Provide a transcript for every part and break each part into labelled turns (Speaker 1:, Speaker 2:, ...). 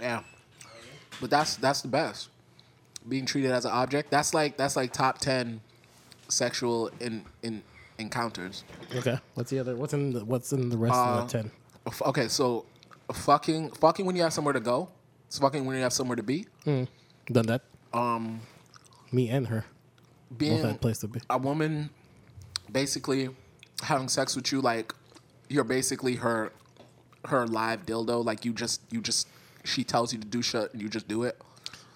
Speaker 1: Yeah. But that's that's the best. Being treated as an object. That's like that's like top ten sexual in in encounters.
Speaker 2: Okay. What's the other? What's in the What's in the rest of
Speaker 1: Uh,
Speaker 2: the ten?
Speaker 1: F- Okay, so fucking fucking when you have somewhere to go. It's fucking when you have somewhere to be.
Speaker 2: Done that. Um, me and her. Both
Speaker 1: Being
Speaker 2: had place to be.
Speaker 1: a woman basically having sex with you like you're basically her her live dildo like you just you just she tells you to do shit and you just do it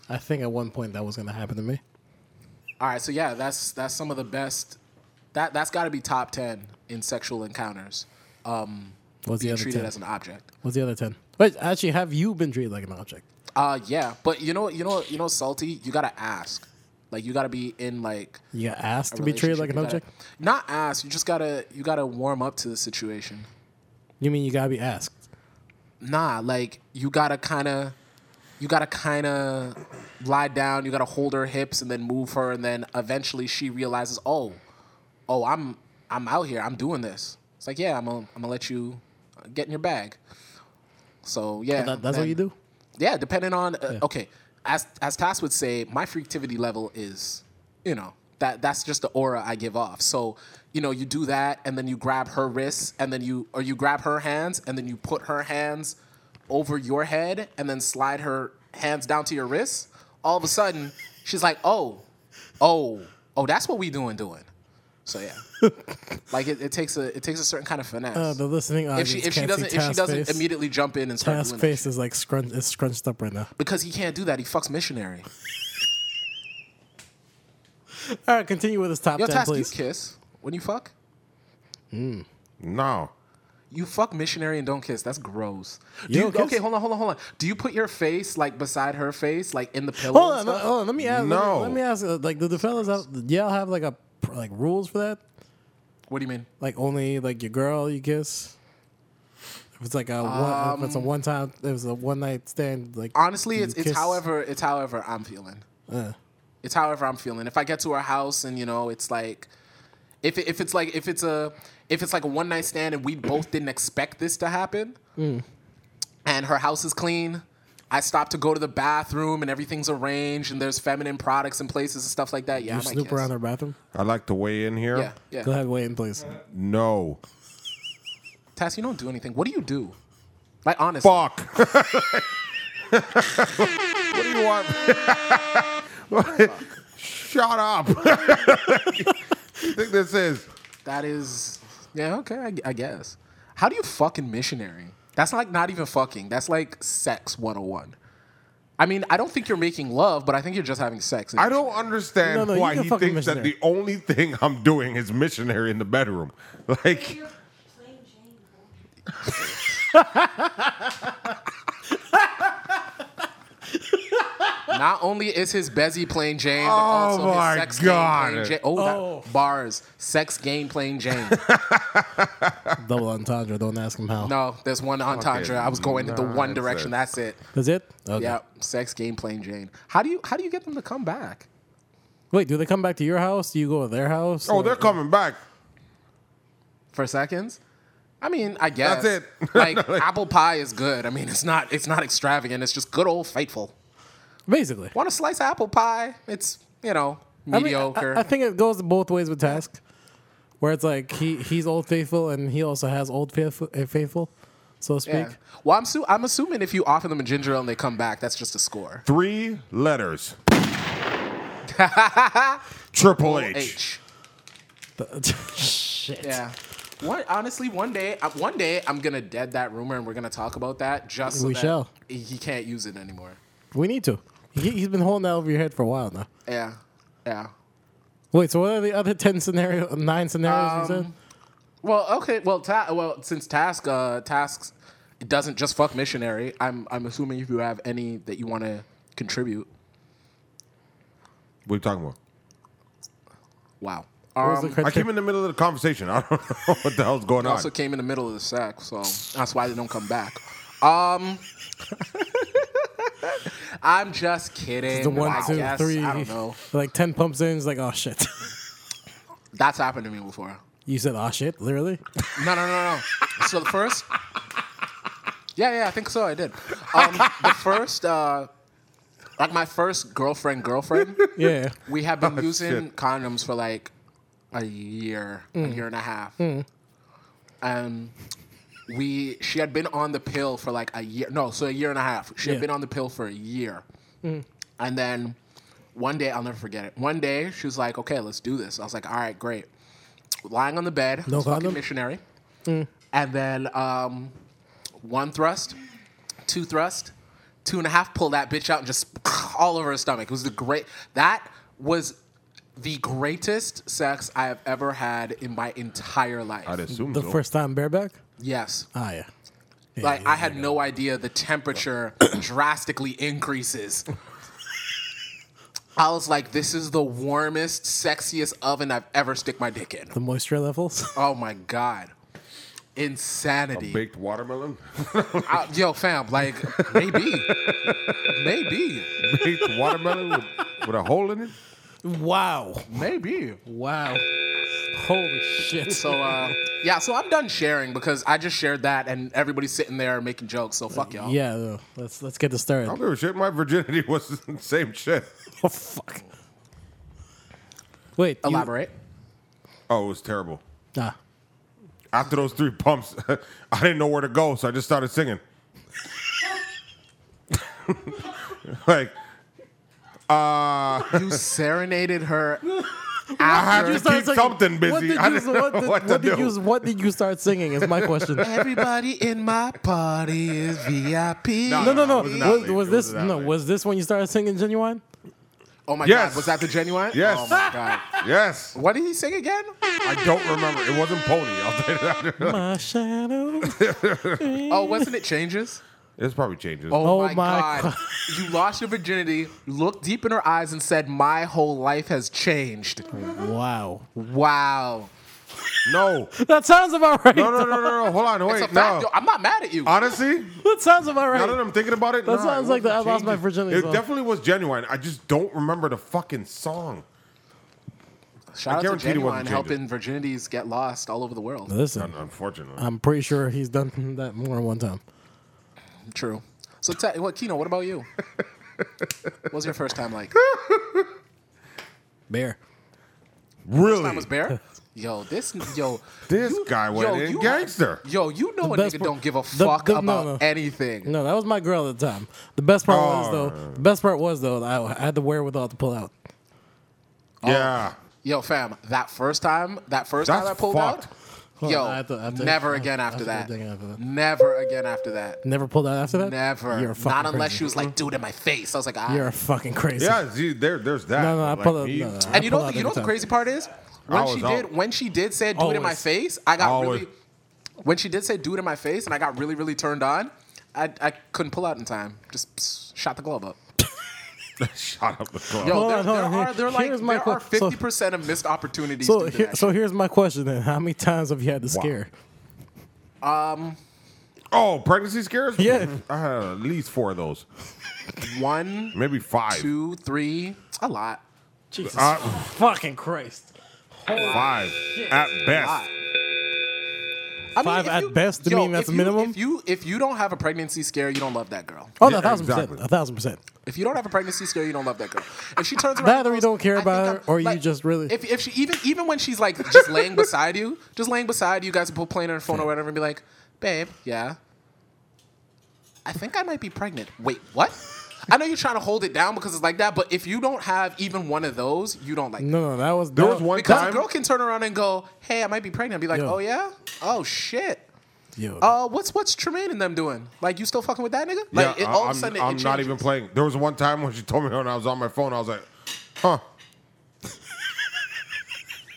Speaker 2: I think at one point that was gonna happen to me.
Speaker 1: all right so yeah that's that's some of the best that that's got to be top 10 in sexual encounters um
Speaker 2: What's the
Speaker 1: being
Speaker 2: other
Speaker 1: treated
Speaker 2: ten?
Speaker 1: as an object
Speaker 2: What's the other ten? Wait, actually, have you been treated like an object?
Speaker 1: uh yeah but you know you know you know salty you gotta ask like you gotta be in like
Speaker 2: You got asked to
Speaker 1: a
Speaker 2: be treated like an
Speaker 1: relationship.
Speaker 2: object.
Speaker 1: You gotta- not ask you just gotta you gotta warm up to the situation
Speaker 2: You mean you gotta be asked?
Speaker 1: nah, like you gotta kind of, you gotta kind of lie down. You gotta hold her hips and then move her, and then eventually she realizes, oh, oh, I'm I'm out here. I'm doing this. It's like, yeah, I'm gonna I'm gonna let you uh, get in your bag. So yeah,
Speaker 2: That, that's
Speaker 1: then-
Speaker 2: what you do.
Speaker 1: Yeah, depending on uh, okay, as as Tass would say, my freaktivity level is, you know. That, that's just the aura I give off. So, you know, you do that, and then you grab her wrists, and then you or you grab her hands, and then you put her hands over your head, and then slide her hands down to your wrists. All of a sudden, she's like, "Oh, oh, oh, that's what we doing, doing." So yeah, like it, it takes a it takes a certain kind of finesse.
Speaker 2: Uh, the listening
Speaker 1: if
Speaker 2: audience
Speaker 1: she if she
Speaker 2: can't
Speaker 1: doesn't
Speaker 2: see
Speaker 1: if she
Speaker 2: Task's
Speaker 1: doesn't
Speaker 2: face.
Speaker 1: immediately jump in and start
Speaker 2: Task
Speaker 1: doing that
Speaker 2: face is like scrunch is scrunched up right now.
Speaker 1: because he can't do that. He fucks missionary.
Speaker 2: All right, continue with this top
Speaker 1: Yo,
Speaker 2: ten,
Speaker 1: Task, you
Speaker 2: please.
Speaker 1: kiss when you fuck.
Speaker 3: No.
Speaker 1: You fuck missionary and don't kiss. That's gross. Do
Speaker 2: You
Speaker 1: you,
Speaker 2: don't kiss?
Speaker 1: okay, hold on, hold on, hold on. Do you put your face like beside her face, like in the pillow?
Speaker 2: Hold
Speaker 1: and
Speaker 2: on,
Speaker 1: stuff?
Speaker 2: hold on. Let me ask. Let
Speaker 3: No.
Speaker 2: me, let me ask. uh, Like, do the fellas out? do Y'all have like a pr- like rules for that? uh,
Speaker 1: What do you mean?
Speaker 2: Like only like your girl you kiss. If it's like a one, if
Speaker 1: Um,
Speaker 2: it's a one time, if it's a one night stand. Like
Speaker 1: Honestly,
Speaker 2: you
Speaker 1: it's, it's
Speaker 2: kiss-
Speaker 1: however it's however I'm feeling.
Speaker 2: Uh,
Speaker 1: It's however I'm feeling. If I get to her house and you know, it's like, if it, if it's like if it's a if it's like a one night stand and we both didn't expect this to happen,
Speaker 2: Mm.
Speaker 1: and her house is clean, I stop to go to the bathroom and everything's arranged and there's feminine products and places and stuff like that. Yeah,
Speaker 2: you
Speaker 1: I might
Speaker 2: snoop
Speaker 1: kiss.
Speaker 2: around her bathroom.
Speaker 3: I'd like to weigh in here.
Speaker 1: Yeah, yeah.
Speaker 2: Go ahead, wait in place.
Speaker 3: No.
Speaker 1: Tass, you don't do anything. What do you do? Like honestly,
Speaker 3: Fuck. what do you want? Shut up. you think this is?
Speaker 1: that is yeah okay. I, I guess. How do you fucking missionary? That's like not even fucking. That's like sex 101. I mean, I don't think you're making love, but I think you're just having sex.
Speaker 3: I don't understand
Speaker 2: No, no, you
Speaker 3: why
Speaker 2: can
Speaker 3: he
Speaker 2: fucking
Speaker 3: thinks that
Speaker 2: missionary.
Speaker 3: the only thing I'm doing is missionary in the bedroom. Like,
Speaker 4: Plain Jane.
Speaker 1: Not only is his Bezzy playing Jane, but
Speaker 3: Oh
Speaker 1: also
Speaker 3: my
Speaker 1: his sex
Speaker 3: God.
Speaker 1: game playing Jane. Oh,
Speaker 2: Oh.
Speaker 1: That, bars. Sex game playing Jane.
Speaker 2: Double entendre. Don't ask him how.
Speaker 1: no, there's one entendre. I was going into one
Speaker 3: nonsense.
Speaker 1: direction. That's it.
Speaker 2: That's it. Okay.
Speaker 1: Yeah, sex game playing Jane. How do you how do you get them to come back?
Speaker 2: Wait, do they come back to your house? Do you go to their house?
Speaker 3: oh,
Speaker 2: Like-
Speaker 3: they're coming back.
Speaker 1: for seconds. I mean, I guess
Speaker 3: That's it.
Speaker 1: like apple pie is good. I mean, it's not it's not extravagant. It's just good old faithful.
Speaker 2: basically.
Speaker 1: Want a slice of apple pie? It's you know
Speaker 2: I mean, I-
Speaker 1: mediocre.
Speaker 2: I, I think it goes both ways with Task, where it's like he he's old faithful and he also has old faithful, eh, faithful so to speak.
Speaker 1: yeah. Well, I'm su- I'm assuming if you offer them a ginger ale and they come back, that's just a score.
Speaker 3: Three letters. Triple H.
Speaker 1: H.
Speaker 2: The- Shit.
Speaker 1: Yeah. What honestly, one day, uh, one day I'm gonna dead that rumor and we're gonna talk about that just so
Speaker 2: We
Speaker 1: that
Speaker 2: shall.
Speaker 1: he- he can't use it anymore.
Speaker 2: We need to. He, he's been holding that over your head for a while now.
Speaker 1: Yeah. Yeah.
Speaker 2: Wait, so what are the other ten scenario, nine scenarios? you said?
Speaker 1: Well, okay. Well, ta- well, since task uh, tasks doesn't just fuck missionary, I'm I'm assuming if you have any that you want to contribute.
Speaker 3: What are you talking about?
Speaker 1: Wow.
Speaker 2: What was the
Speaker 1: Um,
Speaker 2: criteria?
Speaker 3: I came in the middle of the conversation. I don't know what the hell's going
Speaker 1: I also
Speaker 3: on.
Speaker 1: came in the middle of the sack, so that's why they don't come back. Um, I'm just kidding.
Speaker 2: the one,
Speaker 1: I
Speaker 2: two,
Speaker 1: guess.
Speaker 2: three,
Speaker 1: I don't know.
Speaker 2: Like ten pumps in, it's like oh shit.
Speaker 1: That's happened to me before.
Speaker 2: you said oh shit, literally.
Speaker 1: No, no, no, no. So the first, Yeah, yeah, I think so. I did. Um, the first, uh, like my first girlfriend, girlfriend,
Speaker 2: Yeah.
Speaker 1: we have been
Speaker 3: Oh,
Speaker 1: using
Speaker 3: shit.
Speaker 1: condoms for like a year, a year and a half. And we, she had been on the pill for like a year. No, so a year and a half. She
Speaker 2: Yeah.
Speaker 1: had been on the pill for a year. And then one day, I'll never forget it. One day, she was like, okay, let's do this. I was like, all right, great. Lying on the bed,
Speaker 2: No
Speaker 1: fucking
Speaker 2: condom?
Speaker 1: missionary. And then um, one thrust, two thrust, two and a half, pull that bitch out and just all over her stomach. It was the great, that was the greatest sex I have ever had in my entire life.
Speaker 3: I'd assume
Speaker 2: The
Speaker 3: so.
Speaker 2: first time bareback?
Speaker 1: Yes.
Speaker 2: Ah, yeah. Yeah,
Speaker 1: Like,
Speaker 2: yeah,
Speaker 1: I had no idea the temperature drastically increases. I was like, this is the warmest, sexiest oven I've ever stick my dick in.
Speaker 2: The moisture levels?
Speaker 1: Oh my God. Insanity.
Speaker 3: baked watermelon.
Speaker 1: Uh, yo, fam, like, maybe. maybe.
Speaker 3: baked watermelon with, with a hole in it.
Speaker 2: wow.
Speaker 1: Maybe.
Speaker 2: Wow. Holy shit.
Speaker 1: So, uh, yeah, so I'm done sharing because I just shared that and everybody's sitting there making jokes, so fuck y'all.
Speaker 2: Yeah, though. let's let's get this
Speaker 3: I don't
Speaker 2: started.
Speaker 3: give a shit. My virginity was the same shit.
Speaker 2: Oh fuck. Wait, you- Ah.
Speaker 1: Elaborate.
Speaker 3: Oh, it was terrible.
Speaker 2: Nah.
Speaker 3: After those three pumps, I didn't know where to go, so I just started singing. like
Speaker 1: You serenaded her.
Speaker 3: I had
Speaker 2: You
Speaker 3: to
Speaker 2: started
Speaker 3: keep
Speaker 2: singing.
Speaker 3: something busy.
Speaker 2: What did you,
Speaker 3: I didn't know
Speaker 2: what did,
Speaker 3: what to
Speaker 2: what did
Speaker 3: do.
Speaker 2: you, what did you start singing? Is my question.
Speaker 1: Everybody in my party is VIP.
Speaker 2: No, no, no.
Speaker 3: It was
Speaker 2: Was, was
Speaker 3: an athlete. It
Speaker 2: this
Speaker 3: was an
Speaker 2: no?
Speaker 3: athlete.
Speaker 2: Was this when you started singing genuine?
Speaker 1: Oh my
Speaker 3: Yes.
Speaker 1: God, was that the genuine?
Speaker 3: Yes.
Speaker 1: Oh my God.
Speaker 3: yes,
Speaker 1: What did he sing again?
Speaker 3: I don't remember. It wasn't Pony. I'll tell you that.
Speaker 2: My shadow.
Speaker 1: Oh, wasn't it Changes?
Speaker 3: It's probably changes.
Speaker 1: Oh,
Speaker 2: Oh
Speaker 1: my,
Speaker 2: my
Speaker 1: God. You lost your virginity, looked deep in her eyes, and said, My whole life has changed.
Speaker 2: wow,
Speaker 1: Wow.
Speaker 3: No,
Speaker 2: that sounds about right.
Speaker 3: no, no, no, no, no. Hold on,
Speaker 1: It's
Speaker 3: wait.
Speaker 1: a fact.
Speaker 3: no,
Speaker 1: Yo, I'm not mad at you.
Speaker 3: honestly,
Speaker 2: That sounds about
Speaker 3: now that
Speaker 2: right.
Speaker 3: I'm thinking about it,
Speaker 2: That
Speaker 3: nah,
Speaker 2: sounds
Speaker 3: it
Speaker 2: like the
Speaker 3: wasn't
Speaker 2: I lost my
Speaker 3: Changes.
Speaker 2: virginity
Speaker 3: It
Speaker 2: song.
Speaker 3: definitely was genuine. I just don't remember the fucking song. I
Speaker 1: Shout out to
Speaker 3: guarantee it
Speaker 1: Genuine
Speaker 3: wasn't
Speaker 1: helping virginities get lost all over the world.
Speaker 2: Listen,
Speaker 3: Un- Unfortunately,
Speaker 2: I'm pretty sure he's done that more than one time.
Speaker 1: True. So, te- what, Kino, what about you? what was your first time like?
Speaker 2: Bear.
Speaker 1: That was
Speaker 3: really,
Speaker 1: Bear? Yo, this, yo,
Speaker 3: this guy went in gangster.
Speaker 1: Yo, you know a
Speaker 2: best
Speaker 1: nigga
Speaker 2: part-
Speaker 1: don't give a
Speaker 2: the-
Speaker 1: fuck
Speaker 2: the- no,
Speaker 1: about
Speaker 2: no.
Speaker 1: anything.
Speaker 2: No, that was my girl at the time. The best part was
Speaker 3: Oh.
Speaker 2: though. The best part was though. I, I had the wherewithal to pull out.
Speaker 3: Yeah,
Speaker 1: Yo, fam, that first time, that first
Speaker 3: That's
Speaker 1: time I pulled
Speaker 3: fucked.
Speaker 1: out,
Speaker 2: on,
Speaker 1: yo,
Speaker 2: I have to- I have to-
Speaker 1: never
Speaker 2: I-
Speaker 1: again
Speaker 2: I
Speaker 1: after
Speaker 2: have
Speaker 1: that.
Speaker 2: to think after that.
Speaker 1: Never again after that.
Speaker 2: Never pulled out after that.
Speaker 1: Never.
Speaker 2: You're a fucking
Speaker 1: Not unless
Speaker 2: crazy.
Speaker 1: she was like, dude, in my face. I was like, ah.
Speaker 2: You're a fucking crazy.
Speaker 3: yeah. See, there, there's that.
Speaker 2: No, no, I
Speaker 3: Like,
Speaker 2: pulled out.
Speaker 3: me-
Speaker 2: No, no, I
Speaker 1: and you know,
Speaker 2: pull
Speaker 1: what
Speaker 2: out
Speaker 1: the, you know what the
Speaker 2: anytime.
Speaker 1: crazy part is? When
Speaker 3: was
Speaker 1: she
Speaker 3: out.
Speaker 1: did, when she did say, dude, in my
Speaker 2: Always.
Speaker 1: face, I got
Speaker 3: Always.
Speaker 1: really. When she did say, dude, in my face, and I got really, really turned on, I, I couldn't pull out in time. Just pss, shot the glove up.
Speaker 3: Shut up. The club.
Speaker 1: Yo,
Speaker 2: Hold
Speaker 1: there,
Speaker 2: on,
Speaker 1: there
Speaker 2: hold on.
Speaker 1: are there like
Speaker 2: Here's my
Speaker 1: there are
Speaker 2: que- so-
Speaker 1: fifty percent of missed opportunities.
Speaker 2: So,
Speaker 1: due to
Speaker 2: here,
Speaker 1: that
Speaker 2: so here's my question then: How many times have you had to
Speaker 3: Wow.
Speaker 2: scare?
Speaker 3: Oh, pregnancy scares?
Speaker 2: Yeah.
Speaker 3: I had at least four of those.
Speaker 1: shit. one,
Speaker 3: Maybe five.
Speaker 1: two, three, a lot.
Speaker 2: Jesus
Speaker 3: Uh,
Speaker 2: fucking Christ!
Speaker 3: five. At
Speaker 1: lot.
Speaker 3: best.
Speaker 1: I mean,
Speaker 2: Five
Speaker 1: if
Speaker 2: at best? You mean
Speaker 1: if
Speaker 2: that's
Speaker 1: you-
Speaker 2: minimum?
Speaker 1: If you if you don't have a pregnancy scare, you don't love that girl.
Speaker 2: Oh, no,
Speaker 3: Yeah,
Speaker 2: a thousand
Speaker 3: exactly.
Speaker 2: percent, a thousand percent.
Speaker 1: If you don't have a pregnancy scare, you don't love that girl. If she turns around,
Speaker 2: Either
Speaker 1: and
Speaker 2: you
Speaker 1: goes,
Speaker 2: don't care
Speaker 1: "I think
Speaker 2: about
Speaker 1: I'm-"
Speaker 2: her, or you just really-
Speaker 1: If, if she even even when she's like just laying beside you, just laying beside you, guys are both playing on her phone or whatever, and be like, "Babe, yeah, I think I might be pregnant." Wait, what? I know you're trying to hold it down because it's like that, but if you don't have even one of those, you don't like.
Speaker 2: No, no, that was
Speaker 3: There
Speaker 2: that-
Speaker 3: was one
Speaker 1: Because a
Speaker 3: time.
Speaker 1: girl can turn around and go, "Hey, I might be pregnant." I'd be like,
Speaker 2: Yeah.
Speaker 1: "Oh yeah, oh shit."
Speaker 2: Yo,
Speaker 1: Uh, what's what's Tremaine and them doing? Like, you still fucking with that nigga? Like,
Speaker 3: yeah,
Speaker 1: it, all of
Speaker 3: I, am
Speaker 1: a sudden, it,
Speaker 3: I'm
Speaker 1: it
Speaker 3: not
Speaker 1: changes.
Speaker 3: even playing. There was one time when she told me when I was on my phone, I was like, huh.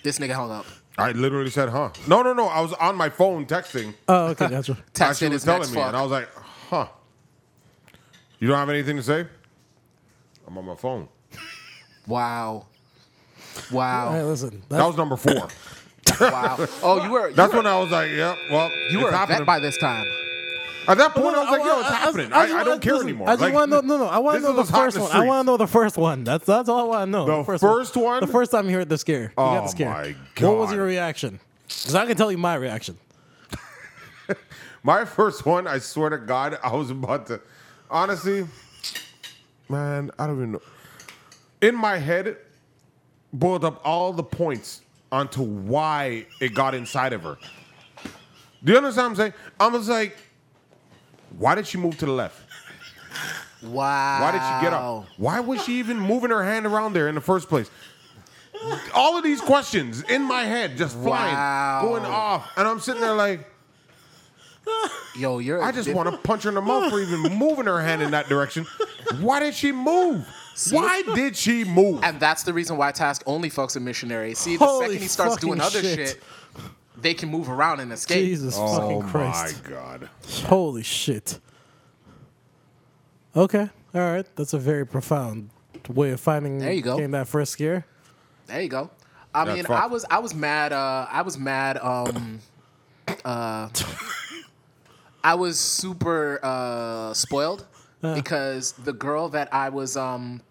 Speaker 1: This nigga hung up.
Speaker 3: I literally said, huh. No, no, no. I was on my phone texting.
Speaker 2: oh, okay, gotcha.
Speaker 3: as
Speaker 1: Text
Speaker 3: she
Speaker 1: in
Speaker 3: was
Speaker 1: his
Speaker 3: telling
Speaker 1: next
Speaker 3: me.
Speaker 1: fuck.
Speaker 3: And I was like, huh. You don't have anything to say? I'm on my phone.
Speaker 1: Wow.
Speaker 2: All right,
Speaker 1: Wow.
Speaker 2: listen,
Speaker 3: That
Speaker 2: that's,
Speaker 3: was number four.
Speaker 1: wow. Oh, you were
Speaker 3: That's
Speaker 1: you were,
Speaker 3: when I was like, yep, well,
Speaker 1: you were
Speaker 3: it's
Speaker 1: a
Speaker 3: happening.
Speaker 1: vet by this time.
Speaker 3: At that point, I was
Speaker 2: No,
Speaker 3: like,
Speaker 2: no,
Speaker 3: yo, it's
Speaker 2: I- I-
Speaker 3: happening.
Speaker 2: just
Speaker 3: I, I
Speaker 2: wanna-
Speaker 3: don't care
Speaker 2: listen,
Speaker 3: anymore.
Speaker 2: I just
Speaker 3: Like,
Speaker 2: want to know. No, no, I want
Speaker 3: this
Speaker 2: to know
Speaker 3: is
Speaker 2: the
Speaker 3: what's hot in
Speaker 2: first
Speaker 3: the
Speaker 2: one. I want
Speaker 3: streets.
Speaker 2: to know the first one. That's that's all I want to know.
Speaker 3: The first one?
Speaker 2: The first time you heard the scare. you got
Speaker 3: Oh,
Speaker 2: the scare.
Speaker 3: my
Speaker 2: What was
Speaker 3: God.
Speaker 2: your reaction? Because I can tell you my reaction.
Speaker 3: My first one, I swear to God, I was about to. Honestly, man, I don't even know. In my head, boiled up all the points onto why it got inside of her. Do you understand what I'm saying? I was like, why did she move to the left?
Speaker 1: Wow.
Speaker 3: Why did she get up? Why was she even moving her hand around there in the first place? All of these questions in my head just flying,
Speaker 1: Wow.
Speaker 3: going off. And I'm sitting there like,
Speaker 1: Yo, you're.
Speaker 3: I just want to punch her in the mouth for even moving her hand in that direction. Why did she move? Why did she move?
Speaker 1: And that's the reason why Task only fucks a missionary. See, the
Speaker 2: Holy
Speaker 1: second he starts
Speaker 2: fucking
Speaker 1: doing other
Speaker 2: shit.
Speaker 1: shit. they can move around and escape.
Speaker 2: Jesus
Speaker 3: Oh
Speaker 2: fucking
Speaker 3: my
Speaker 2: Christ.
Speaker 3: God.
Speaker 2: Holy shit. Okay. All right. That's a very profound way of finding
Speaker 1: There you go.
Speaker 2: came that first year.
Speaker 1: There you go. I
Speaker 3: That's
Speaker 1: mean,
Speaker 3: fucked.
Speaker 1: I was I was mad. Uh, I was mad. Um, uh, I was super uh, spoiled because the girl that I was, um,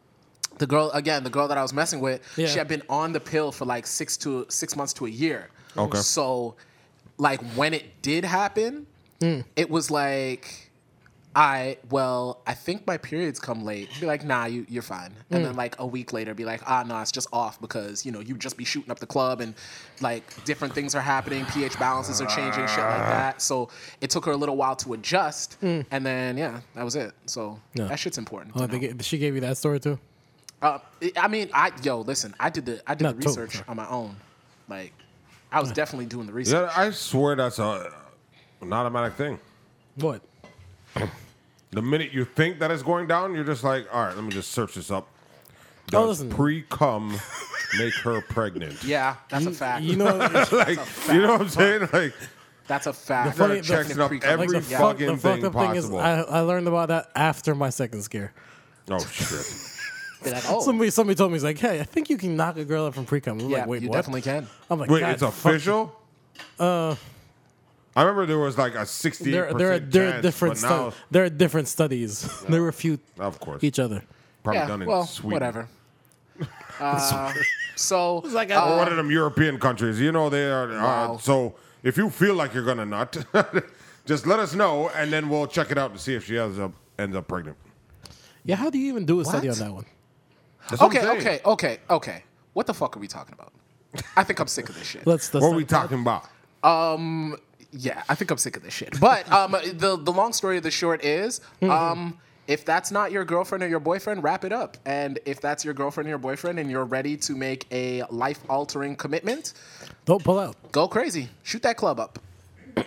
Speaker 1: the girl again, the girl that I was messing with,
Speaker 2: Yeah.
Speaker 1: she had been on the pill for like six to six months to a year.
Speaker 3: Okay.
Speaker 1: So, like when it did happen, it was like. I well, I think my periods come late. Be like, nah, you you're fine. And then like a week later, be like, ah, no, it's just off because you know you just be shooting up the club and like different things are happening, pH balances are changing, shit like
Speaker 2: Ah.
Speaker 1: that. So it took her a little while to adjust, and then yeah, that was it. So
Speaker 2: Yeah.
Speaker 1: that shit's important.
Speaker 2: Oh,
Speaker 1: to
Speaker 2: they
Speaker 1: know.
Speaker 2: ga- she gave you that story too.
Speaker 1: Uh, it- I mean, I yo, listen, I did the I did
Speaker 2: Not
Speaker 1: the
Speaker 2: totally,
Speaker 1: research
Speaker 2: sorry.
Speaker 1: on my own. Like, I was definitely doing the research.
Speaker 3: Yeah, I swear that's a, an automatic thing.
Speaker 2: What?
Speaker 3: The minute you think that it's going down, you're just like, all right, let me just search this up.
Speaker 2: Oh,
Speaker 3: Does
Speaker 2: listen.
Speaker 3: pre cum make her pregnant?
Speaker 1: Yeah, that's a fact.
Speaker 2: You know,
Speaker 3: like, you know what I'm saying? Like,
Speaker 1: that's a fact. Definitely
Speaker 3: funny- checking up
Speaker 1: pre-cum.
Speaker 3: every
Speaker 2: the,
Speaker 1: Yeah.
Speaker 2: fuck, the
Speaker 3: fucking
Speaker 2: fucked
Speaker 3: thing
Speaker 2: up thing is,
Speaker 3: possible.
Speaker 2: I, I learned about that after my second scare.
Speaker 3: oh shit.
Speaker 1: Be like, oh,
Speaker 2: Somebody, somebody told me, he's like, hey, I think you can knock a girl up from pre cum. I'm
Speaker 1: yeah,
Speaker 2: like, wait,
Speaker 1: you
Speaker 2: what?
Speaker 1: definitely can.
Speaker 2: I'm like,
Speaker 3: Wait,
Speaker 2: God,
Speaker 3: it's
Speaker 2: fuck.
Speaker 3: official? Uh, I remember there was like a 68
Speaker 2: There,
Speaker 3: percent
Speaker 2: there are there are
Speaker 3: chance,
Speaker 2: different
Speaker 3: but now,
Speaker 2: stu- there are different studies. there refute
Speaker 3: Of course.
Speaker 2: each other.
Speaker 3: probably
Speaker 1: yeah,
Speaker 3: done in
Speaker 1: well,
Speaker 3: Sweden.
Speaker 1: whatever. Uh, so,
Speaker 2: like,
Speaker 1: uh,
Speaker 3: Or one of them European countries. You know they are. Uh,
Speaker 1: Wow.
Speaker 3: so if you feel like you're gonna nut, just let us know, and then we'll check it out to see if she ends up ends up pregnant.
Speaker 2: Yeah, how do you even do a study on
Speaker 1: What?
Speaker 2: that one?
Speaker 3: That's what I'm
Speaker 1: okay,
Speaker 3: saying.
Speaker 1: okay, okay, okay. What the fuck are we talking about? I think I'm sick of this shit.
Speaker 2: Let's let's
Speaker 3: What are we
Speaker 2: not-
Speaker 3: talking about?
Speaker 1: yeah, I think I'm sick of this shit. But um, the the long story of the short is, um, if that's not your girlfriend or your boyfriend, wrap it up. And if that's your girlfriend or your boyfriend, and you're ready to make a life altering commitment,
Speaker 2: don't pull out.
Speaker 1: go crazy, shoot that club up. I,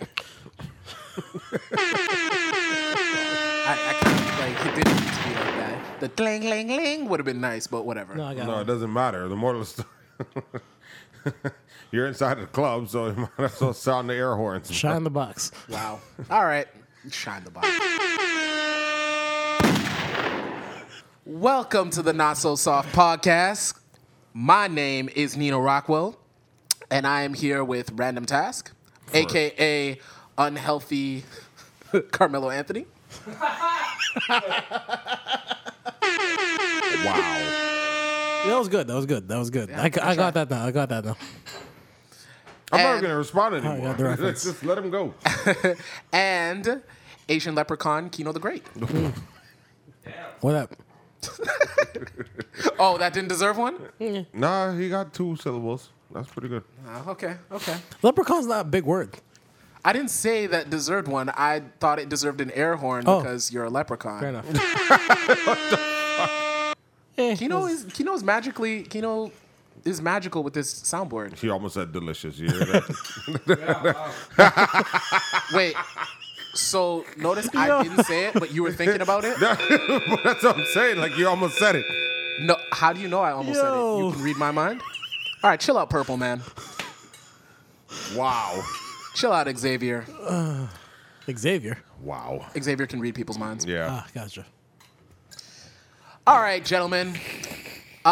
Speaker 1: I kind of like it didn't need to be like that. The cling, ling, ling would have been nice, but whatever.
Speaker 2: No, I got
Speaker 3: No, it
Speaker 2: it.
Speaker 3: doesn't matter. The moral of the story. You're inside the club, so you might as well sound the air horns.
Speaker 2: Shine the box.
Speaker 1: Wow. All right. Shine the box. Welcome to the Not So Soft podcast. My name is Nino Rockwell, and I am here with Random Task, aka Unhealthy Carmelo Anthony.
Speaker 3: Wow.
Speaker 2: That was good. That was good. That was good. I, I got that now. I got that now.
Speaker 3: I'm not
Speaker 1: And- Oh,
Speaker 3: going to respond
Speaker 2: yeah,
Speaker 3: anymore.
Speaker 2: the reference.
Speaker 3: just let him go.
Speaker 1: And Asian leprechaun Kino the Great.
Speaker 2: What up?
Speaker 1: Oh, that didn't deserve one?
Speaker 3: nah, he got two syllables. That's pretty good.
Speaker 2: Ah,
Speaker 1: Oh, okay, okay.
Speaker 2: Leprechaun's not a big word.
Speaker 1: I didn't say that deserved one. I thought it deserved an air horn
Speaker 2: Oh.
Speaker 1: because you're a leprechaun.
Speaker 2: Fair enough. Eh,
Speaker 1: Kino is Kino is magically Kino is magical with this soundboard.
Speaker 3: She almost said delicious. You hear that?
Speaker 1: Wait, so notice I didn't say it, but you were thinking about it.
Speaker 3: That's what I'm saying. Like, you almost said it.
Speaker 1: No, how do you know I almost said it?
Speaker 2: Yo.
Speaker 1: You can read my mind. All right, chill out, Purple Man.
Speaker 3: Wow.
Speaker 1: Chill out, Xavier.
Speaker 2: Xavier.
Speaker 3: Wow.
Speaker 1: Xavier can read people's minds.
Speaker 3: Yeah.
Speaker 2: Ah, gotcha.
Speaker 1: All right, gentlemen. Uh,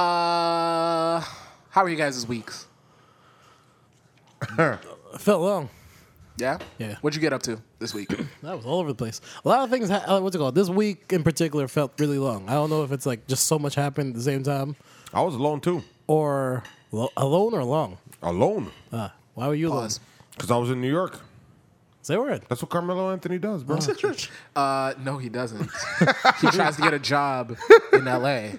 Speaker 1: how are you guys this week?
Speaker 2: It felt long.
Speaker 1: Yeah.
Speaker 2: Yeah.
Speaker 1: What'd you get up to this week?
Speaker 2: That was all over the place. A lot of things. Ha- uh, what's it called? This week in particular felt really long. I don't know if it's like just so much happened at the same time,
Speaker 3: I was alone, too.
Speaker 2: or lo- alone or long.
Speaker 3: Alone.
Speaker 2: Uh, why were you
Speaker 1: Pause.
Speaker 3: Because I was in New York.
Speaker 2: Say word.
Speaker 3: That's what Carmelo Anthony does, bro.
Speaker 1: Uh, no, he doesn't. he tries to get a job in L.A.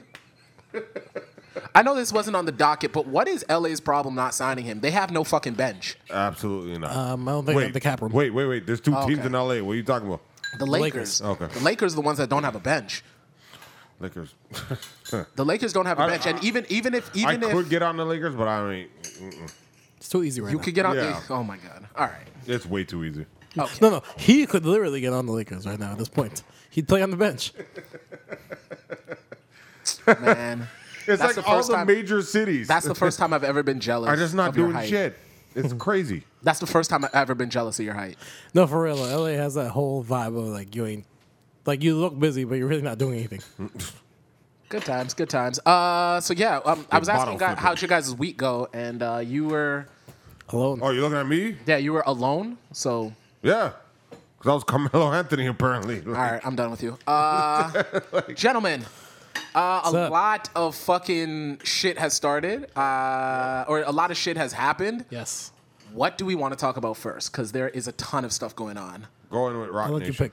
Speaker 1: I know this wasn't on the docket, but what is L.A.'s problem not signing him? They have no fucking bench.
Speaker 3: Absolutely not.
Speaker 2: Um, I don't think the cap room.
Speaker 3: Wait, wait, wait. There's two teams
Speaker 1: Oh, okay.
Speaker 3: in LA. What are you talking about?
Speaker 1: The Lakers.
Speaker 2: Lakers.
Speaker 3: Okay.
Speaker 1: The Lakers are the ones that don't have a bench.
Speaker 3: Lakers.
Speaker 1: The Lakers don't have a
Speaker 3: I-
Speaker 1: bench, and
Speaker 3: I-
Speaker 1: even even if
Speaker 3: I
Speaker 1: even if
Speaker 3: could get on the Lakers, but I mean,
Speaker 2: It's too easy right
Speaker 1: you
Speaker 2: now.
Speaker 1: could get on,
Speaker 3: Yeah.
Speaker 1: the, oh my god! All right,
Speaker 3: it's way too easy.
Speaker 1: okay.
Speaker 2: no, no. He could literally get on the Lakers right now at this point. He'd play on the bench.
Speaker 1: man.
Speaker 3: It's
Speaker 1: That's
Speaker 3: like
Speaker 1: the
Speaker 3: all
Speaker 1: first
Speaker 3: the
Speaker 1: time-
Speaker 3: major cities.
Speaker 1: That's the first time I've ever been jealous.
Speaker 3: Are just not
Speaker 1: of your
Speaker 3: doing
Speaker 1: height.
Speaker 3: shit. It's crazy.
Speaker 1: That's the first time I've ever been jealous of your height.
Speaker 2: No, for real. though, LA has that whole vibe of like you ain't like you look busy, but you're really not doing anything.
Speaker 1: Good times, good times. Uh, so yeah, um, I was asking
Speaker 3: bottle
Speaker 1: guys,
Speaker 3: flipping.
Speaker 1: how'd your guys' week go, and uh, you were
Speaker 2: Alone.
Speaker 3: Oh, you looking at me?
Speaker 1: yeah, you were alone. So
Speaker 3: Yeah. Because I was Carmelo Anthony, apparently. Like,
Speaker 1: all right, I'm done with you, uh, gentlemen. Uh, a
Speaker 2: up?
Speaker 1: lot of fucking shit has started, uh, or a lot of shit has happened.
Speaker 2: Yes.
Speaker 1: What do we want to talk about first? Because there is a ton of stuff going on.
Speaker 3: Going with Rock
Speaker 2: I'll let you
Speaker 3: Nation.
Speaker 2: pick.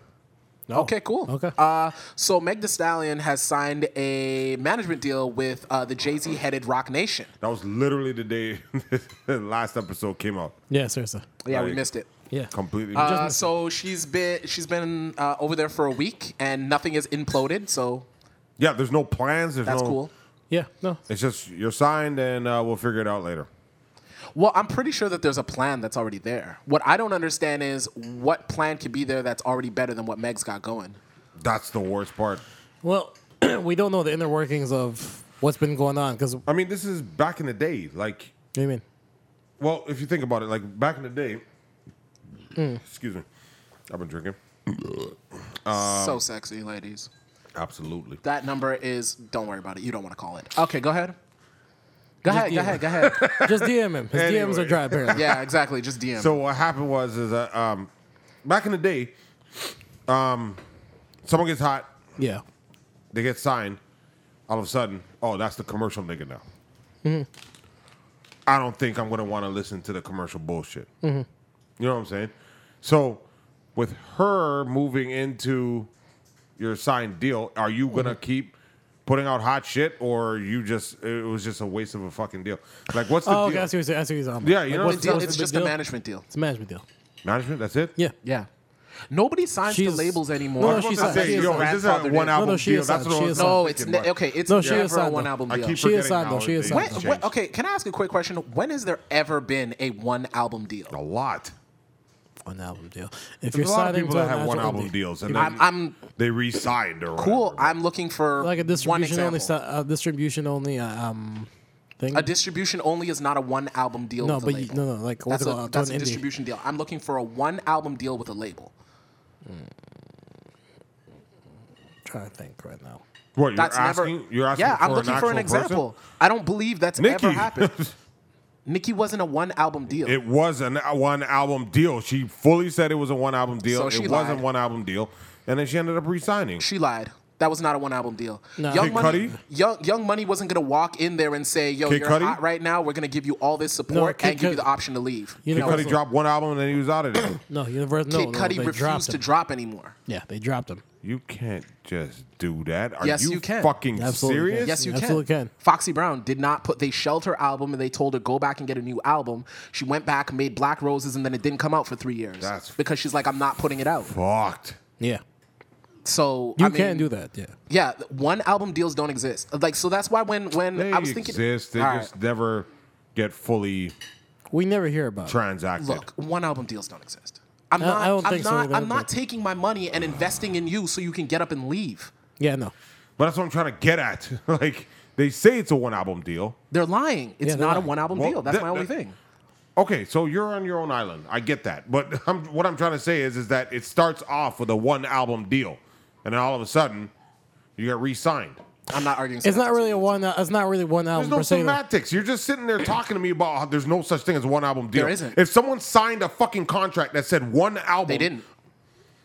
Speaker 2: No.
Speaker 1: Okay, cool.
Speaker 2: Oh, Okay.
Speaker 1: Uh, so Meg Thee Stallion has signed a management deal with uh, the Jay Z headed Rock Nation.
Speaker 3: That was literally the day the last episode came out.
Speaker 2: Yeah, seriously.
Speaker 1: Yeah, we
Speaker 3: Like-
Speaker 1: missed it.
Speaker 2: Yeah.
Speaker 3: Completely.
Speaker 1: Uh, so she's been she's been uh, over there for a week and nothing has imploded. So
Speaker 3: yeah, there's no plans. There's
Speaker 1: that's
Speaker 3: no,
Speaker 1: cool.
Speaker 2: Yeah. No.
Speaker 3: It's just you're signed and uh, we'll figure it out later.
Speaker 1: Well, I'm pretty sure that there's a plan that's already there. What I don't understand is what plan could be there that's already better than what Meg's got going.
Speaker 3: That's the worst part.
Speaker 2: Well, we don't know the inner workings of what's been going on because what
Speaker 3: I mean, this is back in the day. Like,
Speaker 2: do you mean?
Speaker 3: well, if you think about it, like back in the day,
Speaker 1: Mm.
Speaker 3: excuse me, I've been drinking.
Speaker 1: so
Speaker 2: Um,
Speaker 1: sexy, ladies.
Speaker 3: Absolutely.
Speaker 1: That number is don't worry about it. You don't want to call it. Okay, go ahead. Go
Speaker 2: Just
Speaker 1: ahead, go
Speaker 2: DM.
Speaker 1: ahead, go ahead.
Speaker 2: Just DM him. His DMs are
Speaker 3: Anyway.
Speaker 2: dry apparently.
Speaker 1: yeah, exactly. Just DM.
Speaker 3: So what happened was is that um, back in the day, um, someone gets hot,
Speaker 2: yeah.
Speaker 3: they get signed, all of a sudden, oh, that's the commercial nigga now. I don't think I'm gonna want to listen to the commercial bullshit. You know what I'm saying? So with her moving into your signed deal, are you gonna
Speaker 2: Mm-hmm.
Speaker 3: keep? Putting out hot shit, or you just it was just a waste of a fucking deal. Like, what's the
Speaker 2: Oh,
Speaker 3: deal?
Speaker 2: okay, I see what you're saying. I see what you're saying.
Speaker 3: Yeah, you know
Speaker 1: The
Speaker 3: what
Speaker 2: what's-
Speaker 1: deal-
Speaker 2: what's
Speaker 1: it's
Speaker 2: the big
Speaker 1: just a
Speaker 2: deal?
Speaker 1: management deal.
Speaker 2: It's a management deal.
Speaker 3: Management, that's it.
Speaker 2: Yeah.
Speaker 1: Yeah. Nobody signs to
Speaker 2: She's-
Speaker 1: labels
Speaker 2: No,
Speaker 1: anymore.
Speaker 2: no,
Speaker 3: I was
Speaker 2: she's
Speaker 3: about to
Speaker 2: signed.
Speaker 3: say,
Speaker 2: She is
Speaker 3: yo,
Speaker 2: signed.
Speaker 3: is this a one album
Speaker 2: No, no, she
Speaker 3: deal?
Speaker 2: is
Speaker 3: That's
Speaker 2: signed.
Speaker 3: what I
Speaker 2: She
Speaker 3: was
Speaker 2: is signed.
Speaker 1: No, it's
Speaker 3: thinking,
Speaker 1: ne-
Speaker 3: but-
Speaker 1: okay. It's
Speaker 2: No, she
Speaker 1: never
Speaker 2: is
Speaker 1: a
Speaker 2: signed, though.
Speaker 1: one album
Speaker 3: I
Speaker 1: deal.
Speaker 3: keep
Speaker 2: She is
Speaker 3: forgetting
Speaker 2: signed,
Speaker 3: how
Speaker 2: though. She is
Speaker 3: things
Speaker 2: signed,
Speaker 1: When,
Speaker 2: though.
Speaker 3: change.
Speaker 1: when, okay, can I ask a quick question? When has there ever been a one album
Speaker 3: A
Speaker 1: deal?
Speaker 3: lot.
Speaker 2: One album deal. If you're
Speaker 3: There's a lot of
Speaker 2: signing
Speaker 3: people
Speaker 2: to
Speaker 3: that have
Speaker 2: an
Speaker 3: one
Speaker 2: actual
Speaker 3: album
Speaker 2: indie-
Speaker 3: deals and
Speaker 1: I'm,
Speaker 3: then
Speaker 1: I'm
Speaker 3: they re-signed or
Speaker 1: cool.
Speaker 3: whatever, but-
Speaker 1: I'm looking for
Speaker 2: like a
Speaker 1: one
Speaker 2: distribution
Speaker 1: example.
Speaker 2: only si- uh, distribution only uh, um thing.
Speaker 1: A distribution only is not a one album deal.
Speaker 2: no,
Speaker 1: with
Speaker 2: but
Speaker 1: a
Speaker 2: you,
Speaker 1: label.
Speaker 2: no, no, like what's
Speaker 1: that's
Speaker 2: it
Speaker 1: a,
Speaker 2: called? To
Speaker 1: that's
Speaker 2: an
Speaker 1: a
Speaker 2: indie.
Speaker 1: distribution deal. I'm looking for a one album deal with a label.
Speaker 2: trying to think right now.
Speaker 3: What you're
Speaker 1: That's
Speaker 3: asking?
Speaker 1: never.
Speaker 3: you're asking
Speaker 1: yeah,
Speaker 3: for
Speaker 1: I'm looking
Speaker 3: an
Speaker 1: for an
Speaker 3: actual person?
Speaker 1: example. I don't believe that's ever
Speaker 3: Nikki.
Speaker 1: happened. Nikki wasn't a one album deal.
Speaker 3: It was an a one album deal. She fully said it was a one album deal.
Speaker 1: So
Speaker 3: it
Speaker 1: she
Speaker 3: wasn't
Speaker 1: lied.
Speaker 3: one album deal, and then she ended up re-signing.
Speaker 1: She lied. That was not a one album deal.
Speaker 2: No.
Speaker 1: Young
Speaker 2: Kid
Speaker 1: Money,
Speaker 3: Cudi?
Speaker 1: Young, Young Money wasn't gonna walk in there and say, "Yo,
Speaker 3: Kid
Speaker 1: you're
Speaker 3: Cudi?
Speaker 1: hot right now. We're gonna give you all this support
Speaker 2: Kid
Speaker 1: and give you
Speaker 2: Cudi-
Speaker 1: the option to leave."
Speaker 2: You
Speaker 3: Kid
Speaker 2: know,
Speaker 3: Cudi dropped one album and then he was out of there.
Speaker 2: No, Universe. No,
Speaker 1: Kid
Speaker 2: no,
Speaker 1: Cudi
Speaker 2: they dropped
Speaker 1: refused to
Speaker 2: him.
Speaker 1: drop anymore.
Speaker 2: yeah, they dropped him.
Speaker 3: you can't just do that. Are
Speaker 1: Yes,
Speaker 3: you,
Speaker 1: you can.
Speaker 3: fucking
Speaker 2: Absolutely.
Speaker 3: serious?
Speaker 1: Yes, you
Speaker 2: Absolutely
Speaker 1: can.
Speaker 2: can.
Speaker 1: Foxy Brown did not put. They shelved her album and they told her go back and get a new album. She went back, made Black Roses, and then it didn't come out for three years
Speaker 3: That's
Speaker 1: because she's like, "I'm not putting it out."
Speaker 3: Fucked.
Speaker 2: Yeah,
Speaker 1: So
Speaker 2: you
Speaker 1: I mean,
Speaker 2: can do that. Yeah,
Speaker 1: Yeah, one album deals don't exist. Like, so that's why when when
Speaker 3: They
Speaker 1: I was thinking,
Speaker 3: exist. They
Speaker 1: All right,
Speaker 3: just never get fully
Speaker 2: we never hear about. it.
Speaker 3: transacted.
Speaker 1: look, one album deals don't exist. I'm
Speaker 2: I-
Speaker 1: not.
Speaker 2: I don't
Speaker 1: am
Speaker 2: think so
Speaker 1: not.
Speaker 2: either,
Speaker 1: I'm not
Speaker 2: but-
Speaker 1: taking my money and investing in you so you can get up and leave.
Speaker 2: Yeah, no.
Speaker 3: But that's what I'm trying to get at. like they say it's a one album deal.
Speaker 1: They're lying. It's
Speaker 2: Yeah, they're
Speaker 1: not a
Speaker 2: lying.
Speaker 1: one album
Speaker 3: Well,
Speaker 1: deal. That's
Speaker 3: that-
Speaker 1: my only
Speaker 3: that-
Speaker 1: thing.
Speaker 3: Okay, so you're on your own island. I get that. But I'm, what I'm trying to say is, is that it starts off with a one album deal, and then all of a sudden, you get re-signed.
Speaker 1: I'm not arguing.
Speaker 2: It's not really a one. It's not really one
Speaker 3: There's
Speaker 2: album
Speaker 3: no
Speaker 2: per se. though.
Speaker 3: semantics. You're just sitting there talking to me about how there's no such thing as a one album deal.
Speaker 1: There isn't.
Speaker 3: If someone signed a fucking contract that said one album,
Speaker 1: They didn't.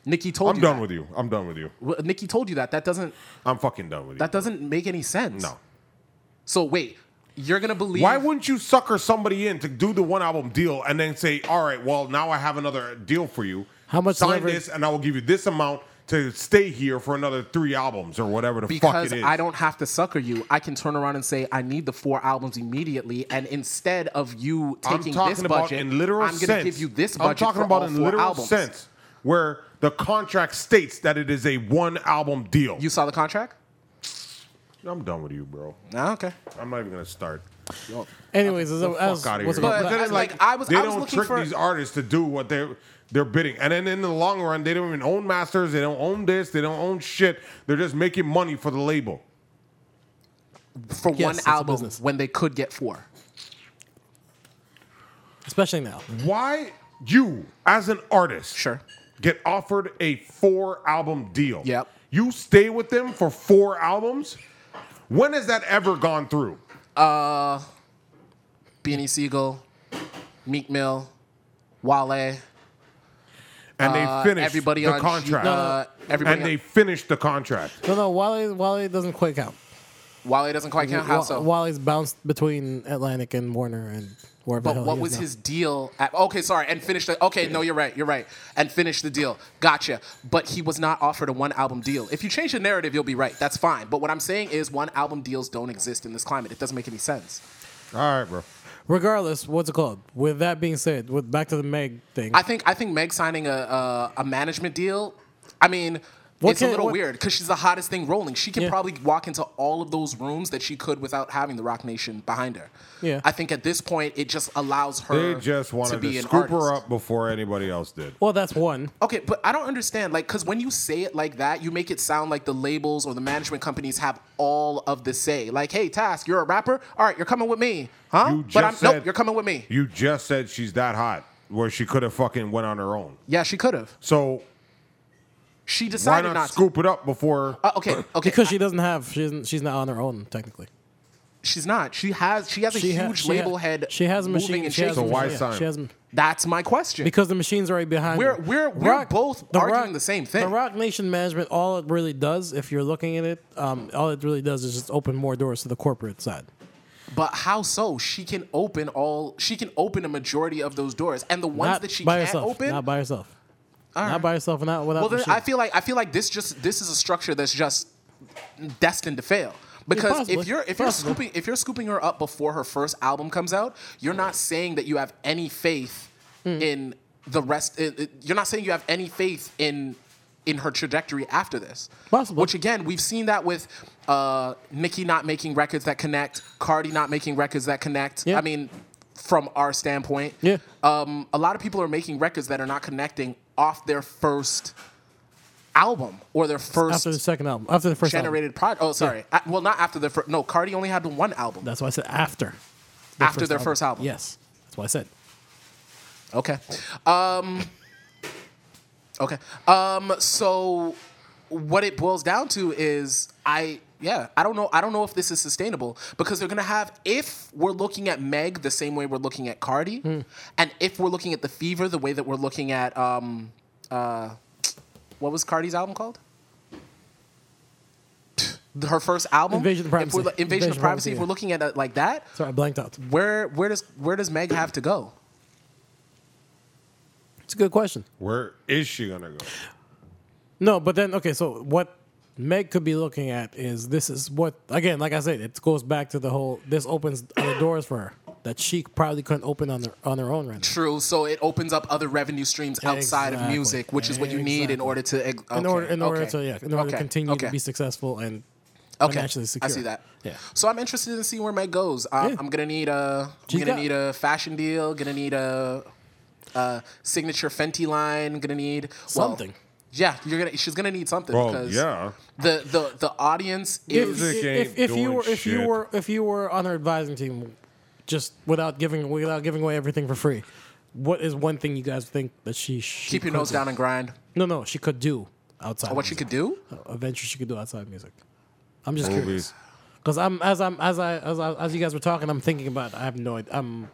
Speaker 1: Nikki told
Speaker 3: I'm
Speaker 1: you.
Speaker 3: done
Speaker 1: that.
Speaker 3: with you. I'm done with you.
Speaker 1: Well, Nikki told you that. That doesn't.
Speaker 3: I'm fucking done with you.
Speaker 1: That doesn't make any sense.
Speaker 3: No.
Speaker 1: So wait, you're gonna believe?
Speaker 3: Why wouldn't you sucker somebody in to do the one album deal and then say, all right, well, now I have another deal for you?
Speaker 2: How much
Speaker 3: sign
Speaker 2: leverage-
Speaker 3: this, and I will give you this amount to stay here for another three albums or whatever the fuck
Speaker 1: because
Speaker 3: it is.
Speaker 1: I don't have to sucker you. I can turn around and say I need the four albums immediately, and instead of you
Speaker 3: I'm
Speaker 1: taking
Speaker 3: talking
Speaker 1: this
Speaker 3: about
Speaker 1: budget,
Speaker 3: in literal
Speaker 1: I'm
Speaker 3: sense.
Speaker 1: gonna give you this budget.
Speaker 3: I'm talking
Speaker 1: for
Speaker 3: about
Speaker 1: all
Speaker 3: in
Speaker 1: four
Speaker 3: literal
Speaker 1: albums.
Speaker 3: sense where the contract states that it is a one album deal.
Speaker 1: You saw the contract?
Speaker 3: I'm done with you, bro.
Speaker 1: Ah, okay.
Speaker 3: I'm not even gonna start.
Speaker 2: Anyways, as, as,
Speaker 3: Fuck out of
Speaker 2: what's
Speaker 3: here.
Speaker 2: it called?
Speaker 1: But-
Speaker 3: Then,
Speaker 1: I- like, I was-
Speaker 3: they
Speaker 1: I was
Speaker 3: don't
Speaker 1: looking
Speaker 3: trick
Speaker 1: for-
Speaker 3: these artists to do what they're they're bidding, and then in the long run, they don't even own masters. They don't own this. They don't own shit. They're just making money for the label.
Speaker 1: For
Speaker 2: Yes,
Speaker 1: one
Speaker 2: it's a
Speaker 1: album
Speaker 2: business.
Speaker 1: when they could get four.
Speaker 2: especially now.
Speaker 3: Why you as an artist
Speaker 1: Sure.
Speaker 3: get offered a four album deal?
Speaker 1: Yep.
Speaker 3: You stay with them for four albums. When has that ever gone through?
Speaker 1: Beanie Siegel, Meek Mill, Wale,
Speaker 3: And
Speaker 1: uh,
Speaker 3: they finished
Speaker 1: everybody
Speaker 3: the
Speaker 1: on G-
Speaker 3: contract.
Speaker 1: uh, everybody
Speaker 3: and
Speaker 1: on-
Speaker 3: they finished the contract.
Speaker 2: No, no, Wale, Wale doesn't quite count.
Speaker 1: Wale doesn't quite count. How
Speaker 2: Wa-
Speaker 1: so?
Speaker 2: Wale's bounced between Atlantic and Warner and wherever the
Speaker 1: But
Speaker 2: hell
Speaker 1: what
Speaker 2: he
Speaker 1: was
Speaker 2: is now.
Speaker 1: his deal? At, okay, sorry, and finish the. Okay, no, you're right, you're right, and finish the deal. Gotcha. But he was not offered a one album deal. If you change the narrative, you'll be right. That's fine. But what I'm saying is, one album deals don't exist in this climate. It doesn't make any sense.
Speaker 3: All right, bro.
Speaker 2: Regardless, what's it called? With that being said, with back to the Meg thing,
Speaker 1: I think I think Meg signing a a, a management deal. I mean.
Speaker 2: What
Speaker 1: it's
Speaker 2: can-
Speaker 1: a little
Speaker 2: what-
Speaker 1: weird because she's the hottest thing rolling. She can
Speaker 2: Yeah.
Speaker 1: probably walk into all of those rooms that she could without having the Rock Nation behind her.
Speaker 2: Yeah.
Speaker 1: I think at this point it just allows her.
Speaker 3: They just wanted to,
Speaker 1: be an
Speaker 3: scoop her
Speaker 1: artist.
Speaker 3: up before anybody else did.
Speaker 2: well, that's one.
Speaker 1: Okay, but I don't understand. Like, because when you say it like that, you make it sound like the labels or the management companies have all of the say. Like, hey, Task, you're a rapper. All right, you're coming with me, huh?
Speaker 3: You
Speaker 1: but I'm
Speaker 3: just said-
Speaker 1: nope. You're coming with me.
Speaker 3: You just said she's that hot, where she could have fucking went on her own.
Speaker 1: Yeah, she could have.
Speaker 3: So
Speaker 1: She
Speaker 3: why
Speaker 1: decided
Speaker 3: not,
Speaker 1: not.
Speaker 3: scoop it up before?
Speaker 1: to. Uh, okay, okay.
Speaker 2: Because she doesn't have, she isn't, she's not on her own technically.
Speaker 1: she's not. She has. She has a
Speaker 2: She ha-
Speaker 1: huge
Speaker 2: she
Speaker 1: label
Speaker 2: ha-
Speaker 1: head.
Speaker 2: She has a
Speaker 1: moving
Speaker 2: machine.
Speaker 1: And
Speaker 2: She has a
Speaker 1: shaking.
Speaker 3: So why
Speaker 2: machine, yeah,
Speaker 3: sign?
Speaker 2: She has, a-
Speaker 1: That's my question.
Speaker 2: because the machine's already behind.
Speaker 1: We're-
Speaker 2: her.
Speaker 1: we're- we're both
Speaker 2: the
Speaker 1: arguing the same thing.
Speaker 2: The Rock Nation management, all it really does, if you're looking at it, um, all it really does is just open more doors to the corporate side.
Speaker 1: But how so? She can open all. She can open a majority of those doors, and the ones
Speaker 2: Not
Speaker 1: that she
Speaker 2: by
Speaker 1: can't
Speaker 2: herself.
Speaker 1: open.
Speaker 2: Not by herself.
Speaker 1: right.
Speaker 2: Not by herself. and Not without.
Speaker 1: Well, then
Speaker 2: machine.
Speaker 1: I feel like I feel like this just this is a structure that's just destined to fail. Because
Speaker 2: possibly.
Speaker 1: if you're if you're
Speaker 2: Possibly.
Speaker 1: scooping if you're scooping her up before her first album comes out, you're not saying that you have any faith
Speaker 2: Hmm.
Speaker 1: in the rest. i- i- You're not saying you have any faith in in her trajectory after this.
Speaker 2: Possibly.
Speaker 1: Which again, we've seen that with uh, Nicki not making records that connect, Cardi not making records that connect.
Speaker 2: Yeah.
Speaker 1: I mean, from our standpoint,
Speaker 2: Yeah.
Speaker 1: um, a lot of people are making records that are not connecting off their first album or their first
Speaker 2: after the second album, after the first album.
Speaker 1: generated project. Oh, sorry. Uh, well, not after their first. No, Cardi only had one album
Speaker 2: That's why I said after.
Speaker 1: after their first album.
Speaker 2: Yes, that's why I said.
Speaker 1: Okay. Um, okay. Um, so what it boils down to is I yeah, I don't know I don't know if this is sustainable because they're going to have if we're looking at Meg the same way we're looking at Cardi
Speaker 2: Hmm.
Speaker 1: and if we're looking at The Fever the way that we're looking at um uh what was Cardi's album called? Her first album,
Speaker 2: Invasion of
Speaker 1: If
Speaker 2: Privacy.
Speaker 1: we're lo- Invasion, of Privacy. If
Speaker 2: yeah.
Speaker 1: we're looking at it like that,
Speaker 2: Sorry, I blanked out.
Speaker 1: where where does where does Meg have to go?
Speaker 2: It's a good question.
Speaker 3: Where is she gonna go?
Speaker 2: No, but then okay, so what Meg could be looking at is this is what again, like I said, it goes back to the whole this opens other doors for her that she probably couldn't open on her on her own right now.
Speaker 1: True. So it opens up other revenue streams outside of
Speaker 2: Exactly.
Speaker 1: music, which is what you need in
Speaker 2: Exactly.
Speaker 1: order to. ex-
Speaker 2: In
Speaker 1: okay,
Speaker 2: order in order
Speaker 1: okay,
Speaker 2: to yeah, in order to
Speaker 1: okay,
Speaker 2: continue
Speaker 1: okay,
Speaker 2: to be successful and
Speaker 1: okay.
Speaker 2: financially secure.
Speaker 1: I see that.
Speaker 2: Yeah.
Speaker 1: So I'm interested in seeing where Meg goes. Um,
Speaker 2: Yeah.
Speaker 1: I'm gonna need a. I'm
Speaker 2: She's
Speaker 1: gonna
Speaker 2: got-
Speaker 1: need a fashion deal. Gonna need a, a signature Fenty line. Gonna need well,
Speaker 2: Something.
Speaker 1: Yeah, you're gonna. She's gonna need something
Speaker 3: Well,
Speaker 1: because
Speaker 3: yeah.
Speaker 1: the the the audience is
Speaker 3: Music ain't
Speaker 2: if, if you
Speaker 3: doing
Speaker 2: were if you
Speaker 3: shit.
Speaker 2: were if you were on her advising team just without giving without giving away everything for free, what is one thing you guys think that she, she
Speaker 1: keep your
Speaker 2: could
Speaker 1: nose
Speaker 2: do?
Speaker 1: down and grind.
Speaker 2: No, no, she could do outside.
Speaker 1: What
Speaker 2: of
Speaker 1: she
Speaker 2: music.
Speaker 1: could do?
Speaker 2: a venture she could do outside of music. I'm just
Speaker 3: Movies.
Speaker 2: curious because I'm as I'm as I as I, as you guys were talking, I'm thinking about. I have no um, idea. I'm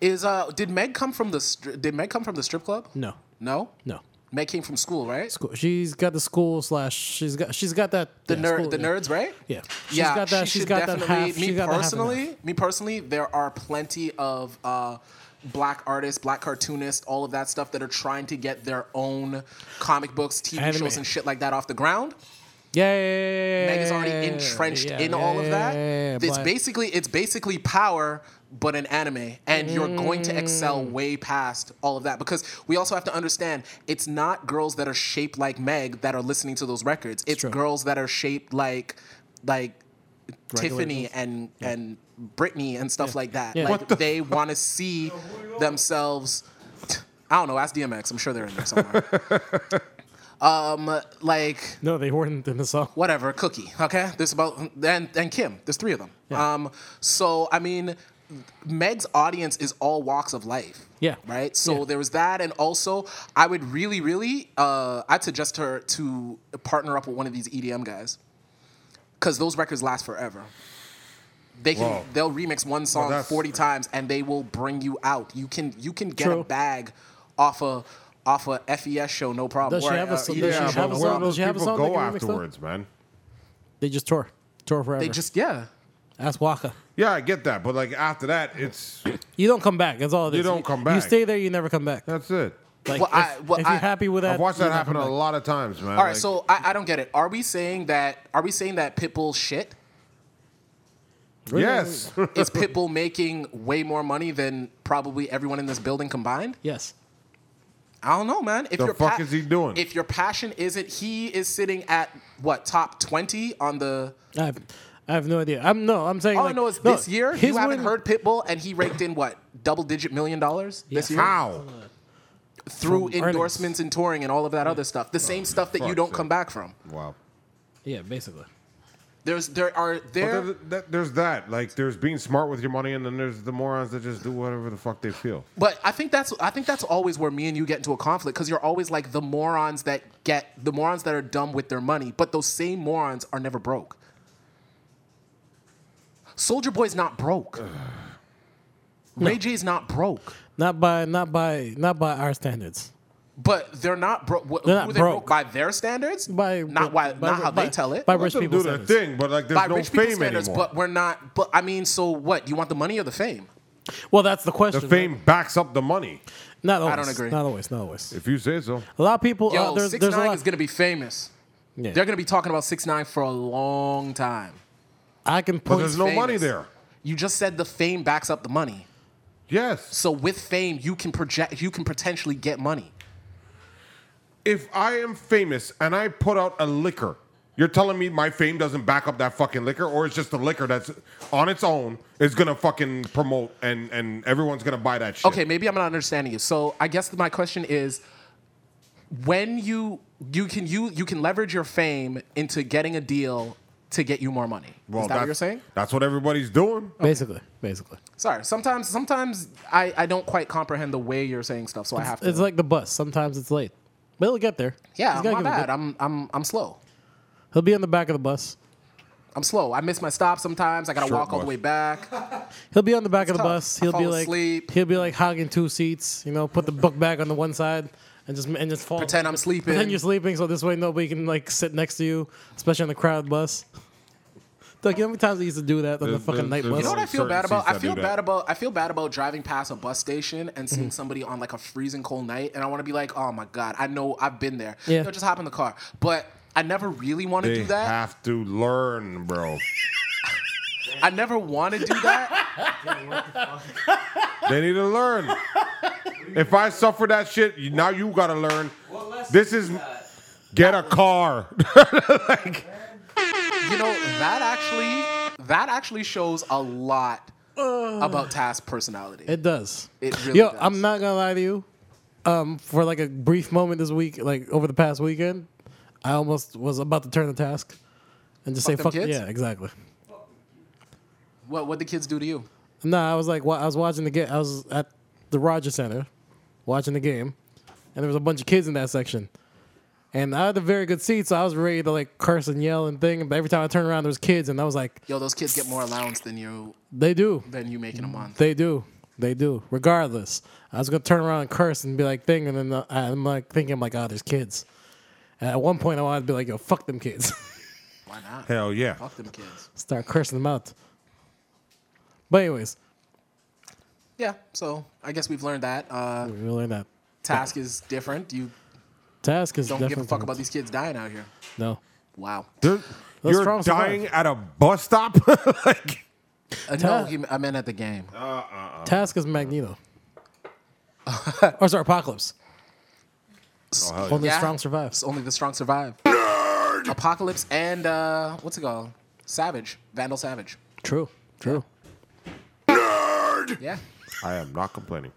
Speaker 1: Is uh did Meg come from the stri- did Meg come from the strip club?
Speaker 2: no,
Speaker 1: No.
Speaker 2: no.
Speaker 1: Meg came from school, right?
Speaker 2: Cool. She's got the school slash. She's got she's got that
Speaker 1: The
Speaker 2: yeah,
Speaker 1: nerd,
Speaker 2: school-
Speaker 1: the
Speaker 2: yeah.
Speaker 1: nerds, right?
Speaker 2: Yeah, She's
Speaker 1: yeah,
Speaker 2: got that.
Speaker 1: she
Speaker 2: has
Speaker 1: should
Speaker 2: got that
Speaker 1: definitely-
Speaker 2: half.
Speaker 1: Me
Speaker 2: she's got that half and half.
Speaker 1: personally, me personally, there are plenty of uh, black artists, black cartoonists, all of that stuff that are trying to get their own comic books, TV
Speaker 2: Anime.
Speaker 1: shows, and shit like that off the ground.
Speaker 2: Yeah, yeah, yeah, yeah,
Speaker 1: Meg is
Speaker 2: yeah,
Speaker 1: already
Speaker 2: yeah, yeah,
Speaker 1: entrenched
Speaker 2: yeah,
Speaker 1: in
Speaker 2: yeah,
Speaker 1: all of
Speaker 2: yeah,
Speaker 1: that.
Speaker 2: yeah, yeah,
Speaker 1: it's
Speaker 2: but-
Speaker 1: basically it's basically power, but an anime, and you're going to excel
Speaker 2: Mm.
Speaker 1: way past all of that because we also have to understand it's not girls that are shaped like Meg that are listening to those records. It's
Speaker 2: true.
Speaker 1: girls that are shaped like like Tiffany and and Brittany and stuff like that.
Speaker 2: Yeah.
Speaker 1: Like they want to see themselves. I don't know. Ask DMX. I'm sure they're in there somewhere. um, like
Speaker 2: No, they weren't in the song.
Speaker 1: whatever, Cookie. Okay, there's about and and Kim. There's three of them.
Speaker 2: Yeah.
Speaker 1: Um, so I mean, Meg's audience is all walks of life.
Speaker 2: Yeah.
Speaker 1: Right. So
Speaker 2: Yeah.
Speaker 1: there was that, and also I would really, really, uh, I'd suggest her to partner up with one of these EDM guys, because those records last forever. They can
Speaker 3: Whoa.
Speaker 1: they'll remix one song
Speaker 3: that's-
Speaker 1: forty times, and they will bring you out. You can you can get a
Speaker 2: True.
Speaker 1: bag off a off a FES show, no problem.
Speaker 2: Does she
Speaker 1: Or,
Speaker 2: have a-
Speaker 1: uh,
Speaker 2: does she
Speaker 1: EDM
Speaker 3: Yeah,
Speaker 1: show,
Speaker 2: have
Speaker 1: no
Speaker 2: a
Speaker 3: but
Speaker 1: problem.
Speaker 3: where
Speaker 2: song-
Speaker 3: do those
Speaker 2: does she have a
Speaker 3: people
Speaker 2: song they
Speaker 3: go
Speaker 2: can remix them?
Speaker 3: afterwards, man?
Speaker 2: They just tore, tore forever.
Speaker 1: They just yeah.
Speaker 2: ask Waka.
Speaker 3: Yeah, I get that, but like after that, it's
Speaker 2: You don't come back. That's all. It is.
Speaker 3: You don't come
Speaker 2: You
Speaker 3: back.
Speaker 2: stay there. You never come back.
Speaker 3: that's it.
Speaker 2: Like,
Speaker 1: Well,
Speaker 2: if,
Speaker 1: I- well,
Speaker 2: if you're
Speaker 1: I-
Speaker 2: happy with that,
Speaker 3: I've watched
Speaker 2: you
Speaker 3: that
Speaker 2: don't
Speaker 3: happen
Speaker 2: come
Speaker 3: a
Speaker 2: back.
Speaker 3: lot of times, man.
Speaker 1: All right, so I, I don't get it. Are we saying that? Are we saying that Pitbull shit?
Speaker 3: yes,
Speaker 1: Is Pitbull making way more money than probably everyone in this building combined?
Speaker 2: Yes.
Speaker 1: I don't know, man. If
Speaker 3: The
Speaker 1: your
Speaker 3: fuck is he doing?
Speaker 1: If your passion isn't, he is sitting at what top twenty on the.
Speaker 2: I have, I have no idea. I'm no. I'm saying
Speaker 1: All I
Speaker 2: like,
Speaker 1: know is
Speaker 2: no,
Speaker 1: this year
Speaker 2: his
Speaker 1: you haven't
Speaker 2: win-
Speaker 1: heard Pitbull, and he raked in what double digit million dollars this year
Speaker 3: how?
Speaker 1: through
Speaker 2: From earnings.
Speaker 1: endorsements and touring and all of that other
Speaker 3: Oh,
Speaker 1: stuff. The same stuff that you
Speaker 3: fuck's
Speaker 1: don't
Speaker 3: sake.
Speaker 1: come back from.
Speaker 3: Wow.
Speaker 2: Yeah, basically.
Speaker 1: There's there are
Speaker 3: But
Speaker 1: there.
Speaker 3: there's, that- there's that. Like, there's being smart with your money, and then there's the morons that just do whatever the fuck they feel.
Speaker 1: But I think that's I think that's always where me and you get into a conflict because you're always like the morons that get the morons that are dumb with their money, but those same morons are never broke. Soldier Boy's not broke. Ray J's not broke,
Speaker 2: Not by not by not by our standards.
Speaker 1: but they're not broke. Who
Speaker 2: They're not
Speaker 1: are they broke.
Speaker 2: broke.
Speaker 1: by their standards?
Speaker 2: By
Speaker 1: not by, not how
Speaker 2: by-
Speaker 1: they tell it.
Speaker 2: By
Speaker 1: By,
Speaker 2: rich
Speaker 3: Let them
Speaker 2: people
Speaker 3: do their
Speaker 2: standards.
Speaker 3: thing, but like, there's no
Speaker 1: rich people
Speaker 3: fame
Speaker 1: standards,
Speaker 3: anymore.
Speaker 1: but we're not. But I mean, so what? You want the money or the fame?
Speaker 2: Well, that's the
Speaker 3: the
Speaker 2: question.
Speaker 3: fame
Speaker 2: right?
Speaker 3: backs up the money,
Speaker 2: Not always.
Speaker 1: don't agree.
Speaker 2: Not always. Not always.
Speaker 3: if you say so.
Speaker 2: A lot of people.
Speaker 1: Yo,
Speaker 2: uh, there's,
Speaker 1: six
Speaker 2: there's a
Speaker 1: nine
Speaker 2: lot.
Speaker 1: is gonna be famous.
Speaker 2: Yeah.
Speaker 1: They're gonna be talking about six nine for a long time.
Speaker 2: I can
Speaker 3: But
Speaker 2: point.
Speaker 3: there's no
Speaker 1: Oh, famous.
Speaker 3: money there.
Speaker 1: You just said the fame backs up the money.
Speaker 3: Yes.
Speaker 1: So with fame, you can project, you can potentially get money.
Speaker 3: If I am famous and I put out a liquor, you're telling me my fame doesn't back up that fucking liquor, or it's just the liquor that's on its own is gonna fucking promote and and everyone's gonna buy that shit.
Speaker 1: Okay, maybe I'm not understanding you. So I guess my question is, when you you can you you can leverage your fame into getting a deal to get you more money. is that what
Speaker 3: that's-
Speaker 1: you're saying?
Speaker 3: That's what everybody's doing.
Speaker 2: Basically, basically,
Speaker 1: Sorry. Sometimes sometimes I I don't quite comprehend the way you're saying stuff, so I have to.
Speaker 2: it's like the bus. Sometimes it's late, but it'll get there.
Speaker 1: yeah,
Speaker 2: He's
Speaker 1: my
Speaker 2: gotta give it a
Speaker 1: bad.
Speaker 2: go.
Speaker 1: I'm I'm I'm slow.
Speaker 2: He'll be on the back of the bus.
Speaker 1: I'm slow. I miss my stop sometimes. I gotta
Speaker 3: Short
Speaker 1: walk all the
Speaker 3: bus.
Speaker 1: way back.
Speaker 2: He'll be on the back of the
Speaker 1: tough.
Speaker 2: bus.
Speaker 1: I
Speaker 2: He'll be
Speaker 1: fall
Speaker 2: like
Speaker 1: asleep.
Speaker 2: he'll be like hogging two seats. You know, put the book bag on the one side and just and just fall.
Speaker 1: Pretend I'm sleeping.
Speaker 2: Pretend you're sleeping, so this way nobody can like sit next to you, especially on the crowd bus. Like, you know how many times they used to do that on the
Speaker 3: There's-
Speaker 2: fucking
Speaker 3: there's-
Speaker 2: night
Speaker 3: there's
Speaker 2: bus?
Speaker 1: You know what I
Speaker 3: Like
Speaker 1: feel
Speaker 3: certain
Speaker 1: bad about?
Speaker 3: seats
Speaker 1: I
Speaker 3: that Mm.
Speaker 1: feel
Speaker 3: do
Speaker 1: bad
Speaker 3: that.
Speaker 1: about I feel bad about driving past a bus station and seeing somebody on like a freezing cold night, and I want to be like, oh my god, I know I've been there.
Speaker 2: Yeah.
Speaker 1: No, just hop in the car. But I never really want to
Speaker 3: They
Speaker 1: do that.
Speaker 3: have to learn, bro.
Speaker 1: I never want to do that.
Speaker 3: They need to learn. if I suffer that shit, you- now you gotta learn. This is get a car.
Speaker 1: you know that actually that actually shows a lot about task personality.
Speaker 2: It does.
Speaker 1: It really
Speaker 2: Yo,
Speaker 1: does.
Speaker 2: I'm not gonna lie to you. Um, for like a brief moment this week, like over the past weekend, I almost was about to turn the task and just
Speaker 1: Fuck
Speaker 2: say
Speaker 1: them
Speaker 2: fuck.
Speaker 1: kids?
Speaker 2: Yeah, exactly.
Speaker 1: what what the kids do to you?
Speaker 2: No, I was like, wa- I was watching the game. I was at the Rogers Center watching the game, and there was a bunch of kids in that section. And I had a very good seat, so I was ready to like curse and yell and thing. But every time I turned around, there was kids, and I was like,
Speaker 1: Yo, those kids get more allowance than you
Speaker 2: they do,
Speaker 1: than you make in a month.
Speaker 2: they do, they do. Regardless, I was gonna turn around and curse and be like thing, and then uh, I'm like thinking, I'm like, oh, there's kids. And at one point, I wanted to be like, yo, fuck them kids,
Speaker 1: Why not?
Speaker 3: Hell yeah.
Speaker 1: Fuck them kids.
Speaker 2: start cursing them out. But anyways,
Speaker 1: yeah. So I guess we've learned that uh,
Speaker 2: We learned that.
Speaker 1: task is different. You
Speaker 2: Task is
Speaker 1: don't
Speaker 2: definitely
Speaker 1: give a fuck about these kids dying out here.
Speaker 2: no.
Speaker 1: Wow.
Speaker 3: There-
Speaker 2: Those
Speaker 3: you're
Speaker 2: problems survive.
Speaker 3: dying at a bus stop. like,
Speaker 1: Uh, no, he, I meant at the game.
Speaker 2: Task is Magneto. or sorry, Apocalypse. Only
Speaker 1: Yeah.
Speaker 2: strong survives.
Speaker 1: It's only the strong survive. Apocalypse and uh, what's it called? Savage, Vandal Savage.
Speaker 2: True. True.
Speaker 1: Yeah.
Speaker 3: I am not complaining.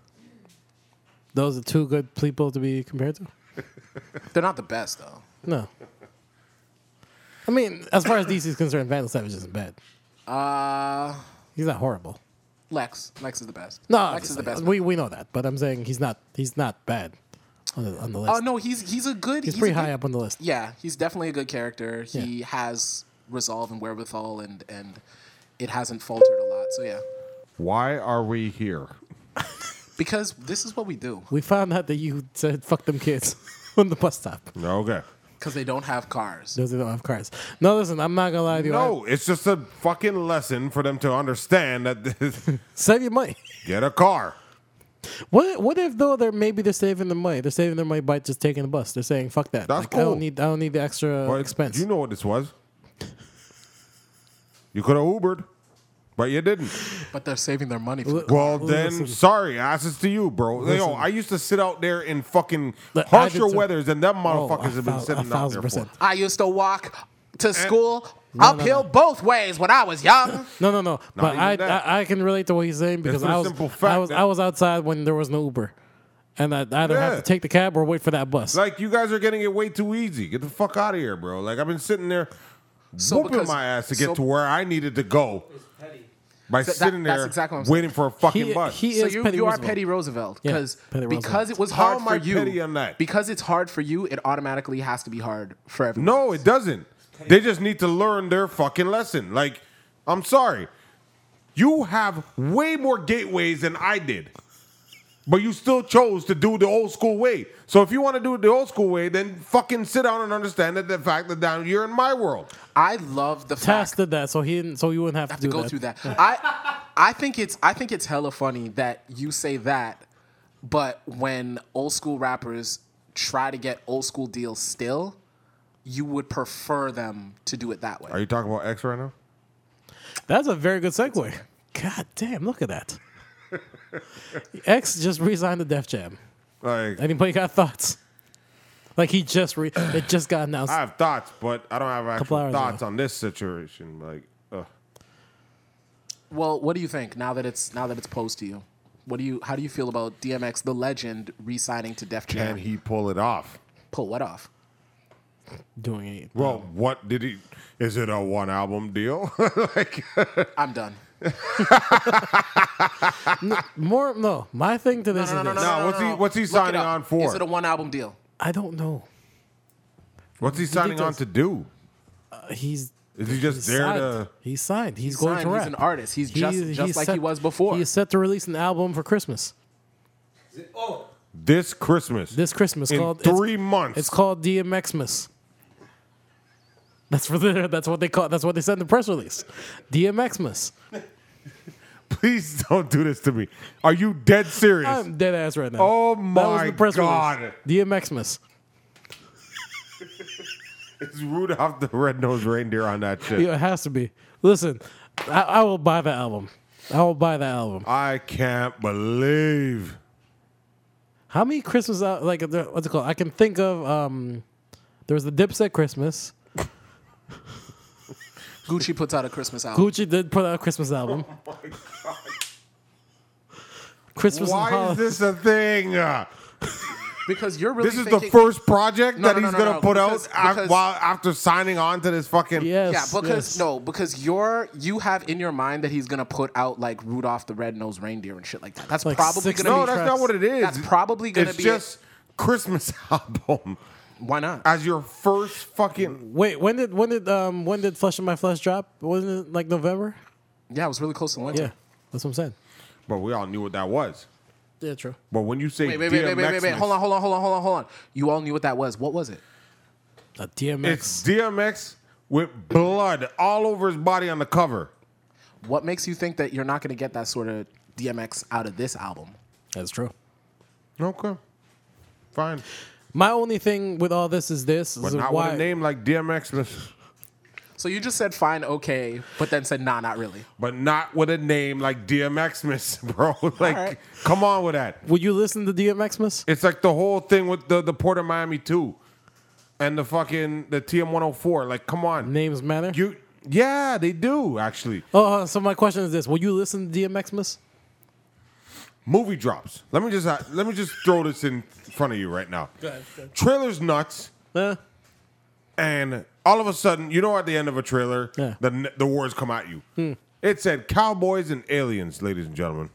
Speaker 2: Those are two good people to be compared to.
Speaker 1: They're not the best though.
Speaker 2: No. I mean, as far as DC is concerned, Vandal Savage isn't bad.
Speaker 1: Uh,
Speaker 2: He's not horrible.
Speaker 1: Lex, Lex is the best.
Speaker 2: No,
Speaker 1: Lex is the
Speaker 2: obviously.
Speaker 1: best.
Speaker 2: We we know that, but I'm saying he's not he's not bad on the, on the list.
Speaker 1: Oh no, he's he's a good.
Speaker 2: he's, pretty
Speaker 1: a good-
Speaker 2: high up on the list.
Speaker 1: Yeah, he's definitely a good character. He has resolve and wherewithal, and and it hasn't faltered a lot. So yeah,
Speaker 3: Why are we here?
Speaker 1: because this is what we do.
Speaker 2: We found out that you said "fuck them kids" on the bus stop
Speaker 3: Okay.
Speaker 1: Because they don't have cars.
Speaker 2: because they don't have cars. No, listen, I'm not gonna lie to you. I-
Speaker 3: No, it's just a fucking lesson for them to understand that this,
Speaker 2: save your money.
Speaker 3: get a car.
Speaker 2: What what if though they're maybe they're saving the money? They're saving their money by just taking the bus. They're saying "fuck that."
Speaker 3: That's
Speaker 2: like, I
Speaker 3: cool.
Speaker 2: don't need I don't need the extra
Speaker 3: But
Speaker 2: expense.
Speaker 3: You know what this was? You could have Ubered, but you didn't.
Speaker 1: But they're saving their money. For
Speaker 2: Look-
Speaker 3: Well,
Speaker 2: Listen.
Speaker 3: then, sorry, asses to you, bro. Yo,
Speaker 2: Listen.
Speaker 3: I used to sit out there in fucking
Speaker 2: Look, I
Speaker 3: harsher
Speaker 2: did too.
Speaker 3: weathers than them
Speaker 2: Oh,
Speaker 3: motherfuckers
Speaker 2: a
Speaker 3: have been
Speaker 2: thou-
Speaker 3: sitting
Speaker 2: a
Speaker 3: out
Speaker 2: thousand
Speaker 3: there for.
Speaker 2: percent.
Speaker 1: I used to walk
Speaker 3: Eh,
Speaker 1: to school uphill both ways when I was young.
Speaker 2: No, no, no. But
Speaker 3: even
Speaker 2: I,
Speaker 3: that.
Speaker 2: I I can relate to what he's saying because
Speaker 3: for the
Speaker 2: I was
Speaker 3: simple fact
Speaker 2: I was
Speaker 3: that-
Speaker 2: I was outside when there was no Uber, and I I either have
Speaker 3: Yeah.
Speaker 2: to take the cab or wait for that bus.
Speaker 3: Like, you guys are getting it way too easy. Get the fuck out of here, bro. Like, I've been sitting there
Speaker 1: So
Speaker 3: whooping
Speaker 1: because-
Speaker 3: my ass to get
Speaker 1: so-
Speaker 3: to where I needed to go by
Speaker 1: that-
Speaker 3: sitting
Speaker 1: that's
Speaker 3: there
Speaker 1: exactly what I'm saying.
Speaker 3: waiting for a fucking
Speaker 2: he
Speaker 3: bus.
Speaker 2: he
Speaker 1: so
Speaker 2: is
Speaker 1: you,
Speaker 2: petty
Speaker 1: you are
Speaker 2: Roosevelt.
Speaker 1: petty Roosevelt
Speaker 2: Yeah,
Speaker 1: because
Speaker 2: petty
Speaker 1: because
Speaker 2: Roosevelt.
Speaker 1: it was
Speaker 3: How
Speaker 1: hard
Speaker 3: am
Speaker 1: for
Speaker 3: I
Speaker 1: you.
Speaker 3: petty on that?
Speaker 1: Because it's hard for you, it automatically has to be hard for everyone.
Speaker 3: No, it doesn't. They just need to learn their fucking lesson. Like, I'm sorry. You have way more gateways than I did. But you still chose to do the old school way. So if you want to do it the old school way, then fucking sit down and understand that the fact that down you're in my world.
Speaker 1: I love the
Speaker 2: Task
Speaker 1: fact
Speaker 2: did that, so he didn't. So you wouldn't have,
Speaker 1: to
Speaker 2: do
Speaker 1: go
Speaker 2: that.
Speaker 1: through that. I I think it's I think it's hella funny that you say that, but when old school rappers try to get old school deals still, you would prefer them to do it that way.
Speaker 3: Are you talking about X right now?
Speaker 2: That's a very good segue. God damn! Look at that. X just resigned to Def Jam.
Speaker 3: Like,
Speaker 2: Anybody got thoughts? Like he just re- it just got announced.
Speaker 3: I have thoughts, but I don't have
Speaker 2: Couple
Speaker 3: actual
Speaker 2: hours
Speaker 3: thoughts
Speaker 2: ago.
Speaker 3: on this situation. Like, ugh.
Speaker 1: Well, what do you think now that it's now that it's posed to you? What do you how do you feel about DMX the legend re-signing to Def Jam?
Speaker 3: can he pull it off?
Speaker 1: Pull what off?
Speaker 2: doing it.
Speaker 3: Well, what did he? Is it a one album deal? like,
Speaker 1: I'm done.
Speaker 2: More no. My thing to this
Speaker 1: No, no,
Speaker 2: is
Speaker 1: no,
Speaker 2: this.
Speaker 1: no,
Speaker 3: Now,
Speaker 1: no,
Speaker 3: what's
Speaker 1: no,
Speaker 3: he-
Speaker 1: no.
Speaker 3: what's he
Speaker 1: Look it
Speaker 3: signing
Speaker 1: up.
Speaker 3: on for?
Speaker 1: Is it a one album deal?
Speaker 2: I don't know.
Speaker 3: what's he signing on
Speaker 2: does-
Speaker 3: to do?
Speaker 2: He's
Speaker 3: Is he just
Speaker 2: he's
Speaker 3: there
Speaker 2: signed.
Speaker 3: to?
Speaker 2: He's signed. He's, going
Speaker 1: signed.
Speaker 2: to rap.
Speaker 1: He's an artist. He's just- just like he was before.
Speaker 2: He is set to release an album for Christmas
Speaker 4: Oh,
Speaker 3: this Christmas.
Speaker 2: this Christmas
Speaker 3: in
Speaker 2: called
Speaker 3: three
Speaker 2: it's,
Speaker 3: months.
Speaker 2: It's called DMXmas. That's for the, that's what they call that's what they said in the press release. DMXmas.
Speaker 3: Please don't do this to me. Are you dead serious?
Speaker 2: I'm dead ass right now.
Speaker 3: Oh
Speaker 2: That was
Speaker 3: my
Speaker 2: the press
Speaker 3: God.
Speaker 2: release. DMXmas.
Speaker 3: it's Rudolph the Red-Nosed Reindeer on that shit.
Speaker 2: Yeah, it has to be. Listen, I, I will buy the album. I will buy the album.
Speaker 3: I can't believe.
Speaker 2: How many Christmas out like uh, what's it called? I can think of um there was the Dipset Christmas.
Speaker 1: Gucci puts out a Christmas album.
Speaker 2: Gucci did put out a Christmas album.
Speaker 3: Oh
Speaker 2: Christmas and
Speaker 3: Why is
Speaker 2: holidays.
Speaker 3: this a thing? Uh,
Speaker 1: Because you're really
Speaker 3: This is the
Speaker 1: thinking-
Speaker 3: first project
Speaker 1: No,
Speaker 3: that
Speaker 1: no, no,
Speaker 3: he's
Speaker 1: no,
Speaker 3: gonna
Speaker 1: no,
Speaker 3: put
Speaker 1: because-
Speaker 3: out af-
Speaker 1: because-
Speaker 3: while after signing on to this fucking.
Speaker 2: Yes.
Speaker 1: Yeah, because
Speaker 2: yes.
Speaker 1: no, because you're you have in your mind that he's gonna put out like Rudolph the Red-Nosed Reindeer and shit like that. That's
Speaker 2: Like
Speaker 1: probably
Speaker 2: six
Speaker 1: gonna
Speaker 3: No,
Speaker 1: be
Speaker 3: that's
Speaker 2: tracks.
Speaker 3: not what it is.
Speaker 1: That's probably gonna
Speaker 3: it's
Speaker 1: be
Speaker 3: just Christmas album
Speaker 1: why not?
Speaker 3: as your first fucking.
Speaker 2: Wait, when did when did um when did Flesh in My Flesh drop? Wasn't it like November?
Speaker 1: yeah, it was really close to winter.
Speaker 2: Yeah, that's what I'm saying.
Speaker 3: But we all knew what that was.
Speaker 2: Yeah, true.
Speaker 3: But when you say
Speaker 1: Wait, wait, wait, wait, wait, wait, wait.
Speaker 3: DMXmas,
Speaker 1: Hold on, hold on, hold on, hold on, hold on. You all knew what that was. What was it?
Speaker 2: A DMX.
Speaker 3: It's DMX with blood all over his body on the cover.
Speaker 1: What makes you think that you're not gonna get that sort of DMX out of this album.
Speaker 2: That's true.
Speaker 3: Okay. Fine.
Speaker 2: My only thing with all this is this.
Speaker 3: But
Speaker 2: is
Speaker 3: not
Speaker 2: why,
Speaker 3: with a name like DMX. listen.
Speaker 1: So you just said fine, okay, but then said nah, not really.
Speaker 3: But not with a name like DMX, miss, bro. like,
Speaker 1: right.
Speaker 3: come on with that.
Speaker 2: Would you listen to DMX, miss?
Speaker 3: It's like the whole thing with the, the Port of Miami 2 and the fucking the TM 104. Like, come on.
Speaker 2: Names matter.
Speaker 3: You, yeah, they do, actually.
Speaker 2: oh, so my question is this: Will you listen to DMX, miss?
Speaker 3: Movie drops. Let me just let me just throw this in front of you right now. Trailer's nuts.
Speaker 2: Eh,
Speaker 3: and all of a sudden, you know, at the end of a trailer,
Speaker 2: Yeah.
Speaker 3: the the words come at you. It said "Cowboys and Aliens," ladies and gentlemen.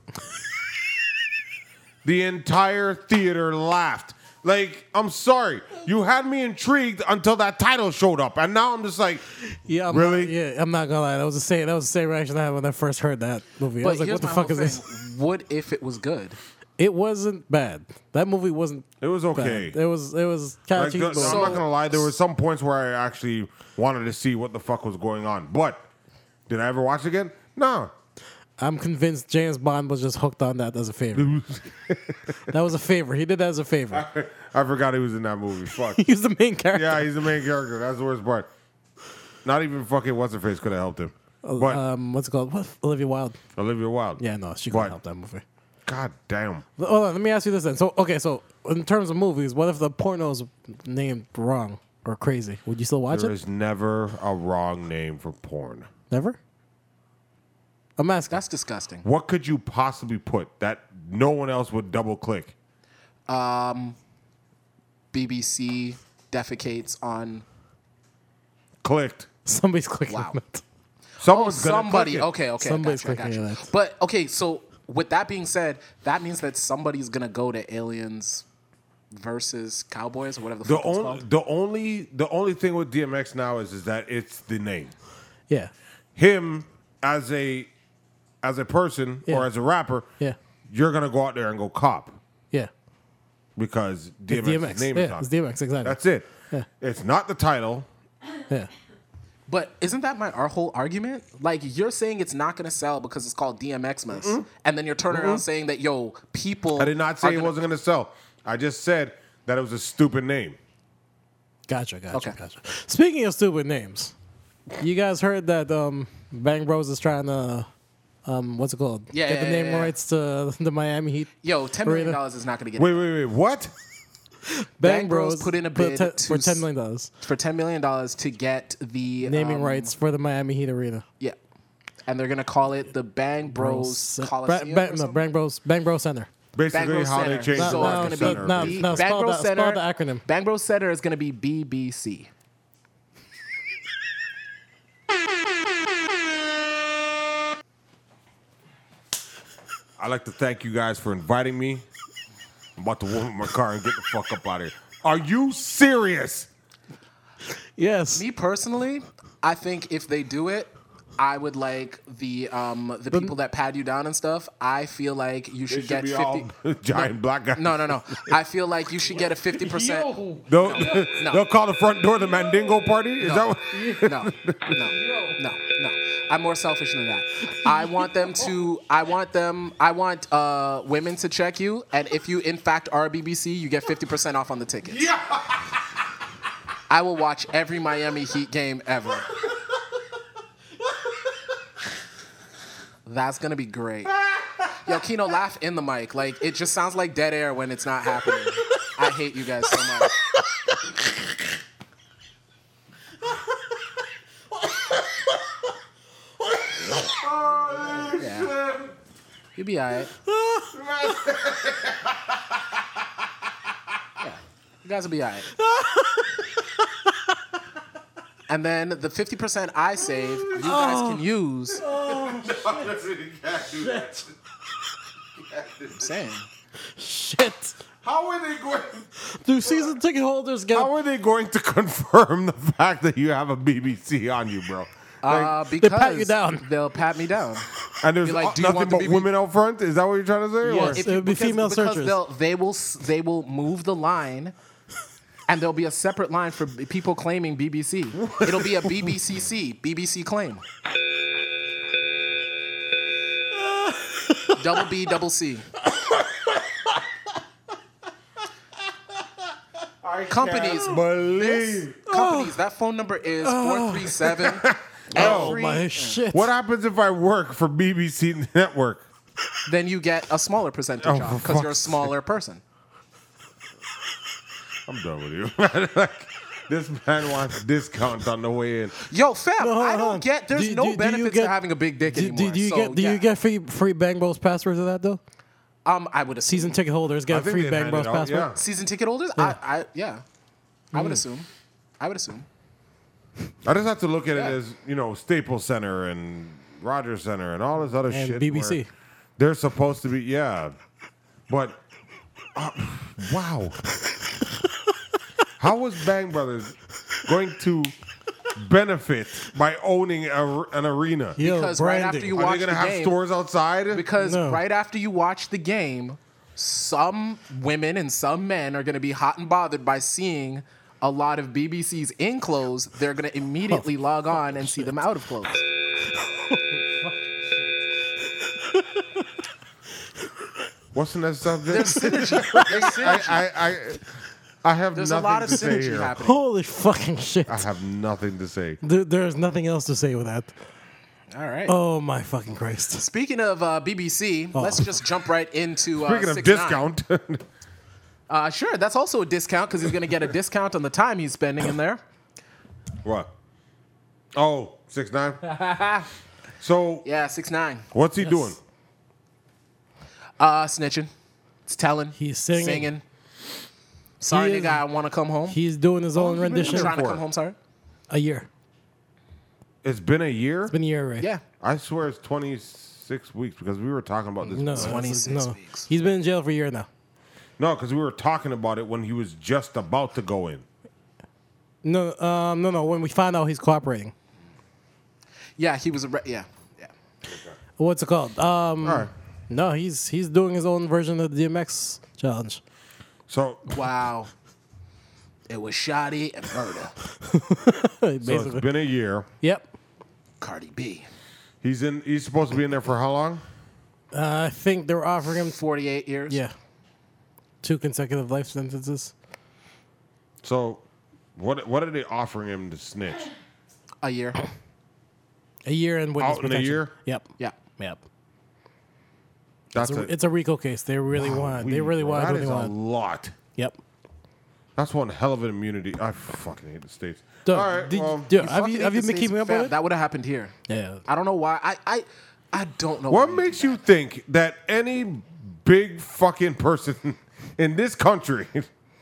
Speaker 3: the entire theater laughed. Like, I'm sorry, you had me intrigued until that title showed up, and now I'm just like,
Speaker 2: yeah, I'm
Speaker 3: Really?
Speaker 2: Not, yeah, I'm not gonna lie. That was the same. That was the same reaction I had when I first heard that movie. I was like, "What the fuck is this?"
Speaker 1: What if it was good?
Speaker 2: It wasn't bad. That movie wasn't.
Speaker 3: it was
Speaker 2: bad.
Speaker 3: okay.
Speaker 2: It was. It was kind
Speaker 3: Like,
Speaker 2: of cheap.
Speaker 3: the-
Speaker 2: but-
Speaker 3: I'm not gonna lie, there were some points where I actually wanted to see what the fuck was going on. But did I ever watch it again? No.
Speaker 2: I'm convinced James Bond was just hooked on that as a favor. that was a favor. He did that as a favor.
Speaker 3: I forgot he was in that movie. Fuck.
Speaker 2: He's the main character.
Speaker 3: Yeah, he's the main character. That's the worst part. Not even fucking what's her face could have helped him. But
Speaker 2: Um, what's it called? What? Olivia Wilde.
Speaker 3: Olivia Wilde.
Speaker 2: Yeah, no, she
Speaker 3: But-
Speaker 2: couldn't help that movie.
Speaker 3: God damn.
Speaker 2: L- Hold on, let me ask you this then. So, okay, so in terms of movies, what if the porno's named wrong or crazy? Would you still watch
Speaker 3: There
Speaker 2: it?
Speaker 3: is never a wrong name for porn.
Speaker 2: Never. I'm asking.
Speaker 1: That's disgusting.
Speaker 3: What could you possibly put that no one else would double click?
Speaker 1: BBC defecates on
Speaker 3: Clicked.
Speaker 2: Somebody's clicking
Speaker 1: Wow.
Speaker 2: on it.
Speaker 3: Someone's gonna
Speaker 1: Oh, somebody.
Speaker 3: click it.
Speaker 1: Okay, okay,
Speaker 2: Somebody's
Speaker 1: I got you, I got
Speaker 2: clicking
Speaker 1: you.
Speaker 2: on that.
Speaker 1: But okay, so with that being said, that means that somebody's gonna go to Aliens versus Cowboys or whatever the,
Speaker 3: The
Speaker 1: fuck it's
Speaker 3: only,
Speaker 1: called.
Speaker 3: the only, the only thing with DMX now is is that it's the name.
Speaker 2: Yeah.
Speaker 3: Him as a, as a person
Speaker 2: Yeah.
Speaker 3: or as a rapper,
Speaker 2: Yeah.
Speaker 3: you're gonna go out there and go cop
Speaker 2: Yeah.
Speaker 3: because
Speaker 2: It's
Speaker 3: DMX's
Speaker 2: DMX.
Speaker 3: name is
Speaker 2: yeah,
Speaker 3: on
Speaker 2: it's
Speaker 3: it.
Speaker 2: DMX, exactly.
Speaker 3: That's it. It's not the title.
Speaker 2: yeah.
Speaker 1: But isn't that my our whole argument? Like you're saying it's not gonna sell because it's called DMX months, and then you're turning around saying that yo people.
Speaker 3: Mm-hmm. I did not
Speaker 1: are
Speaker 3: say it
Speaker 1: gonna-
Speaker 3: wasn't going to sell. I just said that it was a stupid name.
Speaker 2: Gotcha, gotcha,
Speaker 1: Okay.
Speaker 2: gotcha. Speaking of stupid names, you guys heard that um, Bang Bros is trying to, um, what's it called?
Speaker 1: Yeah,
Speaker 2: Get the
Speaker 1: yeah,
Speaker 2: name
Speaker 1: yeah, yeah.
Speaker 2: rights to the Miami Heat.
Speaker 1: Yo, ten million
Speaker 2: Arena.
Speaker 1: dollars is not gonna get
Speaker 3: Wait, wait, wait. What?
Speaker 2: Bang,
Speaker 1: Bang Bros
Speaker 2: Bros,
Speaker 1: put in a
Speaker 2: for
Speaker 1: bid
Speaker 2: ten-
Speaker 1: to
Speaker 2: for
Speaker 1: s-
Speaker 2: ten million dollars.
Speaker 1: for ten million dollars to get the
Speaker 2: Naming
Speaker 1: um,
Speaker 2: rights for the Miami Heat arena.
Speaker 1: Yeah, and they're gonna call it the Bang Bros
Speaker 2: Bros-
Speaker 1: Coliseum.
Speaker 2: Bra- Bang-
Speaker 1: or
Speaker 2: no,
Speaker 1: something?
Speaker 2: Bang Bros. Bang Bros Center.
Speaker 3: Basically,
Speaker 1: Bangor
Speaker 3: how they
Speaker 1: Center. So
Speaker 3: changed
Speaker 2: No,
Speaker 3: the
Speaker 1: it's
Speaker 2: no,
Speaker 3: market
Speaker 1: gonna
Speaker 3: center.
Speaker 1: be
Speaker 2: no,
Speaker 1: B-
Speaker 2: no. spell
Speaker 1: Bangor
Speaker 2: that- spell
Speaker 1: Center-
Speaker 2: the acronym.
Speaker 1: Bangor Center is gonna be BBC.
Speaker 3: I'd like to thank you guys for inviting me. I'm about to warm up my car and get the fuck up out of here. Are you serious?
Speaker 2: Yes.
Speaker 1: Me personally, I think if they do it, I would like the um the people that pad you down and stuff. I feel like you should
Speaker 3: It should
Speaker 1: get
Speaker 3: be
Speaker 1: fifty.
Speaker 3: all giant black guys.
Speaker 1: No, no, no. I feel like you should get a fifty percent.
Speaker 3: They'll, they'll call the front door the Mandingo party. Is that what?
Speaker 1: No, no, no, no. I'm more selfish than that. I want them to. I want them. I want uh, women to check you, and if you in fact are a BBC, you get fifty percent off on the tickets. Yeah. I will watch every Miami Heat game ever. That's gonna be great. Yo, Kino, laugh in the mic. Like it just sounds like dead air when it's not happening. I hate you guys so much. Yeah. You'll be all right. yeah. You guys will be all right. and then the 50% I save, you guys
Speaker 2: Oh.
Speaker 1: can use. I'm saying.
Speaker 2: Shit.
Speaker 3: How are they going?
Speaker 2: Do season ticket holders get?
Speaker 3: How are they going to confirm the fact that you have a BBC on you, bro? Like,
Speaker 1: Uh, because
Speaker 2: pat you down.
Speaker 1: They'll pat me down.
Speaker 3: And there's
Speaker 1: Be like,
Speaker 3: all-
Speaker 1: "Do you
Speaker 3: nothing
Speaker 1: want the
Speaker 3: but
Speaker 1: BB?"
Speaker 3: women out front. Is that what you're trying to say?
Speaker 2: Yes.
Speaker 3: Or
Speaker 2: It would be female searchers.
Speaker 1: They'll, they will s- they will move the line, and there'll be a separate line for b- people claiming BBC. It'll be a BBCC BBC claim. double B, double C. Companies,
Speaker 3: Believe.
Speaker 1: companies. That phone number is four three seven.
Speaker 2: Oh my shit!
Speaker 3: What happens if I work for BBC Network?
Speaker 1: Then you get a smaller percentage
Speaker 3: Oh,
Speaker 1: off
Speaker 3: for
Speaker 1: because you're a
Speaker 3: fuck's sake.
Speaker 1: smaller person.
Speaker 3: I'm done with you. Like, this man wants discount on the way in.
Speaker 1: Yo, fam, I
Speaker 2: hold on.
Speaker 1: don't get. There's
Speaker 2: Do you-
Speaker 1: no
Speaker 2: do you- do you
Speaker 1: benefits
Speaker 2: get-
Speaker 1: to having a big dick
Speaker 2: Do, do,
Speaker 1: anymore.
Speaker 2: do you
Speaker 1: so,
Speaker 2: get do
Speaker 1: yeah.
Speaker 2: you get free free Bang Bros passwords of that though?
Speaker 1: Um, I would assume
Speaker 2: Season ticket holders
Speaker 3: I
Speaker 2: get
Speaker 3: think
Speaker 2: free
Speaker 3: they
Speaker 2: Bang
Speaker 3: hand it
Speaker 2: Bros
Speaker 3: out,
Speaker 2: password.
Speaker 3: yeah.
Speaker 1: season ticket holders. I, I, yeah, I
Speaker 2: Mm.
Speaker 1: would assume. I would assume.
Speaker 3: I just have to look at
Speaker 1: Yeah.
Speaker 3: it as you know Staples Center and Rogers Center and all this other
Speaker 2: And
Speaker 3: shit.
Speaker 2: BBC.
Speaker 3: where They're supposed to be yeah, but uh, wow, how was Bang Brothers going to benefit by owning a, an arena?
Speaker 2: Yo,
Speaker 1: Because
Speaker 2: branding.
Speaker 1: right after you
Speaker 3: Are
Speaker 1: watch
Speaker 3: they gonna
Speaker 1: the
Speaker 3: have
Speaker 1: game,
Speaker 3: stores outside?
Speaker 1: because
Speaker 2: No.
Speaker 1: right after you watch the game, some women and some men are going to be hot and bothered by seeing a lot of BBC's in clothes. They're going to immediately log on and see them out of clothes.
Speaker 3: What's in
Speaker 1: There's
Speaker 3: that subject?
Speaker 1: synergy. There's synergy.
Speaker 3: I, I I I have
Speaker 1: There's a
Speaker 3: nothing
Speaker 1: lot of
Speaker 3: to say
Speaker 1: synergy
Speaker 3: here.
Speaker 1: happening. Mm-hmm.
Speaker 2: Holy fucking shit!
Speaker 1: Ah.
Speaker 3: I have nothing to say.
Speaker 2: There, there's nothing else to say with that.
Speaker 1: All right.
Speaker 2: Oh my fucking Christ!
Speaker 1: Speaking of uh, BBC, let's
Speaker 2: Oh.
Speaker 1: just jump right into uh,
Speaker 3: Speaking of
Speaker 1: 6ix9ine.
Speaker 3: discount,
Speaker 1: Uh, sure, that's also a discount because he's going to get a discount on the time he's spending in there.
Speaker 3: What? Oh, six nine. so
Speaker 1: Yeah, six nine.
Speaker 3: what's he doing?
Speaker 1: Uh, snitching. It's telling.
Speaker 2: He's singing.
Speaker 1: Sorry,
Speaker 2: He is-
Speaker 1: nigga, I want to come home.
Speaker 2: He's doing
Speaker 1: Oh,
Speaker 2: his own rendition.
Speaker 1: I'm trying to
Speaker 3: for
Speaker 1: come
Speaker 3: it.
Speaker 1: home. Sorry.
Speaker 2: A year.
Speaker 3: It's been a year.
Speaker 2: Been a year, right?
Speaker 1: Yeah.
Speaker 3: I swear it's twenty six weeks because we were talking about this.
Speaker 2: No,
Speaker 3: No,
Speaker 2: that's-
Speaker 1: 26
Speaker 2: no.
Speaker 1: weeks.
Speaker 2: He's been in jail for a year now.
Speaker 3: because we were talking about it when he was just about to go in.
Speaker 2: No, um, no, no. When we find out he's cooperating,
Speaker 1: Yeah, he was. A re- yeah. Yeah.
Speaker 2: what's it called? Um,
Speaker 3: All right.
Speaker 2: no, he's he's doing his own version of the DMX challenge.
Speaker 3: So,
Speaker 1: Wow. It was shoddy and murder.
Speaker 3: so
Speaker 2: Basically.
Speaker 3: it's been a year.
Speaker 2: Yep.
Speaker 1: Cardi B.
Speaker 3: He's in. He's supposed to be in there for how long?
Speaker 2: Uh, I think they were offering him,
Speaker 1: 48 years.
Speaker 2: yeah, two consecutive life sentences.
Speaker 3: So, what what are they offering him to snitch?
Speaker 1: A year.
Speaker 2: A year and witness
Speaker 3: Out in a
Speaker 2: protection.
Speaker 3: year?
Speaker 2: Yep.
Speaker 1: Yeah.
Speaker 2: Yep.
Speaker 3: That's
Speaker 2: It's a,
Speaker 3: a,
Speaker 2: it's a RICO case. They really want. They
Speaker 3: weed,
Speaker 2: really
Speaker 3: bro.
Speaker 2: want.
Speaker 3: That
Speaker 2: Really
Speaker 3: is a
Speaker 2: want.
Speaker 3: lot.
Speaker 2: Yep.
Speaker 3: That's one hell of an immunity. I fucking hate the states.
Speaker 2: Dude,
Speaker 3: All right, um,
Speaker 2: did-
Speaker 3: well,
Speaker 2: dude, have
Speaker 1: Fucking
Speaker 2: you have you
Speaker 1: hate the
Speaker 2: been keeping
Speaker 1: States,
Speaker 2: up with
Speaker 1: fam,
Speaker 2: it?
Speaker 1: That would have happened here.
Speaker 2: yeah.
Speaker 1: I don't know why. I I, I don't know.
Speaker 3: What
Speaker 1: why.
Speaker 3: makes you think that any big fucking person in this country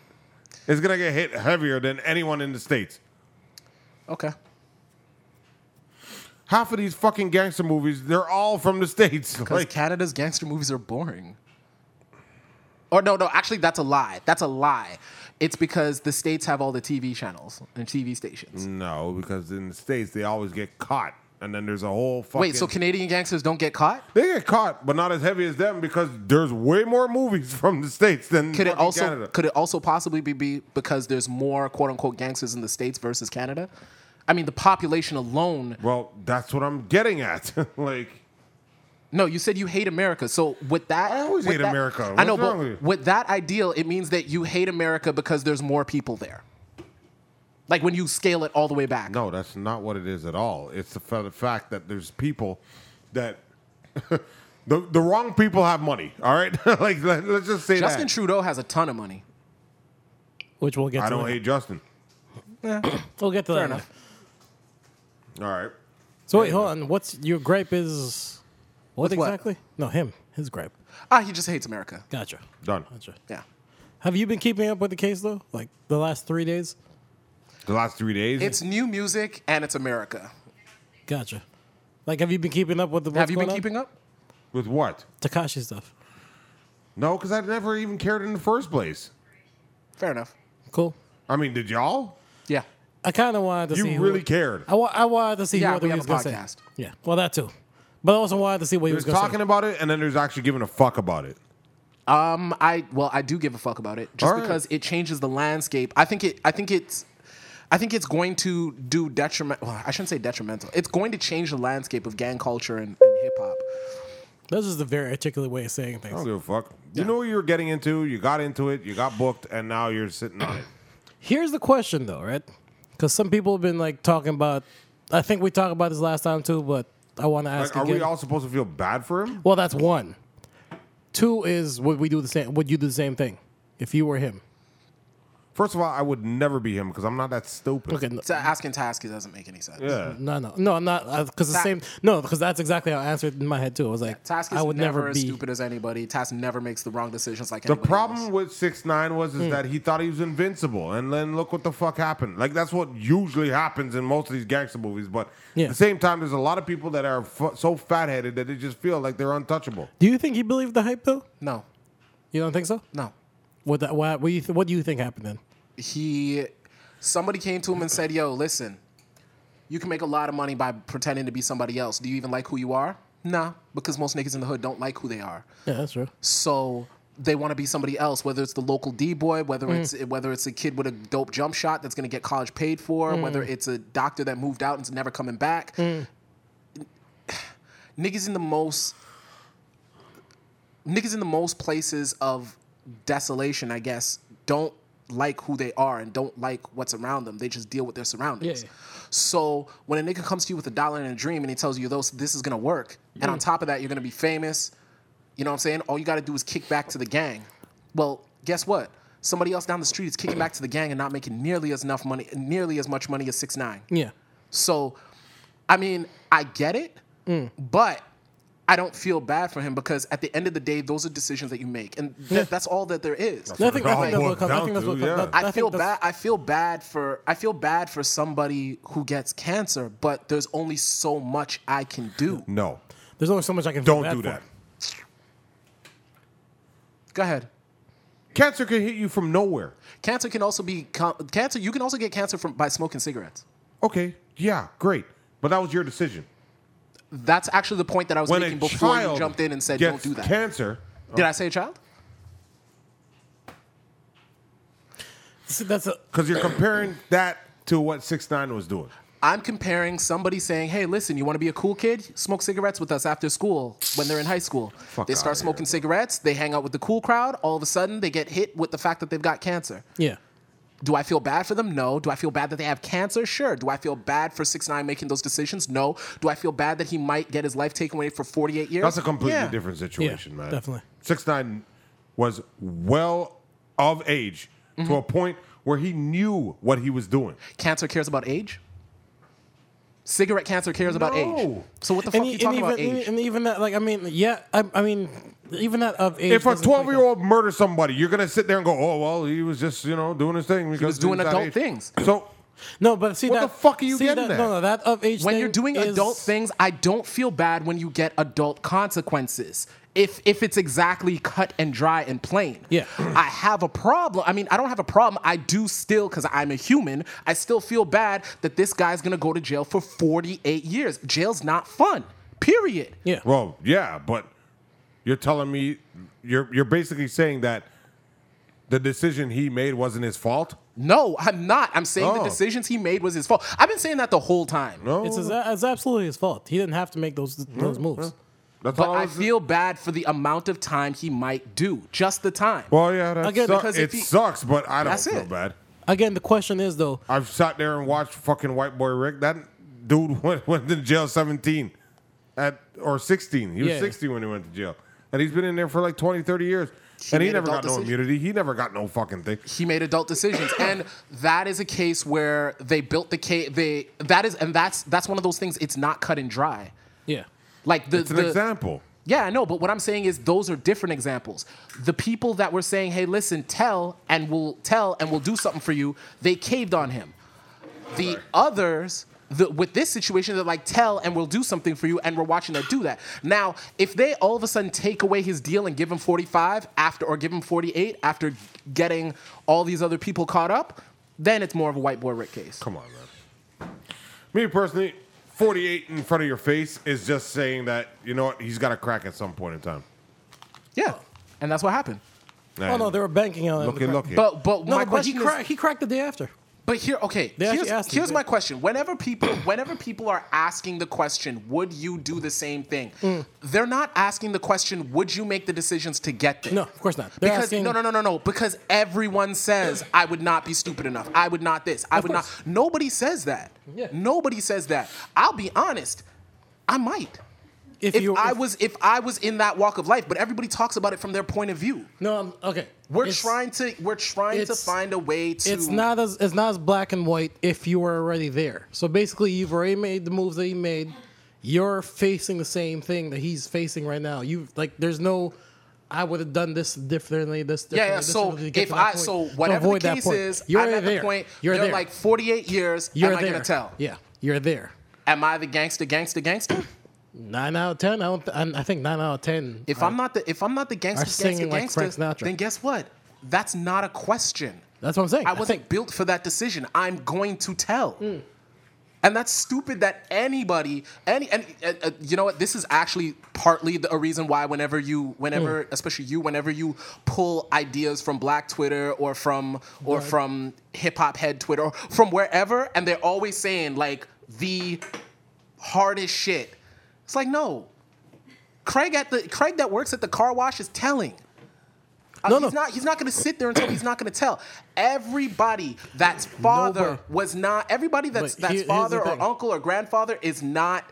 Speaker 3: is gonna get hit heavier than anyone in the states?
Speaker 1: Okay.
Speaker 3: Half of these fucking gangster movies, they're all from the states.
Speaker 1: Because
Speaker 3: Like,
Speaker 1: Canada's gangster movies are boring. Or no, no, actually that's a lie. That's a lie. It's because the states have all the TV channels and TV stations.
Speaker 3: no, because in the states they always get caught, and then there's a whole fucking.
Speaker 1: Wait, so Canadian gangsters don't get caught?
Speaker 3: they get caught, but not as heavy as them because there's way more movies from the states than
Speaker 1: Could it
Speaker 3: fucking
Speaker 1: also
Speaker 3: Canada.
Speaker 1: could it also possibly be, be because there's more quote unquote gangsters in the states versus Canada? I mean, the population alone.
Speaker 3: Well, that's what I'm getting at. like.
Speaker 1: No, you said you hate America. So with that,
Speaker 3: I always
Speaker 1: with
Speaker 3: hate
Speaker 1: that-
Speaker 3: America.
Speaker 1: I know,
Speaker 3: What's wrong with you?
Speaker 1: but with that ideal, it means that you hate America because there's more people there. Like when you scale it all the way back.
Speaker 3: No, that's not what it is at all. It's the fa- the fact that there's people that the the wrong people have money. All right, like let, us just say
Speaker 1: Justin
Speaker 3: that.
Speaker 1: Trudeau has a ton of money.
Speaker 2: Which we'll get.
Speaker 3: I
Speaker 2: to
Speaker 3: don't
Speaker 2: later.
Speaker 3: hate Justin.
Speaker 2: We'll get to
Speaker 1: Fair
Speaker 2: that.
Speaker 1: enough.
Speaker 2: later.
Speaker 3: All right,
Speaker 2: So wait, hold on. What's your gripe? Is what
Speaker 1: With what?
Speaker 2: exactly? No, him. His gripe.
Speaker 1: Ah, he just hates America.
Speaker 2: Gotcha.
Speaker 3: done.
Speaker 2: Gotcha.
Speaker 1: Yeah.
Speaker 2: Have you been keeping up with the case though? Like the last three days?
Speaker 3: The last three days.
Speaker 1: It's new music and it's America.
Speaker 2: Gotcha. Like, have you been keeping up with the?
Speaker 1: Have you been keeping up?
Speaker 3: with what?
Speaker 2: Takashi stuff?
Speaker 3: No, because I never even cared in the first place.
Speaker 1: Fair enough.
Speaker 2: Cool.
Speaker 3: I mean, did y'all?
Speaker 1: Yeah.
Speaker 2: I kind of wanted to see.
Speaker 3: You
Speaker 2: who-
Speaker 3: really cared.
Speaker 2: I, wa- I wanted to see
Speaker 1: Yeah,
Speaker 2: who other
Speaker 1: we have
Speaker 2: was
Speaker 1: a
Speaker 2: gonna say.
Speaker 1: podcast.
Speaker 2: Yeah. Well, that too. But I also wanted to see what he was
Speaker 3: There's
Speaker 2: going to
Speaker 3: talking
Speaker 2: say.
Speaker 3: about it, and then there's actually giving a fuck about it.
Speaker 1: Um, I well, I do give a fuck about it just
Speaker 3: All right.
Speaker 1: because it changes the landscape. I think it. I think it's. I think it's going to do detriment. Well, I shouldn't say detrimental. It's going to change the landscape of gang culture and, and hip hop.
Speaker 2: This is the very articulate way of saying
Speaker 3: I don't
Speaker 2: things.
Speaker 3: give a fuck. You know what you were getting into. You got into it. You got booked, and now you're sitting on it.
Speaker 2: Here's the question, though, right? Because some people have been like talking about. I think we talked about this last time too, but I want to ask
Speaker 3: Like, are
Speaker 2: again.
Speaker 3: we all supposed to feel bad for him?
Speaker 2: well, that's one. Two is would we do the same? Would you do the same thing if you were him?
Speaker 3: First of all, I would never be him because I'm not that stupid.
Speaker 2: Okay, no,
Speaker 1: So asking Tasky doesn't make any sense.
Speaker 3: Yeah.
Speaker 2: no, no, no, I'm not because the
Speaker 1: That-
Speaker 2: same. No, because that's exactly how I answered in my head too. I was like,
Speaker 1: Task is
Speaker 2: I would
Speaker 1: never,
Speaker 2: never,
Speaker 1: as
Speaker 2: be.
Speaker 1: stupid as anybody. Task never makes the wrong decisions like
Speaker 3: The
Speaker 1: anybody
Speaker 3: problem
Speaker 1: else.
Speaker 3: with six nine was
Speaker 2: Hmm.
Speaker 3: is that he thought he was invincible, and then look what the fuck happened. Like that's what usually happens in most of these gangster movies. But
Speaker 2: Yeah.
Speaker 3: at the same time, there's a lot of people that are f- so fat headed that they just feel like they're untouchable.
Speaker 2: Do you think he believed the hype though?
Speaker 1: No,
Speaker 2: You don't think so?
Speaker 1: no.
Speaker 2: What that? What, what, do you th- what do you think happened then?
Speaker 1: He, somebody came to him and said, "Yo, listen, you can make a lot of money by pretending to be somebody else. Do you even like who you are? Nah, because most niggas in the hood don't like who they are.
Speaker 2: Yeah, that's true.
Speaker 1: So." They want to be somebody else, whether it's the local D boy, whether it's whether it's a kid with a dope jump shot that's going to get college paid for, whether it's a doctor that moved out and is never coming back. niggas in the most niggas in the most places of desolation, I guess, don't like who they are and don't like what's around them. They just deal with their surroundings.
Speaker 2: Yeah.
Speaker 1: So when a nigga comes to you with a dollar and a dream and he tells you those this is gonna work, and on top of that, you're gonna be famous, you know what I'm saying? All you gotta do is kick back to the gang. Well, guess what? Somebody else down the street is kicking back to the gang and not making nearly as enough money nearly as much money as six nine.
Speaker 2: Yeah.
Speaker 1: So, I mean, I get it,
Speaker 2: Mm.
Speaker 1: but I don't feel bad for him because at the end of the day, those are decisions that you make, and th- that's all that there is.
Speaker 2: I think,
Speaker 3: what it
Speaker 2: I think that's
Speaker 3: all
Speaker 2: what comes. I
Speaker 3: boils
Speaker 2: think that's
Speaker 3: down
Speaker 2: what
Speaker 3: to,
Speaker 2: comes.
Speaker 3: yeah.
Speaker 1: I,
Speaker 2: think
Speaker 1: feel
Speaker 2: that's-
Speaker 1: bad. I feel bad for. I feel bad for somebody who gets cancer, but there's only so much I can do.
Speaker 3: No,
Speaker 2: There's only so much I can. feel
Speaker 3: don't
Speaker 2: bad
Speaker 3: do
Speaker 2: for.
Speaker 3: that.
Speaker 1: Go ahead.
Speaker 3: Cancer can hit you from nowhere.
Speaker 1: Cancer can also be com- cancer. You can also get cancer from by smoking cigarettes.
Speaker 3: Okay, yeah, great, but that was your decision.
Speaker 1: That's actually the point that I was
Speaker 3: When a
Speaker 1: making before
Speaker 3: child
Speaker 1: you jumped in and said, "Don't
Speaker 3: gets
Speaker 1: do that."
Speaker 3: Cancer.
Speaker 1: Did I say child?
Speaker 2: See, that's a,
Speaker 3: Because you're comparing that to what six nine was doing.
Speaker 1: I'm comparing somebody saying, "Hey, listen, you want to be a cool kid? Smoke cigarettes with us after school when they're in high school." they
Speaker 3: outta
Speaker 1: start
Speaker 3: here,
Speaker 1: smoking cigarettes. They hang out with the cool crowd. All of a sudden, they get hit with the fact that they've got cancer.
Speaker 2: yeah.
Speaker 1: Do I feel bad for them? No. Do I feel bad that they have cancer? Sure. Do I feel bad for six nine making those decisions? No. Do I feel bad that he might get his life taken away for 48 years?
Speaker 3: That's a completely
Speaker 1: Yeah.
Speaker 3: different situation, man.
Speaker 2: definitely.
Speaker 3: Six nine was well of age
Speaker 1: Mm-hmm.
Speaker 3: to a point where he knew what he was doing.
Speaker 1: Cancer cares about age. Cigarette cancer cares about age.
Speaker 3: No.
Speaker 1: So what the fuck are
Speaker 2: And, e-
Speaker 1: you
Speaker 2: and
Speaker 1: talking
Speaker 2: even
Speaker 1: about
Speaker 2: and,
Speaker 1: age?
Speaker 2: and even that, like, I mean, yeah, I, I mean, even that of age.
Speaker 3: If a
Speaker 2: doesn't play-
Speaker 3: twelve year old murders somebody, you're gonna sit there and go, "Oh well, he was just you know doing his thing." Because he
Speaker 1: was doing
Speaker 3: that
Speaker 1: adult
Speaker 3: age."
Speaker 1: things.
Speaker 3: So
Speaker 2: no, but see that
Speaker 3: What the fuck are you
Speaker 2: see
Speaker 3: getting
Speaker 2: that,
Speaker 3: at?
Speaker 2: No, no, that of age.
Speaker 1: when
Speaker 2: thing
Speaker 1: you're doing
Speaker 2: is-
Speaker 1: adult things, I don't feel bad when you get adult consequences. If if it's exactly cut and dry and plain.
Speaker 2: Yeah.
Speaker 1: I have a problem. I mean, I don't have a problem. I do still cuz I'm a human. I still feel bad that this guy's going to go to jail for 48 years. Jail's not fun. Period.
Speaker 2: Yeah.
Speaker 3: Well, yeah, but you're telling me you're you're basically saying that the decision he made wasn't his fault.
Speaker 1: No, I'm not. I'm saying the
Speaker 3: Oh.
Speaker 1: decisions he made was his fault. I've been saying that the whole time.
Speaker 3: No,
Speaker 2: It's, his, it's absolutely his fault. He didn't have to make those those moves.
Speaker 3: that's
Speaker 1: But
Speaker 3: all
Speaker 1: I
Speaker 3: was-
Speaker 1: feel bad for the amount of time he might do. Just the time.
Speaker 3: Well, yeah, that
Speaker 2: Again,
Speaker 3: suck-
Speaker 1: because
Speaker 3: it
Speaker 1: if he-
Speaker 3: sucks, but I don't
Speaker 1: That's
Speaker 3: feel
Speaker 1: it.
Speaker 3: bad.
Speaker 2: Again, the question is though,
Speaker 3: I've sat there and watched fucking White Boy Rick. That dude went, went to jail 17 at or 16. He was
Speaker 2: Yeah.
Speaker 3: 16 when he went to jail. And he's been in there for like 20, 30 years. and he
Speaker 1: made
Speaker 3: never
Speaker 1: adult
Speaker 3: got no
Speaker 1: decisions.
Speaker 3: immunity. He never got no fucking thing.
Speaker 1: he made adult decisions and that is a case where they built the case they that is and that's that's one of those things it's not cut and dry
Speaker 2: yeah,
Speaker 1: like the,
Speaker 3: It's an
Speaker 1: the
Speaker 3: example.
Speaker 1: yeah i know but what i'm saying is those are different examples the people that were saying hey listen tell and we'll tell and we'll do something for you they caved on him the others the, with this situation they're like tell and we'll do something for you and we're watching them do that now if they all of a sudden take away his deal and give him 45 after or give him 48 after getting all these other people caught up then it's more of a white boy rick case
Speaker 3: Come on, man. Me personally, 48 in front of your face is just saying that, you know what, he's got a crack at some point in time.
Speaker 1: yeah and that's what happened
Speaker 2: Oh no, they were banking on it.
Speaker 3: Looky, looky.
Speaker 1: but but
Speaker 2: No,
Speaker 1: my
Speaker 2: but he
Speaker 1: question is
Speaker 2: cracked. He cracked the day after.
Speaker 1: But here, okay,
Speaker 2: They actually
Speaker 1: here's,
Speaker 2: asked me,
Speaker 1: here's
Speaker 2: they-
Speaker 1: my question. Whenever people, whenever people are asking the question, "Would you do the same thing?"
Speaker 2: Mm.
Speaker 1: They're not asking the question, "Would you make the decisions to get there?"
Speaker 2: No, of course not. They're
Speaker 1: Because
Speaker 2: asking-
Speaker 1: no, no, no, no, no. Because everyone says, "I would not be stupid enough. I would not this. I would
Speaker 2: course.
Speaker 1: not." Nobody says that.
Speaker 2: Yeah.
Speaker 1: Nobody says that. I'll be honest. I might.
Speaker 2: If,
Speaker 1: If
Speaker 2: you,
Speaker 1: I was, if I was in that walk of life, but everybody talks about it from their point of view.
Speaker 2: no, I'm, okay.
Speaker 1: We're
Speaker 2: It's-
Speaker 1: trying to, we're trying to
Speaker 2: it's-
Speaker 1: find a way to.
Speaker 2: It's not as it's not as black and white if you were already there. So basically, you've already made the moves that he made. You're facing the same thing that he's facing right now. You like, there's no. I would have done this differently. This
Speaker 1: Yeah,
Speaker 2: differently,
Speaker 1: yeah.
Speaker 2: this
Speaker 1: So
Speaker 2: differently to get
Speaker 1: if
Speaker 2: to that
Speaker 1: I,
Speaker 2: point.
Speaker 1: so
Speaker 2: To
Speaker 1: whatever
Speaker 2: avoid
Speaker 1: the
Speaker 2: that
Speaker 1: case
Speaker 2: point.
Speaker 1: is,
Speaker 2: you're
Speaker 1: I'm
Speaker 2: already
Speaker 1: at
Speaker 2: there.
Speaker 1: the point.
Speaker 2: You're, there.
Speaker 1: like 48 years.
Speaker 2: You're
Speaker 1: am I
Speaker 2: there.
Speaker 1: gonna tell?
Speaker 2: Yeah, you're there.
Speaker 1: Am I the gangster, gangster, gangster?
Speaker 2: Nine out of ten. I don't. th- I I think nine out of ten.
Speaker 1: If I'm not the, if I'm not the gangster,
Speaker 2: Are
Speaker 1: gangster,
Speaker 2: singing like
Speaker 1: gangster,
Speaker 2: Frank Sinatra.
Speaker 1: then guess what? That's not a question.
Speaker 2: That's what I'm saying.
Speaker 1: I
Speaker 2: I
Speaker 1: wasn't
Speaker 2: think- Hmm.
Speaker 1: built for that decision. I'm going to tell. And that's stupid that anybody, any, and uh, uh, you know what? This is actually partly the, a reason why whenever you, whenever,
Speaker 2: Hmm.
Speaker 1: especially you, whenever you pull ideas from Black Twitter or from or from hip hop head Twitter or from wherever, and they're always saying like the hardest shit. It's like no, Craig at the Craig that works at the car wash is telling. Uh,
Speaker 2: No,
Speaker 1: he's
Speaker 2: no.
Speaker 1: not. He's not going to sit there until he's not going to tell. Everybody that's father
Speaker 2: Nobody.
Speaker 1: was not. Everybody that's
Speaker 2: But
Speaker 1: that's
Speaker 2: here- here's the
Speaker 1: father or
Speaker 2: thing.
Speaker 1: uncle or grandfather is not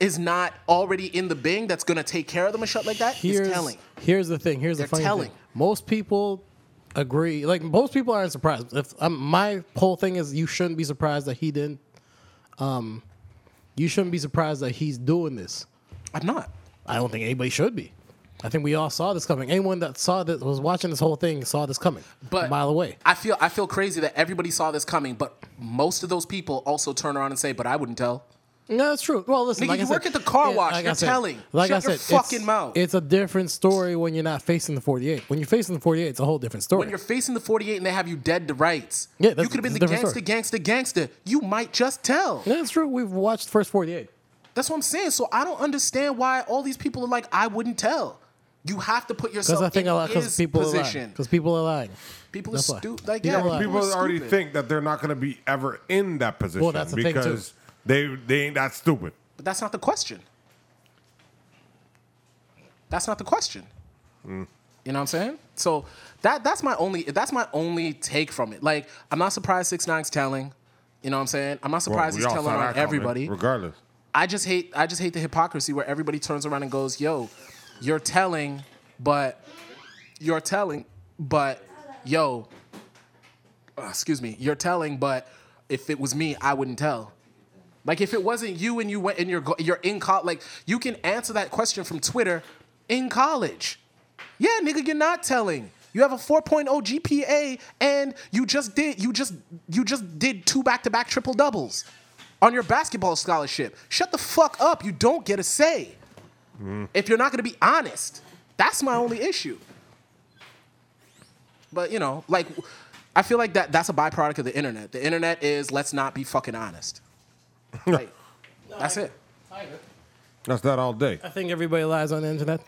Speaker 1: is not already in the Bing that's going to take care of them and shit like that. He's
Speaker 2: here's
Speaker 1: telling.
Speaker 2: here's the thing. Here's
Speaker 1: They're
Speaker 2: the funny
Speaker 1: telling.
Speaker 2: thing. Most people agree. Like most people aren't surprised. If um, my whole thing is, you shouldn't be surprised that he didn't. Um, you shouldn't be surprised that he's doing this.
Speaker 1: I'm not.
Speaker 2: I don't think anybody should be. I think we all saw this coming. Anyone that saw this was watching this whole thing saw this coming.
Speaker 1: But
Speaker 2: a mile away.
Speaker 1: I feel I feel crazy that everybody saw this coming, but most of those people also turn around and say, "But I wouldn't tell."
Speaker 2: No, that's true. Well, listen,
Speaker 1: Nigga,
Speaker 2: like
Speaker 1: you
Speaker 2: I said,
Speaker 1: work at the car wash.
Speaker 2: I
Speaker 1: You're
Speaker 2: said-
Speaker 1: telling.
Speaker 2: Like
Speaker 1: Shut
Speaker 2: I said,
Speaker 1: your
Speaker 2: it's-
Speaker 1: fucking mouth.
Speaker 2: It's a different story when you're not facing the 48. When you're facing the 48, it's a whole different story.
Speaker 1: When you're facing the 48 and they have you dead to rights,
Speaker 2: Yeah,
Speaker 1: you
Speaker 2: that's-
Speaker 1: could have been
Speaker 2: it's
Speaker 1: the
Speaker 2: a different
Speaker 1: gangster,
Speaker 2: story.
Speaker 1: gangster, gangster. You might just tell.
Speaker 2: Yeah, that's true. We've watched first 48.
Speaker 1: That's what I'm saying. So I don't understand why all these people are like, I wouldn't tell. You have to put
Speaker 2: Because
Speaker 1: yourself
Speaker 2: I think
Speaker 1: in
Speaker 2: a lot
Speaker 1: his
Speaker 2: because people are lying.
Speaker 1: position.
Speaker 2: Because people are lying.
Speaker 1: People are
Speaker 2: that's why.
Speaker 1: stupid. Like,
Speaker 2: People
Speaker 1: yeah,
Speaker 2: are lying.
Speaker 1: people
Speaker 3: People
Speaker 1: are
Speaker 3: already
Speaker 1: stupid.
Speaker 3: think that they're not going to be ever in that position
Speaker 2: that's the thing, too.
Speaker 3: because they they ain't that stupid.
Speaker 1: But that's not the question. That's not the question.
Speaker 3: Hmm.
Speaker 1: You know what I'm saying? So that that's my only that's my only take from it. Like, I'm not surprised Six Nine's telling. You know what I'm saying? I'm not
Speaker 3: Well,
Speaker 1: surprised
Speaker 3: we
Speaker 1: he's
Speaker 3: all
Speaker 1: telling
Speaker 3: saw that
Speaker 1: on
Speaker 3: coming,
Speaker 1: everybody.
Speaker 3: regardless.
Speaker 1: I just hate I just hate the hypocrisy where everybody turns around and goes, "Yo, you're telling, but you're telling, but yo, uh, excuse me, you're telling, but if it was me, I wouldn't tell." Like if it wasn't you and you went and you're go- you're in college, like you can answer that question from Twitter in college. Yeah, nigga, you're not telling. You have a 4.0 GPA and you just did you just you just did two back-to-back triple doubles on your basketball scholarship. Shut the fuck up. You don't get a say. If you're not going to be honest. That's my only issue. But, you know, like I feel like that that's a byproduct of the internet. The internet is let's not be fucking honest. Like, that's it.
Speaker 3: That's that all day.
Speaker 2: I think everybody lies on the internet.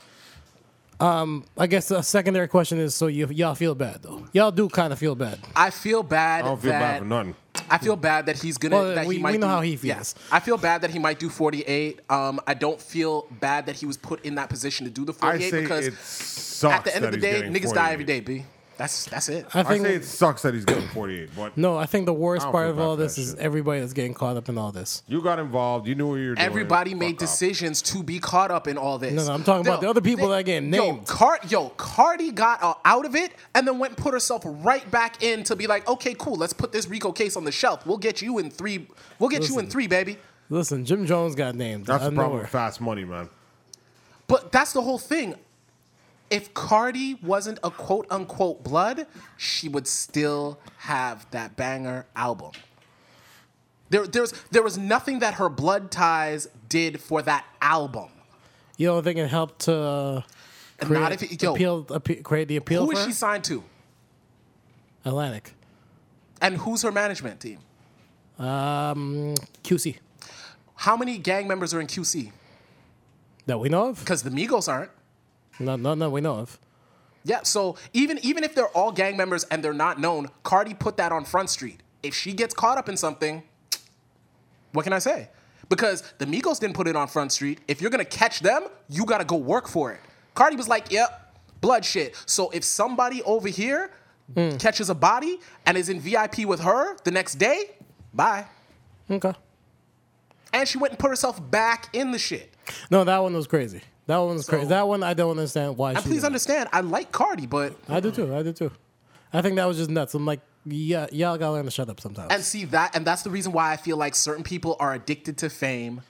Speaker 2: Um, I guess a secondary question is: so you y'all feel bad though? Y'all do kind of feel bad.
Speaker 1: I feel bad
Speaker 3: I don't feel bad
Speaker 1: that
Speaker 3: for nothing.
Speaker 1: I feel bad that he's gonna.
Speaker 2: Well,
Speaker 1: that
Speaker 2: we-
Speaker 1: he
Speaker 2: we
Speaker 1: might
Speaker 2: know
Speaker 1: do-
Speaker 2: how he feels.
Speaker 1: I feel bad that he might do 48. Um, I don't feel bad that he was put in that position to do the
Speaker 3: I
Speaker 1: 48
Speaker 3: say
Speaker 1: because
Speaker 3: it sucks.
Speaker 1: at the end of the
Speaker 3: that he's
Speaker 1: day,
Speaker 3: getting
Speaker 1: niggas die
Speaker 3: 48.
Speaker 1: every day. B. That's that's it.
Speaker 2: I
Speaker 3: I
Speaker 2: think
Speaker 3: say it sucks that he's getting 48, but
Speaker 2: no. I think the worst
Speaker 3: I don't
Speaker 2: part
Speaker 3: feel
Speaker 2: of
Speaker 3: bad
Speaker 2: all
Speaker 3: for
Speaker 2: this
Speaker 3: that
Speaker 2: is
Speaker 3: shit.
Speaker 2: everybody that's getting caught up in all this.
Speaker 3: you got involved. You knew what you were doing.
Speaker 1: Everybody
Speaker 3: Fuck
Speaker 1: made
Speaker 3: off.
Speaker 1: decisions to be caught up in all this.
Speaker 2: No, no, I'm talking about the other people that are getting
Speaker 1: yo,
Speaker 2: named.
Speaker 1: Car- yo, Cardi got uh, out of it and then went and put herself right back in to be like, okay, cool, let's put this Rico case on the shelf. We'll get you in three. We'll get you in
Speaker 2: Listen.
Speaker 1: three, baby.
Speaker 2: Listen, Jim Jones got named.
Speaker 3: That's
Speaker 2: out
Speaker 3: the
Speaker 2: of
Speaker 3: problem
Speaker 2: nowhere.
Speaker 3: with fast money, man.
Speaker 1: But that's the whole thing. If Cardi wasn't a quote unquote blood, she would still have that banger album. There, there's, there was nothing that her blood ties did for that album.
Speaker 2: You don't think it helped to uh,
Speaker 1: And
Speaker 2: create,
Speaker 1: not if it, yo,
Speaker 2: appeal, appe- create the appeal
Speaker 1: who is
Speaker 2: for
Speaker 1: she
Speaker 2: her?
Speaker 1: signed to?
Speaker 2: Atlantic?
Speaker 1: And who's her management team?
Speaker 2: Um, QC
Speaker 1: How many gang members are in QC?
Speaker 2: that we know of?
Speaker 1: Because the Migos aren't.
Speaker 2: No, no, no, we know of.
Speaker 1: Yeah, so even even if they're all gang members and they're not known, Cardi put that on Front Street. If she gets caught up in something, what can I say? Because the Migos didn't put it on Front Street. If you're gonna catch them, you gotta go work for it. Cardi was like, yep, blood shit. So if somebody over here catches a body and is in VIP with her the next day, bye.
Speaker 2: Okay.
Speaker 1: And she went and put herself back in the shit.
Speaker 2: No, that one was crazy. That one was crazy.
Speaker 1: So-
Speaker 2: That one I don't understand why.
Speaker 1: And
Speaker 2: she
Speaker 1: please
Speaker 2: did that.
Speaker 1: understand, I like Cardi, but
Speaker 2: I do too. I do too. I think that was just nuts. I'm like, yeah, y'all gotta learn to shut up sometimes.
Speaker 1: and see that and that's the reason why i feel like certain people are addicted to fame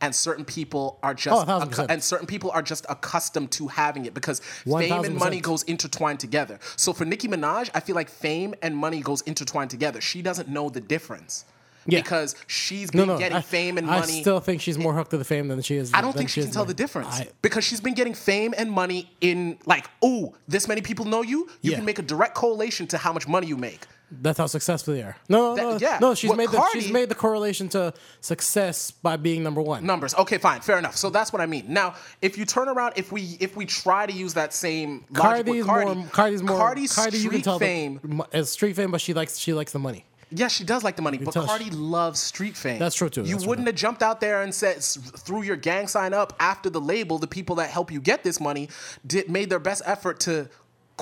Speaker 1: and certain people are
Speaker 2: Oh, a
Speaker 1: just
Speaker 2: thousand
Speaker 1: accu-
Speaker 2: percent.
Speaker 1: and certain people are just accustomed to having it because
Speaker 2: One
Speaker 1: fame
Speaker 2: thousand
Speaker 1: and money
Speaker 2: percent.
Speaker 1: goes intertwined together so for nicki minaj i feel like fame and money goes intertwined together she doesn't know the difference
Speaker 2: Yeah.
Speaker 1: because she's
Speaker 2: no,
Speaker 1: been
Speaker 2: no,
Speaker 1: getting
Speaker 2: I,
Speaker 1: fame and
Speaker 2: I
Speaker 1: money
Speaker 2: still think she's more hooked to the fame than she is.
Speaker 1: I don't
Speaker 2: than
Speaker 1: think she
Speaker 2: is
Speaker 1: can tell
Speaker 2: money.
Speaker 1: the difference
Speaker 2: I-
Speaker 1: because she's been getting fame and money in like, oh, this many people know you. You
Speaker 2: Yeah.
Speaker 1: can make a direct correlation to how much money you make.
Speaker 2: that's how successful they are. No, no,
Speaker 1: That-
Speaker 2: no,
Speaker 1: yeah.
Speaker 2: no. She's
Speaker 1: What
Speaker 2: made the, she's
Speaker 1: Cardi-
Speaker 2: made the correlation to success by being number one.
Speaker 1: numbers. Okay, fine, fair enough. So that's what I mean. Now, if you turn around, if we if we try to use that same logic
Speaker 2: Cardi's
Speaker 1: with Cardi,
Speaker 2: more. Cardi's more.
Speaker 1: Cardi's
Speaker 2: Cardi,
Speaker 1: street
Speaker 2: you can tell
Speaker 1: fame.
Speaker 2: The, is street fame, but she likes she likes the money.
Speaker 1: yeah, she does like the money, but
Speaker 2: tell she-
Speaker 1: Cardi loves street fame.
Speaker 2: That's true, too.
Speaker 1: You
Speaker 2: That's true,
Speaker 1: wouldn't have jumped out there and said s- threw your gang sign up after the label. The people that help you get this money did made their best effort to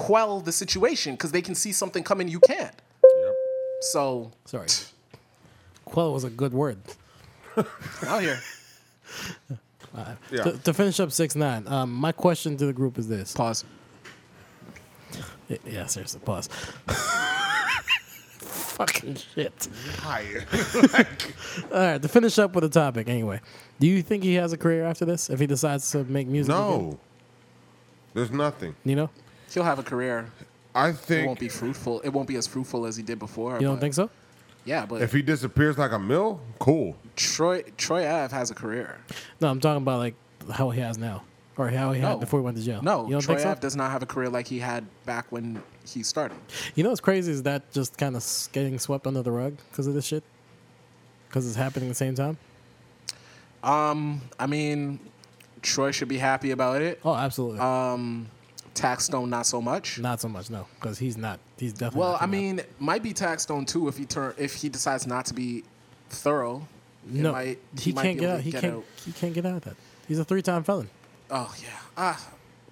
Speaker 1: quell the situation because they can see something coming you can't. So
Speaker 2: Sorry, quell was a good word.
Speaker 1: out here,
Speaker 3: Yeah.
Speaker 2: To, to finish up six nine, um, my question to the group is this:
Speaker 1: pause.
Speaker 2: Y- Yeah, seriously, pause. Fucking shit.
Speaker 3: Higher.
Speaker 2: All right, to finish up with the topic anyway. Do you think he has a career after this if he decides to make music? again?
Speaker 3: no. There's nothing.
Speaker 2: You know?
Speaker 1: He'll have a career.
Speaker 3: I
Speaker 1: It won't
Speaker 3: think
Speaker 1: be fruitful. It won't be as fruitful as he did before.
Speaker 2: You don't
Speaker 1: but-
Speaker 2: think so?
Speaker 1: Yeah, but
Speaker 3: if he disappears like a mill, cool.
Speaker 1: Troy Troy Ave has a career.
Speaker 2: No, I'm talking about like how he has now. Or how he had
Speaker 1: No.
Speaker 2: before he went to jail.
Speaker 1: No,
Speaker 2: Oh, you don't
Speaker 1: Troy
Speaker 2: think so?
Speaker 1: Ave does not have a career like he had back when he started.
Speaker 2: You know what's crazy is that just kind of getting swept under the rug because of this shit? Because it's happening at the same time?
Speaker 1: I mean, Troy should be happy about it.
Speaker 2: Oh, absolutely.
Speaker 1: Um, Tax Stone not so much.
Speaker 2: not so much, no. Because he's not. He's definitely
Speaker 1: well,
Speaker 2: not
Speaker 1: I
Speaker 2: coming out.
Speaker 1: mean, might be Tax Stone too if he turn if he decides not to be thorough. It
Speaker 2: no,
Speaker 1: might-
Speaker 2: he,
Speaker 1: might
Speaker 2: can't
Speaker 1: be
Speaker 2: get
Speaker 1: able
Speaker 2: out.
Speaker 1: to
Speaker 2: He can't, he can't get out of that. He's a three time felon.
Speaker 1: Oh yeah. Ah,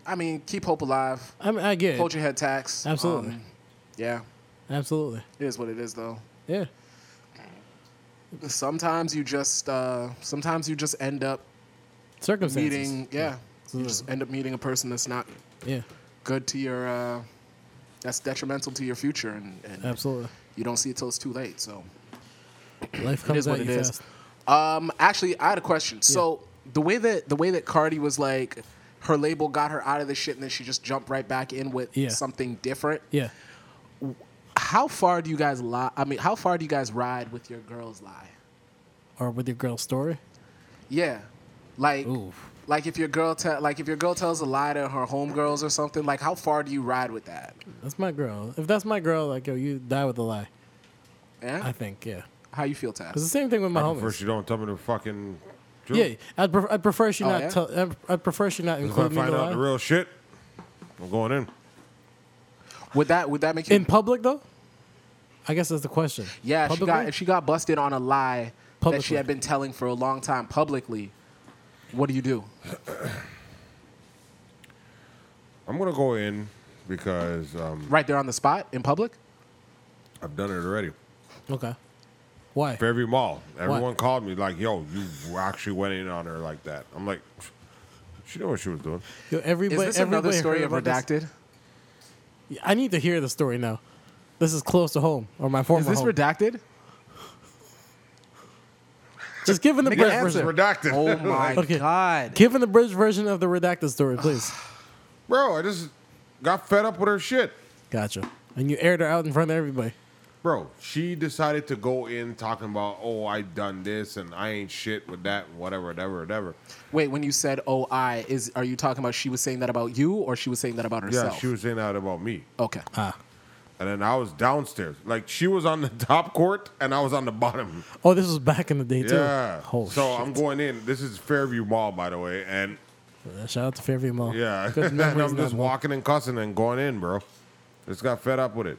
Speaker 1: I mean, keep hope alive.
Speaker 2: I mean, I get it.
Speaker 1: Hold your head, Tax. Um,
Speaker 2: Absolutely.
Speaker 1: yeah,
Speaker 2: Absolutely.
Speaker 1: it is what it is though.
Speaker 2: Yeah.
Speaker 1: Sometimes you just uh, sometimes you just end up
Speaker 2: Circumstances.
Speaker 1: meeting yeah. You just end up meeting a person that's not
Speaker 2: Yeah,
Speaker 1: good to your uh, that's detrimental to your future and, and
Speaker 2: absolutely.
Speaker 1: you don't see it till it's too late so
Speaker 2: Life comes
Speaker 1: is
Speaker 2: at
Speaker 1: what
Speaker 2: you
Speaker 1: it is.
Speaker 2: fast.
Speaker 1: um actually i had a question so the way that the way that cardi was like her label got her out of the shit and then she just jumped right back in with
Speaker 2: Yeah.
Speaker 1: something different
Speaker 2: Yeah.
Speaker 1: how far do you guys lie i mean how far do you guys ride with your girls lie
Speaker 2: Or with your girl's story.
Speaker 1: yeah like
Speaker 2: Ooh.
Speaker 1: like if your girl te- like if your girl tells a lie to her homegirls or something like how far do you ride with that
Speaker 2: That's my girl. If that's my girl, like yo, you die with a lie.
Speaker 1: yeah
Speaker 2: I think, yeah.
Speaker 1: how you feel
Speaker 2: It's
Speaker 1: Taz?
Speaker 2: the same thing with my
Speaker 3: I prefer
Speaker 2: homies.
Speaker 3: she don't tell me the fucking truth.
Speaker 2: Yeah, I'd, pref- I'd prefer she
Speaker 1: Oh,
Speaker 2: not
Speaker 1: yeah?
Speaker 2: tell. I'd, I'd prefer she not
Speaker 3: If I
Speaker 2: include me in
Speaker 3: find
Speaker 2: the
Speaker 3: out the
Speaker 2: lie.
Speaker 3: real shit, I'm going in.
Speaker 1: would that would that make you
Speaker 2: In public, though. I guess that's the question.
Speaker 1: Yeah, if she got
Speaker 2: Publicly?
Speaker 1: if she got busted on a lie that she
Speaker 2: Publicly.
Speaker 1: had been telling for a long time publicly. What do you do?
Speaker 3: I'm gonna go in because um,
Speaker 1: Right there on the spot in public?
Speaker 3: I've done it already.
Speaker 2: okay. Why?
Speaker 3: Fairview Mall. Everyone called me like, "Yo, you actually went in on her like that." I'm like, "She knew what she was doing."
Speaker 2: Yo,
Speaker 1: Is
Speaker 2: everybody,
Speaker 1: this
Speaker 2: everybody
Speaker 1: another story
Speaker 2: heard
Speaker 1: of
Speaker 2: about this.
Speaker 1: redacted?
Speaker 2: I need to hear the story now. This is close to home or my former
Speaker 1: Is this
Speaker 2: home.
Speaker 1: redacted?
Speaker 2: Just giving the
Speaker 1: Nigga,
Speaker 2: bridge
Speaker 1: answer.
Speaker 2: version.
Speaker 3: Redacted.
Speaker 1: Oh my
Speaker 2: Okay.
Speaker 1: god.
Speaker 2: Given the bridge version of the redacted story, please.
Speaker 3: bro, I just got fed up with her shit.
Speaker 2: Gotcha. And you aired her out in front of everybody.
Speaker 3: Bro, she decided to go in talking about, "Oh, I done this and I ain't shit with that, and whatever, whatever, whatever."
Speaker 1: Wait, when you said "oh I," is are you talking about she was saying that about you or she was saying that about
Speaker 3: Yeah,
Speaker 1: herself?
Speaker 3: she was saying that about me.
Speaker 1: Okay.
Speaker 2: Ah.
Speaker 3: And then I was downstairs. Like she was on the top court and I was on the bottom.
Speaker 2: Oh, this was back in the day too.
Speaker 3: Yeah.
Speaker 2: Holy
Speaker 3: so um,
Speaker 2: shit.
Speaker 3: I'm going in. This is Fairview Mall, by the way. And
Speaker 2: Uh, Shout out to Fairview Mall.
Speaker 3: yeah,
Speaker 2: Good
Speaker 3: and I'm
Speaker 2: memories,
Speaker 3: just
Speaker 2: man.
Speaker 3: walking and cussing and going in, bro. Just got fed up with it.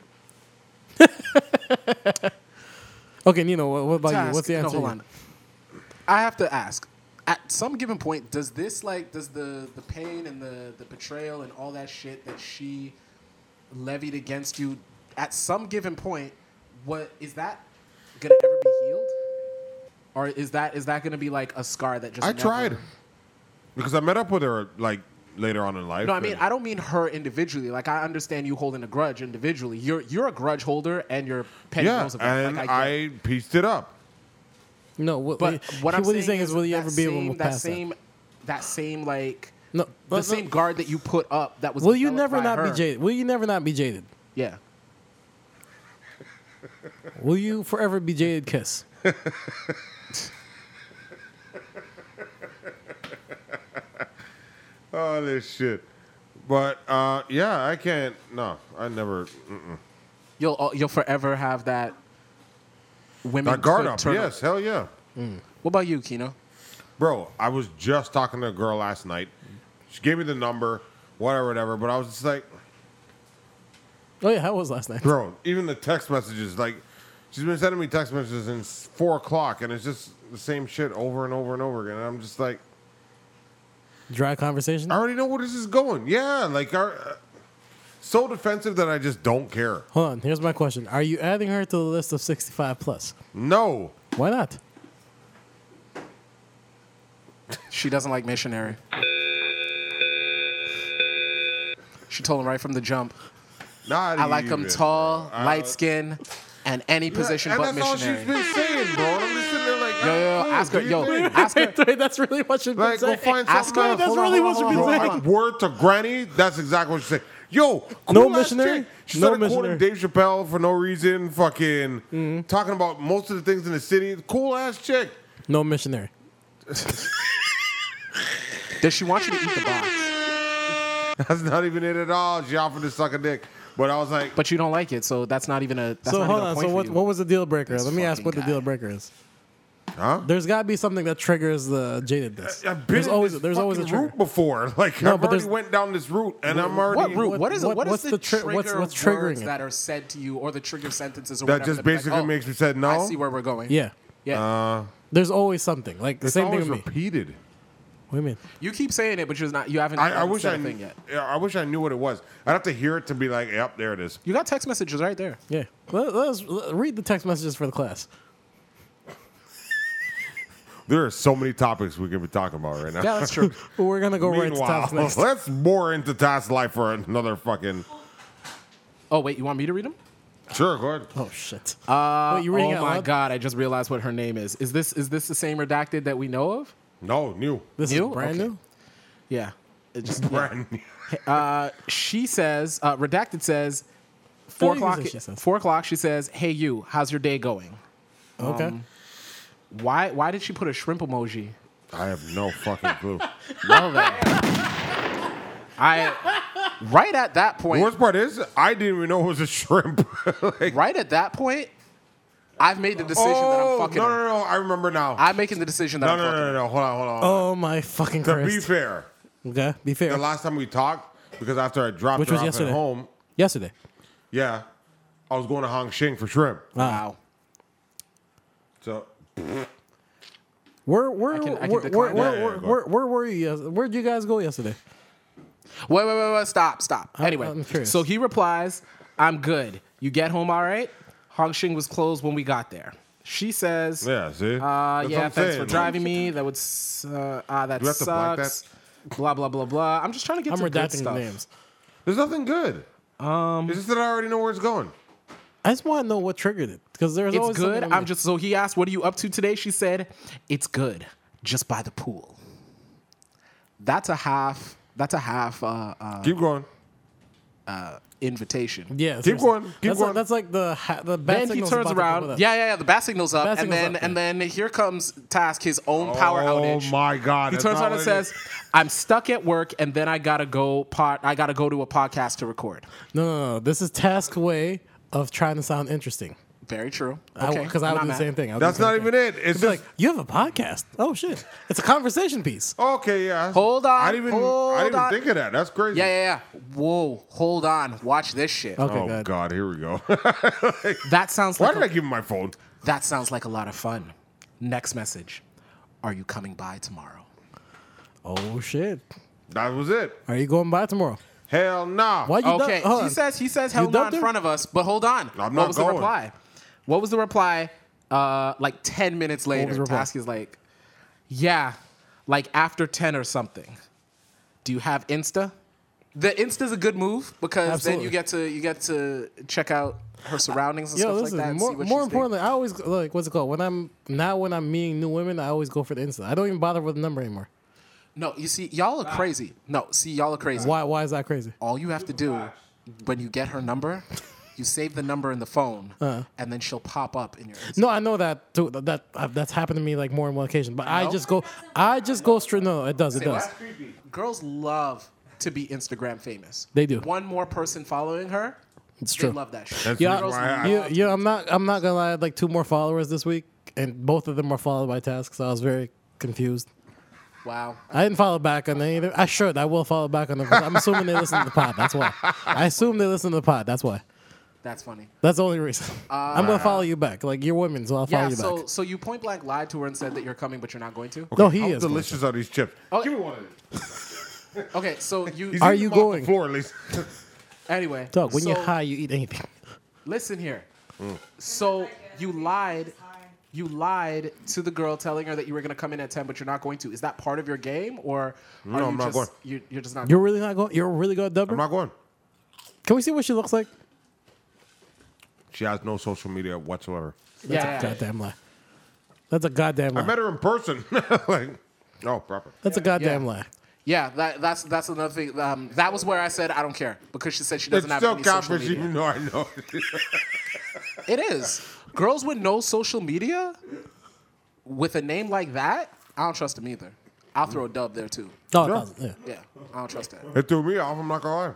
Speaker 2: Okay, Nino, what, what about you?
Speaker 1: ask-
Speaker 2: What's the
Speaker 1: no,
Speaker 2: answer?
Speaker 1: hold on. I have to ask. At some given point, does this like does the the pain and the the betrayal and all that shit that she levied against you at some given point, what is that gonna ever be healed? Or is that is that gonna be like a scar that just
Speaker 3: I
Speaker 1: never-
Speaker 3: tried because I met up with her like later on in life.
Speaker 1: No, I mean
Speaker 3: and-
Speaker 1: I don't mean her individually. Like I understand you holding a grudge individually. You're you're a grudge holder and you're petty
Speaker 3: yeah,
Speaker 1: bills of that.
Speaker 3: and
Speaker 1: Like, get
Speaker 3: I pieced it up.
Speaker 2: No, what,
Speaker 1: But
Speaker 2: he-
Speaker 1: what
Speaker 2: he-
Speaker 1: I'm
Speaker 2: what
Speaker 1: saying,
Speaker 2: he's saying is, will you
Speaker 1: that
Speaker 2: ever be able
Speaker 1: same-
Speaker 2: to
Speaker 1: that
Speaker 2: pass
Speaker 1: same that same like
Speaker 2: No,
Speaker 1: the
Speaker 2: but-
Speaker 1: same guard that you put up that was
Speaker 2: Will you
Speaker 1: developed
Speaker 2: never
Speaker 1: by
Speaker 2: not
Speaker 1: her.
Speaker 2: be jaded? Will you never not be jaded?
Speaker 1: Yeah.
Speaker 2: Will you forever be jaded? Kiss.
Speaker 3: Oh, this shit. But uh, yeah, I can't. No, I never. Mm-mm.
Speaker 1: You'll al- you'll forever have that women
Speaker 3: That guard
Speaker 1: could
Speaker 3: up.
Speaker 1: turn
Speaker 3: Yes, hell yeah.
Speaker 1: What about you, Kino?
Speaker 3: Bro, I was just talking to a girl last night. She gave me the number, whatever, whatever. But I was just like,
Speaker 2: Oh yeah, how was last night?
Speaker 3: bro, even the text messages, like, she's been sending me text messages since four o'clock, and it's just the same shit over and over and over again. And I'm just like,
Speaker 2: Dry conversation.
Speaker 3: I already know where this is going. Yeah, like, our, uh, so defensive that I just don't care.
Speaker 2: Hold on. Here's my question: Are you adding her to the list of 65 plus?
Speaker 3: No,
Speaker 2: Why not?
Speaker 1: She doesn't like missionary. She told him right from the jump.
Speaker 3: not
Speaker 1: I like him
Speaker 3: even,
Speaker 1: tall,
Speaker 3: bro. I-
Speaker 1: light skin, and any position
Speaker 3: and
Speaker 1: but
Speaker 3: that's
Speaker 1: missionary.
Speaker 3: all she's been saying, bro. And I'm just sitting there like,
Speaker 1: yo, yo,
Speaker 3: "Hey,
Speaker 1: ask her,
Speaker 3: do
Speaker 1: yo,
Speaker 3: your thing."
Speaker 1: ask her.
Speaker 2: that's really what she's
Speaker 3: Like, go
Speaker 2: saying.
Speaker 3: find
Speaker 1: Ask
Speaker 3: something
Speaker 1: her.
Speaker 3: else.
Speaker 2: That's
Speaker 1: Hold on,
Speaker 2: really
Speaker 1: hold
Speaker 2: what
Speaker 1: on,
Speaker 2: she's been
Speaker 1: hold
Speaker 3: Bro,
Speaker 1: on,
Speaker 2: saying.
Speaker 1: hold
Speaker 3: like word to granny, that's exactly what she said. Yo, cool
Speaker 2: No
Speaker 3: last
Speaker 2: missionary?
Speaker 3: chick. She
Speaker 2: No
Speaker 3: started quoting
Speaker 2: missionary.
Speaker 3: Dave Chappelle for no reason. Fucking talking about most of the things in the city. Cool ass chick.
Speaker 2: No missionary.
Speaker 1: Does she want you to eat the box?
Speaker 3: That's not even it at all. She offered to suck a dick, but I was like,
Speaker 1: But you don't like it, so that's not even a. That's
Speaker 2: so
Speaker 1: not
Speaker 2: hold
Speaker 1: even a
Speaker 2: on.
Speaker 1: point
Speaker 2: So
Speaker 1: for
Speaker 2: what,
Speaker 1: you.
Speaker 2: what was the deal breaker?
Speaker 1: This
Speaker 2: Let me ask
Speaker 1: fucking
Speaker 2: what the
Speaker 1: guy.
Speaker 2: deal breaker is.
Speaker 3: huh?
Speaker 2: There's got to be something that triggers the jadedness.
Speaker 3: I've been
Speaker 2: there's
Speaker 3: in
Speaker 2: always
Speaker 3: this
Speaker 2: there's always a
Speaker 3: fucking
Speaker 2: trigger.
Speaker 3: route before. Like
Speaker 2: No,
Speaker 3: I've
Speaker 2: but there's-
Speaker 3: already went down this route, and I'm already
Speaker 1: What root?
Speaker 2: What-
Speaker 1: what is it?
Speaker 2: what-
Speaker 1: What is
Speaker 2: what's
Speaker 1: the,
Speaker 2: the tri-
Speaker 1: trigger
Speaker 2: what's- what's triggering
Speaker 1: words
Speaker 2: it?
Speaker 1: that are said to you, or the trigger sentences, or
Speaker 3: That
Speaker 1: whatever
Speaker 3: just
Speaker 1: be like,
Speaker 3: basically
Speaker 1: "Oh,
Speaker 3: makes me Uh, said
Speaker 1: I
Speaker 3: no?"
Speaker 1: see where we're going.
Speaker 2: Yeah.
Speaker 1: yeah.
Speaker 2: There's always something like the
Speaker 3: It's
Speaker 2: same thing
Speaker 3: always
Speaker 2: with me.
Speaker 3: repeated.
Speaker 2: What do you mean?
Speaker 1: you keep saying it, but you're not. You haven't.
Speaker 3: I, I
Speaker 1: haven't
Speaker 3: wish
Speaker 1: said
Speaker 3: I
Speaker 1: a
Speaker 3: knew.
Speaker 1: thing yet.
Speaker 3: yeah, I wish I knew what it was. I'd have to hear it to be like, yep, there it is.
Speaker 1: You got text messages right there.
Speaker 2: Yeah. Let, let's let- read the text messages for the class.
Speaker 3: There are so many topics we could be talking about right now.
Speaker 1: Yeah, that's true.
Speaker 2: We're gonna go right to
Speaker 3: Meanwhile,
Speaker 2: topics next.
Speaker 3: let's bore into Taz life for another fucking.
Speaker 1: oh wait, you want me to read them?
Speaker 3: Sure, go ahead.
Speaker 2: Oh shit. Uh, Wait, you reading
Speaker 1: oh
Speaker 2: out
Speaker 1: my
Speaker 2: loud?
Speaker 1: god, I just realized what her name is. Is this is this the same redacted that we know of?
Speaker 3: No, new,
Speaker 2: This
Speaker 1: You?
Speaker 2: is brand
Speaker 1: Okay.
Speaker 2: new.
Speaker 1: Yeah. It just,
Speaker 3: brand new.
Speaker 1: she says, uh, redacted says, four
Speaker 2: you can
Speaker 1: o'clock.
Speaker 2: say she says.
Speaker 1: Four o'clock. She says, "Hey you, how's your day going?
Speaker 2: Okay.
Speaker 1: Um, Why why did she put a shrimp emoji?
Speaker 3: I have no fucking clue.
Speaker 1: Love it. I right at that
Speaker 3: the
Speaker 1: point.
Speaker 3: worst part is, I didn't even know it was a shrimp. like,
Speaker 1: right at that point, I've made the decision that I'm
Speaker 3: oh,
Speaker 1: fucking.
Speaker 3: no,
Speaker 1: her.
Speaker 3: no, no! I remember now.
Speaker 1: I'm making the decision that
Speaker 3: no,
Speaker 1: I'm
Speaker 3: no,
Speaker 1: fucking.
Speaker 3: no, no,
Speaker 1: her.
Speaker 3: no! Hold on, hold on.
Speaker 2: oh my fucking
Speaker 3: to
Speaker 2: Christ.
Speaker 3: be fair,
Speaker 2: Okay. Be fair.
Speaker 3: the last time we talked, because after I dropped
Speaker 2: Which
Speaker 3: her
Speaker 2: was
Speaker 3: off
Speaker 2: yesterday.
Speaker 3: at home,
Speaker 2: Yesterday.
Speaker 3: yeah, I was going to Hong Shing for shrimp.
Speaker 2: Uh,
Speaker 1: Wow.
Speaker 3: So
Speaker 2: Where where
Speaker 1: can- I can
Speaker 2: where,
Speaker 1: decline
Speaker 2: where,
Speaker 1: that.
Speaker 2: where,
Speaker 3: Yeah, yeah,
Speaker 2: where,
Speaker 3: go.
Speaker 2: where where were you? yes- Where'd you guys go yesterday?
Speaker 1: Wait, wait, wait, wait. Stop, stop. anyway,
Speaker 2: I'm curious.
Speaker 1: so he replies, "I'm good. You get home all right? Hongxing was closed when we got there." She says,
Speaker 3: yeah, see.
Speaker 1: Uh,
Speaker 3: That's what
Speaker 1: yeah,
Speaker 3: I'm
Speaker 1: thanks for
Speaker 3: saying.
Speaker 1: driving me. That would s- uh, ah, that
Speaker 3: Do we have to black
Speaker 1: sucks. Blah blah blah blah. I'm just trying to get
Speaker 2: I'm
Speaker 1: to good
Speaker 2: redacting the
Speaker 1: stuff.
Speaker 2: names.
Speaker 3: There's nothing good. Um, it's just that I already know where it's going.
Speaker 2: I just want to know what triggered it because there's
Speaker 1: It's
Speaker 2: always
Speaker 1: good.
Speaker 2: something
Speaker 1: I'm just so he asked, "What are you up to today?" She said, "It's good, just by the pool." That's a half. That's a half uh, uh,
Speaker 3: Keep going.
Speaker 1: invitation.
Speaker 2: yeah.
Speaker 3: Keep
Speaker 2: seriously.
Speaker 3: going, keep
Speaker 2: that's
Speaker 3: going.
Speaker 2: Like, that's like the ha- the bat
Speaker 1: Then he
Speaker 2: signal's
Speaker 1: turns
Speaker 2: about to
Speaker 1: around.
Speaker 2: come with us.
Speaker 1: Yeah, yeah, yeah. The bat signals up,
Speaker 2: Bat
Speaker 1: and
Speaker 2: signal's
Speaker 1: then
Speaker 2: up,
Speaker 1: and then here comes Task, his own power
Speaker 3: oh,
Speaker 1: outage.
Speaker 3: my god!
Speaker 1: He
Speaker 3: that's
Speaker 1: turns
Speaker 3: not
Speaker 1: around and
Speaker 3: what it is.
Speaker 1: says, "I'm stuck at work, and then I gotta go pot. I gotta go to a podcast to record."
Speaker 2: No, no, no. This is task way of trying to sound interesting.
Speaker 1: Very true. Okay,
Speaker 2: Because I,
Speaker 1: I'm
Speaker 2: would
Speaker 1: not
Speaker 2: do the
Speaker 1: mad.
Speaker 2: same thing. I would do
Speaker 3: "That's
Speaker 2: the same
Speaker 3: not
Speaker 2: thing.
Speaker 3: even it." It's
Speaker 2: Be
Speaker 3: just
Speaker 2: like you have a podcast. Oh shit! It's a conversation piece.
Speaker 3: okay, yeah.
Speaker 1: Hold on,
Speaker 3: I didn't even,
Speaker 1: hold
Speaker 3: I didn't
Speaker 1: on.
Speaker 3: even think of that. That's crazy.
Speaker 1: Yeah, yeah, yeah. Whoa, hold on. Watch this shit.
Speaker 2: Okay,
Speaker 3: Oh
Speaker 2: good.
Speaker 3: god, here we go.
Speaker 1: That sounds
Speaker 3: Why
Speaker 1: like
Speaker 3: did I give him my phone?
Speaker 1: That sounds like a lot of fun. Next message. Are you coming by tomorrow?
Speaker 2: Oh shit.
Speaker 3: That was it.
Speaker 2: Are you going by tomorrow?
Speaker 3: Hell nah.
Speaker 2: Why you done-
Speaker 1: okay,
Speaker 2: hold
Speaker 1: she
Speaker 2: on.
Speaker 1: says he says hell no
Speaker 2: dubbed
Speaker 1: in
Speaker 2: him?
Speaker 1: front of us, but hold on.
Speaker 3: not
Speaker 1: what was the
Speaker 3: going.
Speaker 1: reply? What was the reply? Uh, like ten minutes later,
Speaker 2: was the reply?
Speaker 1: Task is like, yeah, like after ten or something. Do you have Insta? The Insta's a good move because then
Speaker 2: Absolutely.
Speaker 1: you get to you get to check out her surroundings and
Speaker 2: Yo,
Speaker 1: stuff
Speaker 2: listen.
Speaker 1: like that. and
Speaker 2: more
Speaker 1: see what
Speaker 2: more
Speaker 1: she's thinking.
Speaker 2: importantly, I always like what's it called when I'm now when I'm meeting new women. I always go for the Insta. I don't even bother with the number anymore.
Speaker 1: No, you see, y'all are crazy. No, see, y'all are crazy.
Speaker 2: Why? Why is that crazy?
Speaker 1: All you have to do when you get her number, you save the number in the phone, and then she'll pop up in your. Insta.
Speaker 2: Uh-huh. No, I know that too. That that- that's happened to me like more on one occasion. But I
Speaker 1: No?
Speaker 2: just go, I just go straight. No, it does, it does.
Speaker 1: That's creepy. Girls love to be Instagram famous.
Speaker 2: They do.
Speaker 1: One more person following her.
Speaker 2: It's
Speaker 1: they
Speaker 2: true.
Speaker 1: love that shit.
Speaker 3: That's
Speaker 2: Yeah,
Speaker 3: the reason why I-
Speaker 2: yeah, yeah. I'm not. I'm not gonna lie. I had like two more followers this week, and both of them were followed by tasks. So I was very confused.
Speaker 1: Wow.
Speaker 2: I didn't follow back on any of them. I should. I will follow back on them. 'cause I'm assuming they listen to the pod. That's why. I assume they listen to the pod. That's why.
Speaker 1: That's funny.
Speaker 2: That's the only reason. I'm gonna follow you back. Like you're women, so I'll follow
Speaker 1: Uh, Yeah,
Speaker 2: you
Speaker 1: so
Speaker 2: back.
Speaker 1: so you point blank lied to her and said that you're coming, but you're not going to?
Speaker 2: No, he
Speaker 3: How
Speaker 2: is.
Speaker 3: delicious are these chips?
Speaker 1: Oh.
Speaker 3: Give me one of these.
Speaker 1: Okay, so you
Speaker 3: He's
Speaker 2: Are
Speaker 3: eating
Speaker 2: you
Speaker 3: them off the
Speaker 2: going?
Speaker 3: floor, at least.
Speaker 1: anyway.
Speaker 2: Dog, when you're
Speaker 1: so-
Speaker 2: high, you eat anything.
Speaker 1: Listen here. So you lied. You lied to the girl, telling her that you were going to come in at ten, but you're not going to. Is that part of your game, or are
Speaker 3: No,
Speaker 1: you
Speaker 3: I'm not
Speaker 1: just
Speaker 3: going.
Speaker 1: You're, you're just not?
Speaker 2: You're really not going. You're really going to dub her?
Speaker 3: I'm not going.
Speaker 2: Can we see what she looks like?
Speaker 3: She has no social media whatsoever.
Speaker 2: That's
Speaker 1: yeah,
Speaker 2: a
Speaker 1: yeah.
Speaker 2: goddamn lie. That's a goddamn lie.
Speaker 3: I met her in person. like, oh, proper.
Speaker 2: That's a goddamn
Speaker 1: Yeah.
Speaker 2: lie.
Speaker 1: Yeah, that, that's that's another thing. Um, that was where I said I don't care because she said she doesn't
Speaker 3: It's
Speaker 1: have
Speaker 3: still
Speaker 1: any social
Speaker 3: catfish,
Speaker 1: media.
Speaker 3: even though I know. it.
Speaker 1: It is girls with no social media with a name like that. I don't trust them either. I'll throw a dub there too.
Speaker 2: Oh, a thousand, yeah.
Speaker 1: Yeah, I don't trust that.
Speaker 3: it threw me off. I'm not gonna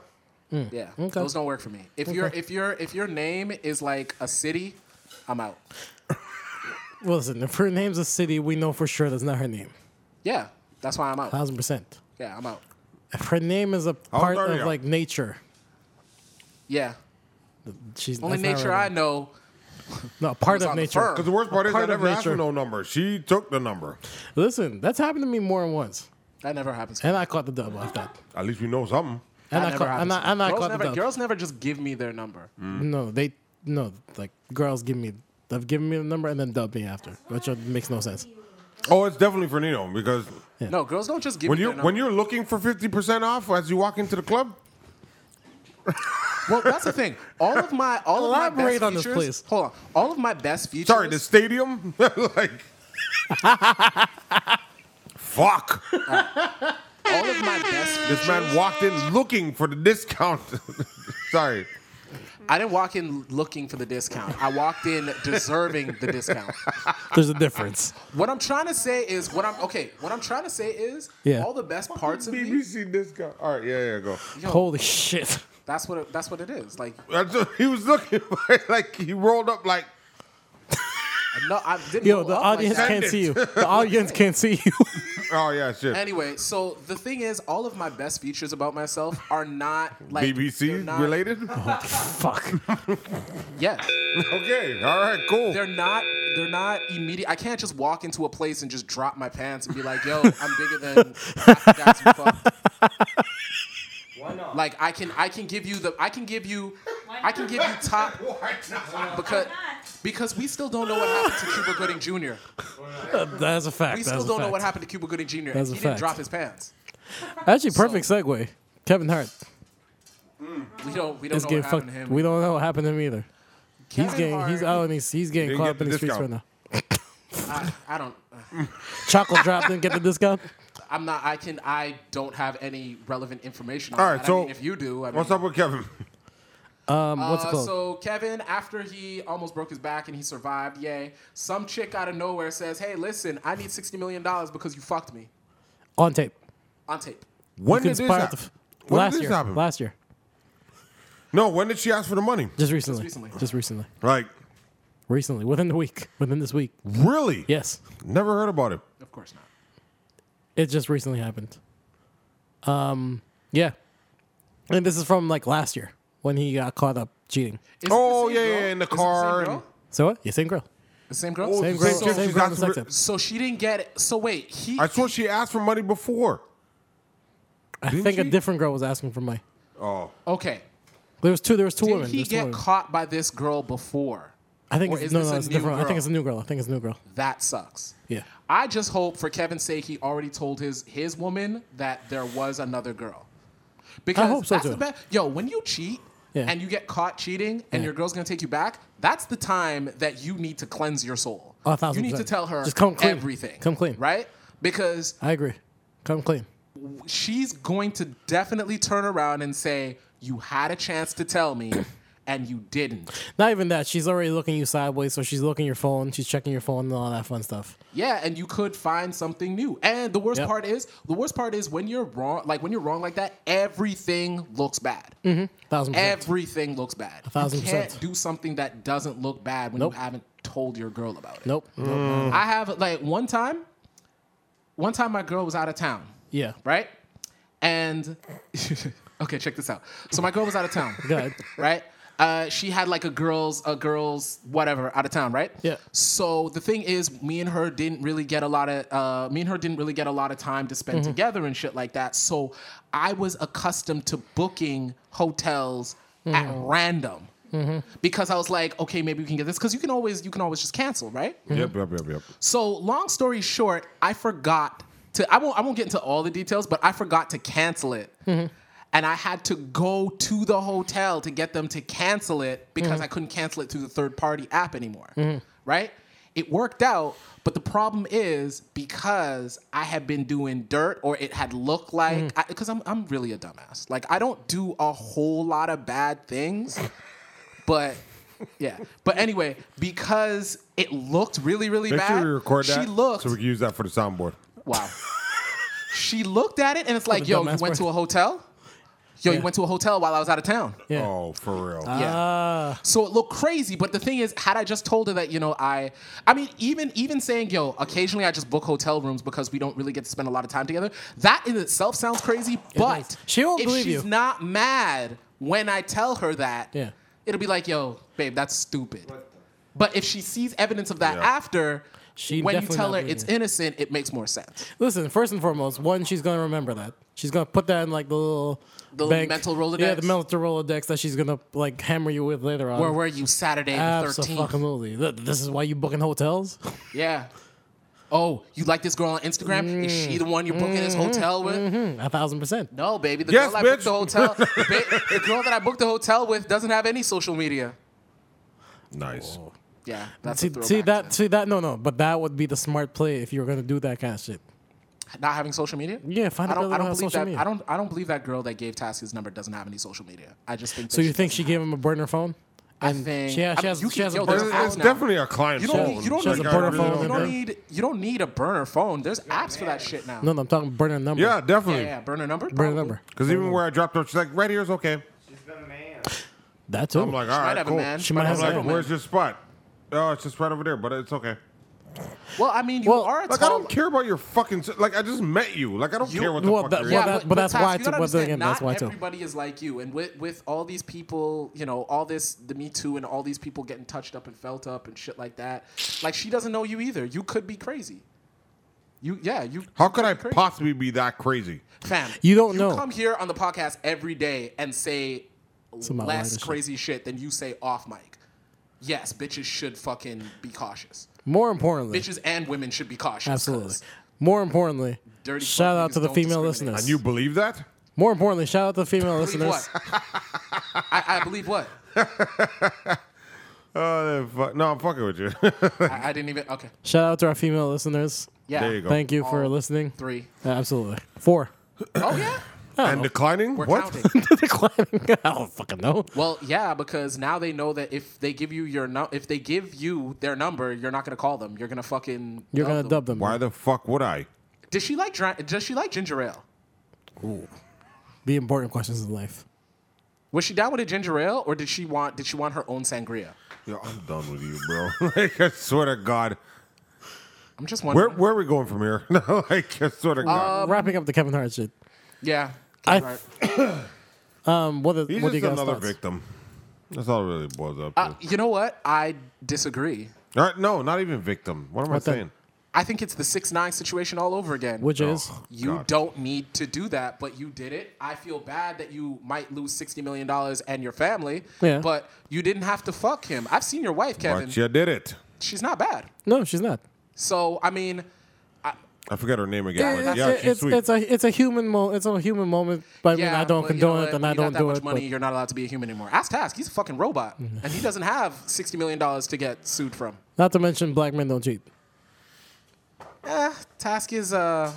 Speaker 3: lie.
Speaker 1: Yeah, those don't work for me. If your if your if your name is like a city, I'm out.
Speaker 2: Well, listen, if her name's a city, we know for sure that's not her name.
Speaker 1: Yeah, that's why I'm out.
Speaker 2: Thousand percent.
Speaker 1: Yeah, I'm out.
Speaker 2: If her name is a part
Speaker 3: are
Speaker 2: of
Speaker 3: you?
Speaker 2: like nature,
Speaker 1: Yeah,
Speaker 2: she's
Speaker 1: only
Speaker 2: that's not
Speaker 1: nature
Speaker 2: her
Speaker 1: I
Speaker 2: name.
Speaker 1: know.
Speaker 2: No, part
Speaker 1: was
Speaker 2: of
Speaker 1: on the
Speaker 2: nature.
Speaker 1: fur.
Speaker 3: Because the worst part is I
Speaker 2: Part of
Speaker 3: never asked for
Speaker 2: nature.
Speaker 3: no number. She took the number.
Speaker 2: Listen, that's happened to me more than once,
Speaker 1: That never happens.
Speaker 2: and I caught the dub off that.
Speaker 3: At least we know something.
Speaker 2: And
Speaker 1: That
Speaker 2: I
Speaker 1: never
Speaker 2: caught,
Speaker 1: happens.
Speaker 2: and I, and I
Speaker 1: girls,
Speaker 2: caught the Mm.
Speaker 1: never,
Speaker 2: dub.
Speaker 1: girls never just give me their number.
Speaker 2: No, they no like girls give me they've given me the number and then dubbed me after, which uh, makes no sense.
Speaker 3: Oh, it's definitely for Nino because
Speaker 1: No, girls don't just give
Speaker 3: when
Speaker 1: me
Speaker 3: you
Speaker 1: their number.
Speaker 3: when you're looking for fifty percent off as you walk into the club,
Speaker 1: Well, that's the thing. All of my all of my
Speaker 2: Elaborate
Speaker 1: best
Speaker 2: on this,
Speaker 1: features,
Speaker 2: please.
Speaker 1: Hold on. All of my best features.
Speaker 3: sorry, the stadium, like, fuck.
Speaker 1: all of my best.
Speaker 3: This man walked in looking for the discount. sorry,
Speaker 1: I didn't walk in looking for the discount. I walked in deserving the discount.
Speaker 2: There's a difference.
Speaker 1: What I'm trying to say is what I'm okay. What I'm trying to say is
Speaker 2: Yeah.
Speaker 1: all the best parts of me.
Speaker 3: BBC discount. All right, yeah, yeah, go.
Speaker 2: Holy shit!
Speaker 1: That's what it, that's what it is. Like
Speaker 3: That's what he was looking for like he rolled up like
Speaker 1: no, I didn't.
Speaker 2: Yo,
Speaker 1: roll
Speaker 2: the
Speaker 1: up
Speaker 2: audience
Speaker 1: like that.
Speaker 2: can't see you. The audience can't see you.
Speaker 3: oh yeah shit.
Speaker 1: Anyway, so the thing is, all of my best features about myself are not like they're
Speaker 3: BBC
Speaker 1: not-
Speaker 3: related?
Speaker 2: Fuck.
Speaker 1: Yeah,
Speaker 3: Okay, all right, cool.
Speaker 1: they're not. They're not immediate. I can't just walk into a place and just drop my pants and be like, "Yo, I'm bigger than." That's fucked.
Speaker 4: Why not?
Speaker 1: Like I can I can give you the I can give you I can give you top because because we still don't know what happened to Cuba Gooding Jr.
Speaker 2: That's a fact.
Speaker 1: We
Speaker 2: That's
Speaker 1: still don't
Speaker 2: a fact.
Speaker 1: know what happened to Cuba Gooding Jr. and
Speaker 2: That's
Speaker 1: he
Speaker 2: a
Speaker 1: didn't
Speaker 2: fact.
Speaker 1: drop his pants.
Speaker 2: Actually, perfect segue. Kevin Hart
Speaker 1: We don't we don't
Speaker 2: is
Speaker 1: know what
Speaker 2: getting
Speaker 1: happened
Speaker 2: fucked.
Speaker 1: to him.
Speaker 2: We don't know what happened to him either. he's
Speaker 1: Kevin
Speaker 2: getting he's
Speaker 1: Hart-
Speaker 2: out and he's, he's getting
Speaker 3: Didn't
Speaker 2: caught
Speaker 3: get
Speaker 2: up in
Speaker 3: the
Speaker 2: the streets right
Speaker 3: discount.
Speaker 2: now.
Speaker 1: I, I don't
Speaker 2: Chocolate drop didn't get the discount.
Speaker 1: I'm not I can I don't have any relevant information on
Speaker 3: All
Speaker 1: that.
Speaker 3: right,
Speaker 1: I
Speaker 3: so
Speaker 1: mean, if you do, I mean,
Speaker 3: What's up with Kevin?
Speaker 2: Um, what's it
Speaker 1: Uh,
Speaker 2: called?
Speaker 1: so Kevin, after he almost broke his back and he survived, yay! Some chick out of nowhere says, "Hey, listen, I need sixty million dollars because you fucked me
Speaker 2: On tape.
Speaker 1: on tape."
Speaker 2: You
Speaker 3: When did this
Speaker 2: conspired
Speaker 3: happen?
Speaker 2: to f-
Speaker 3: When
Speaker 2: last
Speaker 3: did this
Speaker 2: year.
Speaker 3: happen?
Speaker 2: Last year.
Speaker 3: No, when did she ask for the money?
Speaker 2: Just recently.
Speaker 1: recently.
Speaker 2: Just recently.
Speaker 3: Like,
Speaker 2: Recently. Within the week. Within this week.
Speaker 3: really?
Speaker 2: Yes.
Speaker 3: Never heard about it.
Speaker 1: Of course not.
Speaker 2: It just recently happened. Um, yeah. And this is from like last year when he got caught up cheating.
Speaker 1: Is it the
Speaker 3: Oh
Speaker 1: same
Speaker 3: yeah,
Speaker 1: girl?
Speaker 3: yeah, in the
Speaker 1: Is it the same
Speaker 3: car.
Speaker 1: girl?
Speaker 3: and-
Speaker 2: So what? You same girl.
Speaker 1: The same girl.
Speaker 3: Oh,
Speaker 2: Same
Speaker 3: it's
Speaker 2: girl,
Speaker 3: the
Speaker 2: same
Speaker 3: she's
Speaker 2: girl on the
Speaker 3: asking
Speaker 2: sex
Speaker 3: for-
Speaker 2: tape.
Speaker 1: So she didn't get it. So wait, he.
Speaker 3: I swear she asked for money before.
Speaker 2: I
Speaker 3: Didn't
Speaker 2: think a
Speaker 3: she?
Speaker 2: different girl was asking for money.
Speaker 3: Oh,
Speaker 1: okay.
Speaker 2: There was two. There was two
Speaker 1: Did
Speaker 2: women.
Speaker 1: he
Speaker 2: There's two
Speaker 1: get
Speaker 2: women.
Speaker 1: caught by this girl before?
Speaker 2: I think
Speaker 1: or
Speaker 2: it's,
Speaker 1: is
Speaker 2: no,
Speaker 1: this
Speaker 2: no,
Speaker 1: a
Speaker 2: it's a
Speaker 1: new
Speaker 2: different. I
Speaker 1: girl?
Speaker 2: think it's a new girl. I think it's a new girl.
Speaker 1: That sucks.
Speaker 2: Yeah.
Speaker 1: I just hope for Kevin's sake he already told his his woman that there was another girl. Because
Speaker 2: hope so,
Speaker 1: that's
Speaker 2: too.
Speaker 1: the best. Yo, when you cheat
Speaker 2: Yeah.
Speaker 1: and you get caught cheating and
Speaker 2: Yeah.
Speaker 1: your girl's gonna take you back, that's the time that you need to cleanse your soul.
Speaker 2: Oh, a thousand
Speaker 1: You need to
Speaker 2: percent.
Speaker 1: tell her
Speaker 2: Just come clean.
Speaker 1: everything.
Speaker 2: Come clean.
Speaker 1: Right? Because
Speaker 2: I agree. Come clean.
Speaker 1: she's going to definitely turn around and say, You had a chance to tell me and you didn't.
Speaker 2: Not even that. She's already looking you sideways, so she's looking your phone. She's checking your phone and all that fun stuff.
Speaker 1: Yeah, and you could find something new. And the worst
Speaker 2: Yep.
Speaker 1: part is, the worst part is when you're wrong, like when you're wrong like that, everything looks bad.
Speaker 2: Thousand percent.
Speaker 1: Everything looks bad.
Speaker 2: Mm-hmm. thousand
Speaker 1: you can't
Speaker 2: percent.
Speaker 1: do something that doesn't look bad when
Speaker 2: Nope.
Speaker 1: you haven't told your girl about it.
Speaker 2: Nope. Nope. no.
Speaker 1: I have like one time, one time my girl was out of town,
Speaker 2: Yeah.
Speaker 1: right? And okay, check this out. So my girl was out of town.
Speaker 2: Good.
Speaker 1: right? Uh, she had like a girls, a girls, whatever, out of town, right?
Speaker 2: Yeah.
Speaker 1: So the thing is, me and her didn't really get a lot of, uh, me and her didn't really get a lot of time to spend together and shit like that. So I was accustomed to booking hotels at random because I was like, okay, maybe we can get this because you can always, you can always just cancel, right?
Speaker 2: Mm-hmm.
Speaker 3: yep, yep, yep, yep.
Speaker 1: So long story short, I forgot to I won't I won't get into all the details, but I forgot to cancel it. And I had to go to the hotel to get them to cancel it because I couldn't cancel it through the third party app anymore. Right? It worked out, but the problem is because I had been doing dirt or it had looked like because I'm I'm really a dumbass. Like I don't do a whole lot of bad things. But yeah. But anyway, because it looked really, really
Speaker 3: Make
Speaker 1: bad.
Speaker 3: sure we record
Speaker 1: she
Speaker 3: that
Speaker 1: looked
Speaker 3: so we can use that for the soundboard.
Speaker 1: wow. she looked at it and it's like,
Speaker 2: the
Speaker 1: yo, you
Speaker 2: dumbass
Speaker 1: went
Speaker 2: part.
Speaker 1: to a hotel? Yo,
Speaker 2: Yeah.
Speaker 1: you went to a hotel while I was out of town.
Speaker 2: Yeah.
Speaker 3: Oh, for real.
Speaker 1: Yeah.
Speaker 2: Uh,
Speaker 1: so it looked crazy, but the thing is, had I just told her that, you know, I I mean, even even saying, yo, occasionally I just book hotel rooms because we don't really get to spend a lot of time together, that in itself sounds crazy,
Speaker 2: does.
Speaker 1: but
Speaker 2: She won't
Speaker 1: if
Speaker 2: believe
Speaker 1: she's
Speaker 2: you.
Speaker 1: not mad when I tell her that,
Speaker 2: Yeah.
Speaker 1: it'll be like, yo, babe, that's stupid. But if she sees evidence of that
Speaker 3: Yeah.
Speaker 1: after,
Speaker 2: She
Speaker 1: when you
Speaker 2: definitely
Speaker 1: tell
Speaker 2: not
Speaker 1: her
Speaker 2: believing
Speaker 1: it's
Speaker 2: you.
Speaker 1: innocent, it makes more sense.
Speaker 2: Listen, first and foremost, one, she's gonna remember that. She's gonna put that in like the little
Speaker 1: The little
Speaker 2: bank.
Speaker 1: mental Rolodex?
Speaker 2: Yeah, the mental Rolodex that she's gonna like hammer you with later on.
Speaker 1: Where were you Saturday the thirteenth?
Speaker 2: Absolutely. Th- This is why you booking hotels.
Speaker 1: Yeah. Oh, you like this girl on Instagram? Is
Speaker 2: Mm.
Speaker 1: she the one you're booking this
Speaker 2: Mm-hmm.
Speaker 1: hotel with?
Speaker 2: Hmm, A thousand percent.
Speaker 1: No, baby. The
Speaker 3: Yes,
Speaker 1: girl I booked
Speaker 3: bitch.
Speaker 1: the hotel. the, ba- the girl that I booked the hotel with doesn't have any social media.
Speaker 3: Nice.
Speaker 2: Oh.
Speaker 1: Yeah, that's
Speaker 2: See,
Speaker 1: a
Speaker 2: see
Speaker 1: throwback
Speaker 2: that?
Speaker 1: to
Speaker 2: See that? No, no. But that would be the smart play if you were gonna do that kind of shit.
Speaker 1: not having social media.
Speaker 2: Yeah, find
Speaker 1: I
Speaker 2: out
Speaker 1: don't.
Speaker 2: that they
Speaker 1: I
Speaker 2: don't
Speaker 1: don't
Speaker 2: have
Speaker 1: believe
Speaker 2: social
Speaker 1: that.
Speaker 2: media.
Speaker 1: I don't. I don't believe that girl that gave Task his number doesn't have any social media. I just think. That
Speaker 2: So you think she gave him a burner phone?
Speaker 1: I think.
Speaker 2: she has-
Speaker 1: I
Speaker 2: she
Speaker 1: mean,
Speaker 2: has-
Speaker 1: you
Speaker 2: she
Speaker 1: can-
Speaker 2: has a
Speaker 1: yo,
Speaker 2: burner
Speaker 1: there's
Speaker 3: It's,
Speaker 1: apps
Speaker 3: it's
Speaker 1: now.
Speaker 3: definitely a client
Speaker 1: You don't,
Speaker 3: phone.
Speaker 1: need, you, don't
Speaker 3: Like,
Speaker 1: need,
Speaker 2: a
Speaker 3: I
Speaker 2: burner
Speaker 3: really
Speaker 2: phone
Speaker 3: don't
Speaker 1: you
Speaker 2: and
Speaker 1: don't
Speaker 2: burn.
Speaker 1: need you don't need a burner phone. There's apps for that shit now.
Speaker 2: No, no. I'm talking burner number.
Speaker 3: Yeah,
Speaker 1: Yeah,
Speaker 3: definitely.
Speaker 1: yeah, burner number.
Speaker 2: burner
Speaker 1: probably.
Speaker 2: number.
Speaker 3: Because even where I dropped her, she's like, right here is okay.
Speaker 4: She's the man.
Speaker 2: That's all.
Speaker 3: I'm like,
Speaker 1: Might
Speaker 3: all right,
Speaker 1: have a
Speaker 3: cool.
Speaker 1: man.
Speaker 2: She might
Speaker 3: I'm
Speaker 2: have a
Speaker 3: like,
Speaker 2: man.
Speaker 3: where's your spot? Oh, it's just right over there, but it's okay.
Speaker 1: Well, I mean, you
Speaker 2: Well,
Speaker 1: are a
Speaker 3: Like, I
Speaker 1: tall-
Speaker 3: don't care about your fucking. s- Like, I just met you. Like, I don't
Speaker 1: You-
Speaker 3: care what the
Speaker 2: well,
Speaker 3: fuck
Speaker 2: that-
Speaker 3: you're
Speaker 2: well,
Speaker 3: in.
Speaker 2: that- but that's
Speaker 1: Task,
Speaker 2: why
Speaker 1: you
Speaker 2: too-
Speaker 1: gotta
Speaker 2: but then
Speaker 1: understand,
Speaker 2: again, that's
Speaker 1: not
Speaker 2: why too.
Speaker 1: Everybody is like you, and with with all these people, you know, all this the Me Too and all these people getting touched up and felt up and shit like that. Like she doesn't know you either. You could be crazy. You yeah you.
Speaker 3: How could I
Speaker 1: crazy.
Speaker 3: possibly be that crazy?
Speaker 1: Fam,
Speaker 2: You don't know.
Speaker 1: Come here on the podcast every day and say
Speaker 2: Some
Speaker 1: less
Speaker 2: outlandish shit.
Speaker 1: crazy shit than you say off mic. Yes, bitches should fucking be cautious.
Speaker 2: More importantly,
Speaker 1: Bitches and women should be cautious. 'cause
Speaker 2: absolutely. More importantly,
Speaker 1: Dirty
Speaker 2: shout
Speaker 1: fuck
Speaker 2: out to
Speaker 1: niggas
Speaker 2: the
Speaker 1: don't
Speaker 2: female
Speaker 1: discriminate.
Speaker 2: listeners.
Speaker 3: And you believe that?
Speaker 2: More importantly, shout out to the female
Speaker 1: Believe
Speaker 2: listeners.
Speaker 1: what? I, I believe what?
Speaker 3: Oh, fuck. No, I'm fucking with you.
Speaker 1: I, I didn't even. Okay.
Speaker 2: Shout out to our female listeners.
Speaker 1: Yeah.
Speaker 3: There you go.
Speaker 2: Thank you for
Speaker 1: All
Speaker 2: listening.
Speaker 1: Three.
Speaker 2: Uh, Absolutely. Four.
Speaker 1: Oh yeah.
Speaker 3: and declining?
Speaker 1: We're
Speaker 3: what?
Speaker 1: counting.
Speaker 2: Declining. I don't fucking know.
Speaker 1: well, yeah, because now they know that if they give you your nu- if they give you their number, you're not gonna call them. You're gonna fucking.
Speaker 2: You're gonna dub them.
Speaker 3: Why the fuck would I?
Speaker 1: Does she like dra- Does she like ginger ale?
Speaker 2: The important questions in life.
Speaker 1: Was she down with a ginger ale, or did she want did she want her own sangria?
Speaker 3: Yo, I'm done with you, bro. like, I swear to God.
Speaker 1: I'm just
Speaker 3: Where,
Speaker 1: wondering.
Speaker 3: where are we going from here? like, I swear to God.
Speaker 1: Um,
Speaker 2: Wrapping up the Kevin Hart shit.
Speaker 1: yeah.
Speaker 2: I-
Speaker 1: Right.
Speaker 2: Um, what, are-
Speaker 3: He's
Speaker 2: what do you
Speaker 3: just
Speaker 2: guys
Speaker 3: another
Speaker 2: thoughts?
Speaker 3: victim. That's all it really boils up to.
Speaker 1: Uh, you know what? I disagree.
Speaker 3: All right, no, not even victim. What am
Speaker 2: What
Speaker 3: I
Speaker 2: the-
Speaker 3: saying?
Speaker 1: I think it's the six nine situation all over again.
Speaker 2: Which is
Speaker 1: you
Speaker 3: God.
Speaker 1: don't need to do that, but you did it. I feel bad that you might lose sixty million dollars and your family.
Speaker 2: Yeah.
Speaker 1: But you didn't have to fuck him. I've seen your wife, Kevin.
Speaker 3: But you did it.
Speaker 1: She's not bad.
Speaker 2: no, she's not.
Speaker 1: So I mean,
Speaker 3: I forget her name again. but
Speaker 2: It-
Speaker 3: yeah,
Speaker 2: it-
Speaker 3: she's
Speaker 2: it's,
Speaker 3: sweet.
Speaker 2: it's a it's a human mo- it's a human moment. But I mean,
Speaker 1: yeah,
Speaker 2: I don't
Speaker 1: but you know
Speaker 2: condone
Speaker 1: what?
Speaker 2: it, and
Speaker 1: When
Speaker 2: I
Speaker 1: you got
Speaker 2: don't
Speaker 1: that
Speaker 2: do
Speaker 1: much
Speaker 2: it. Mm-hmm.
Speaker 1: money, you're not allowed to be a human anymore. Ask Task. He's a fucking robot, and he doesn't have sixty million dollars to get sued from.
Speaker 2: but Not to mention, black men don't cheat.
Speaker 1: Eh, Task is uh,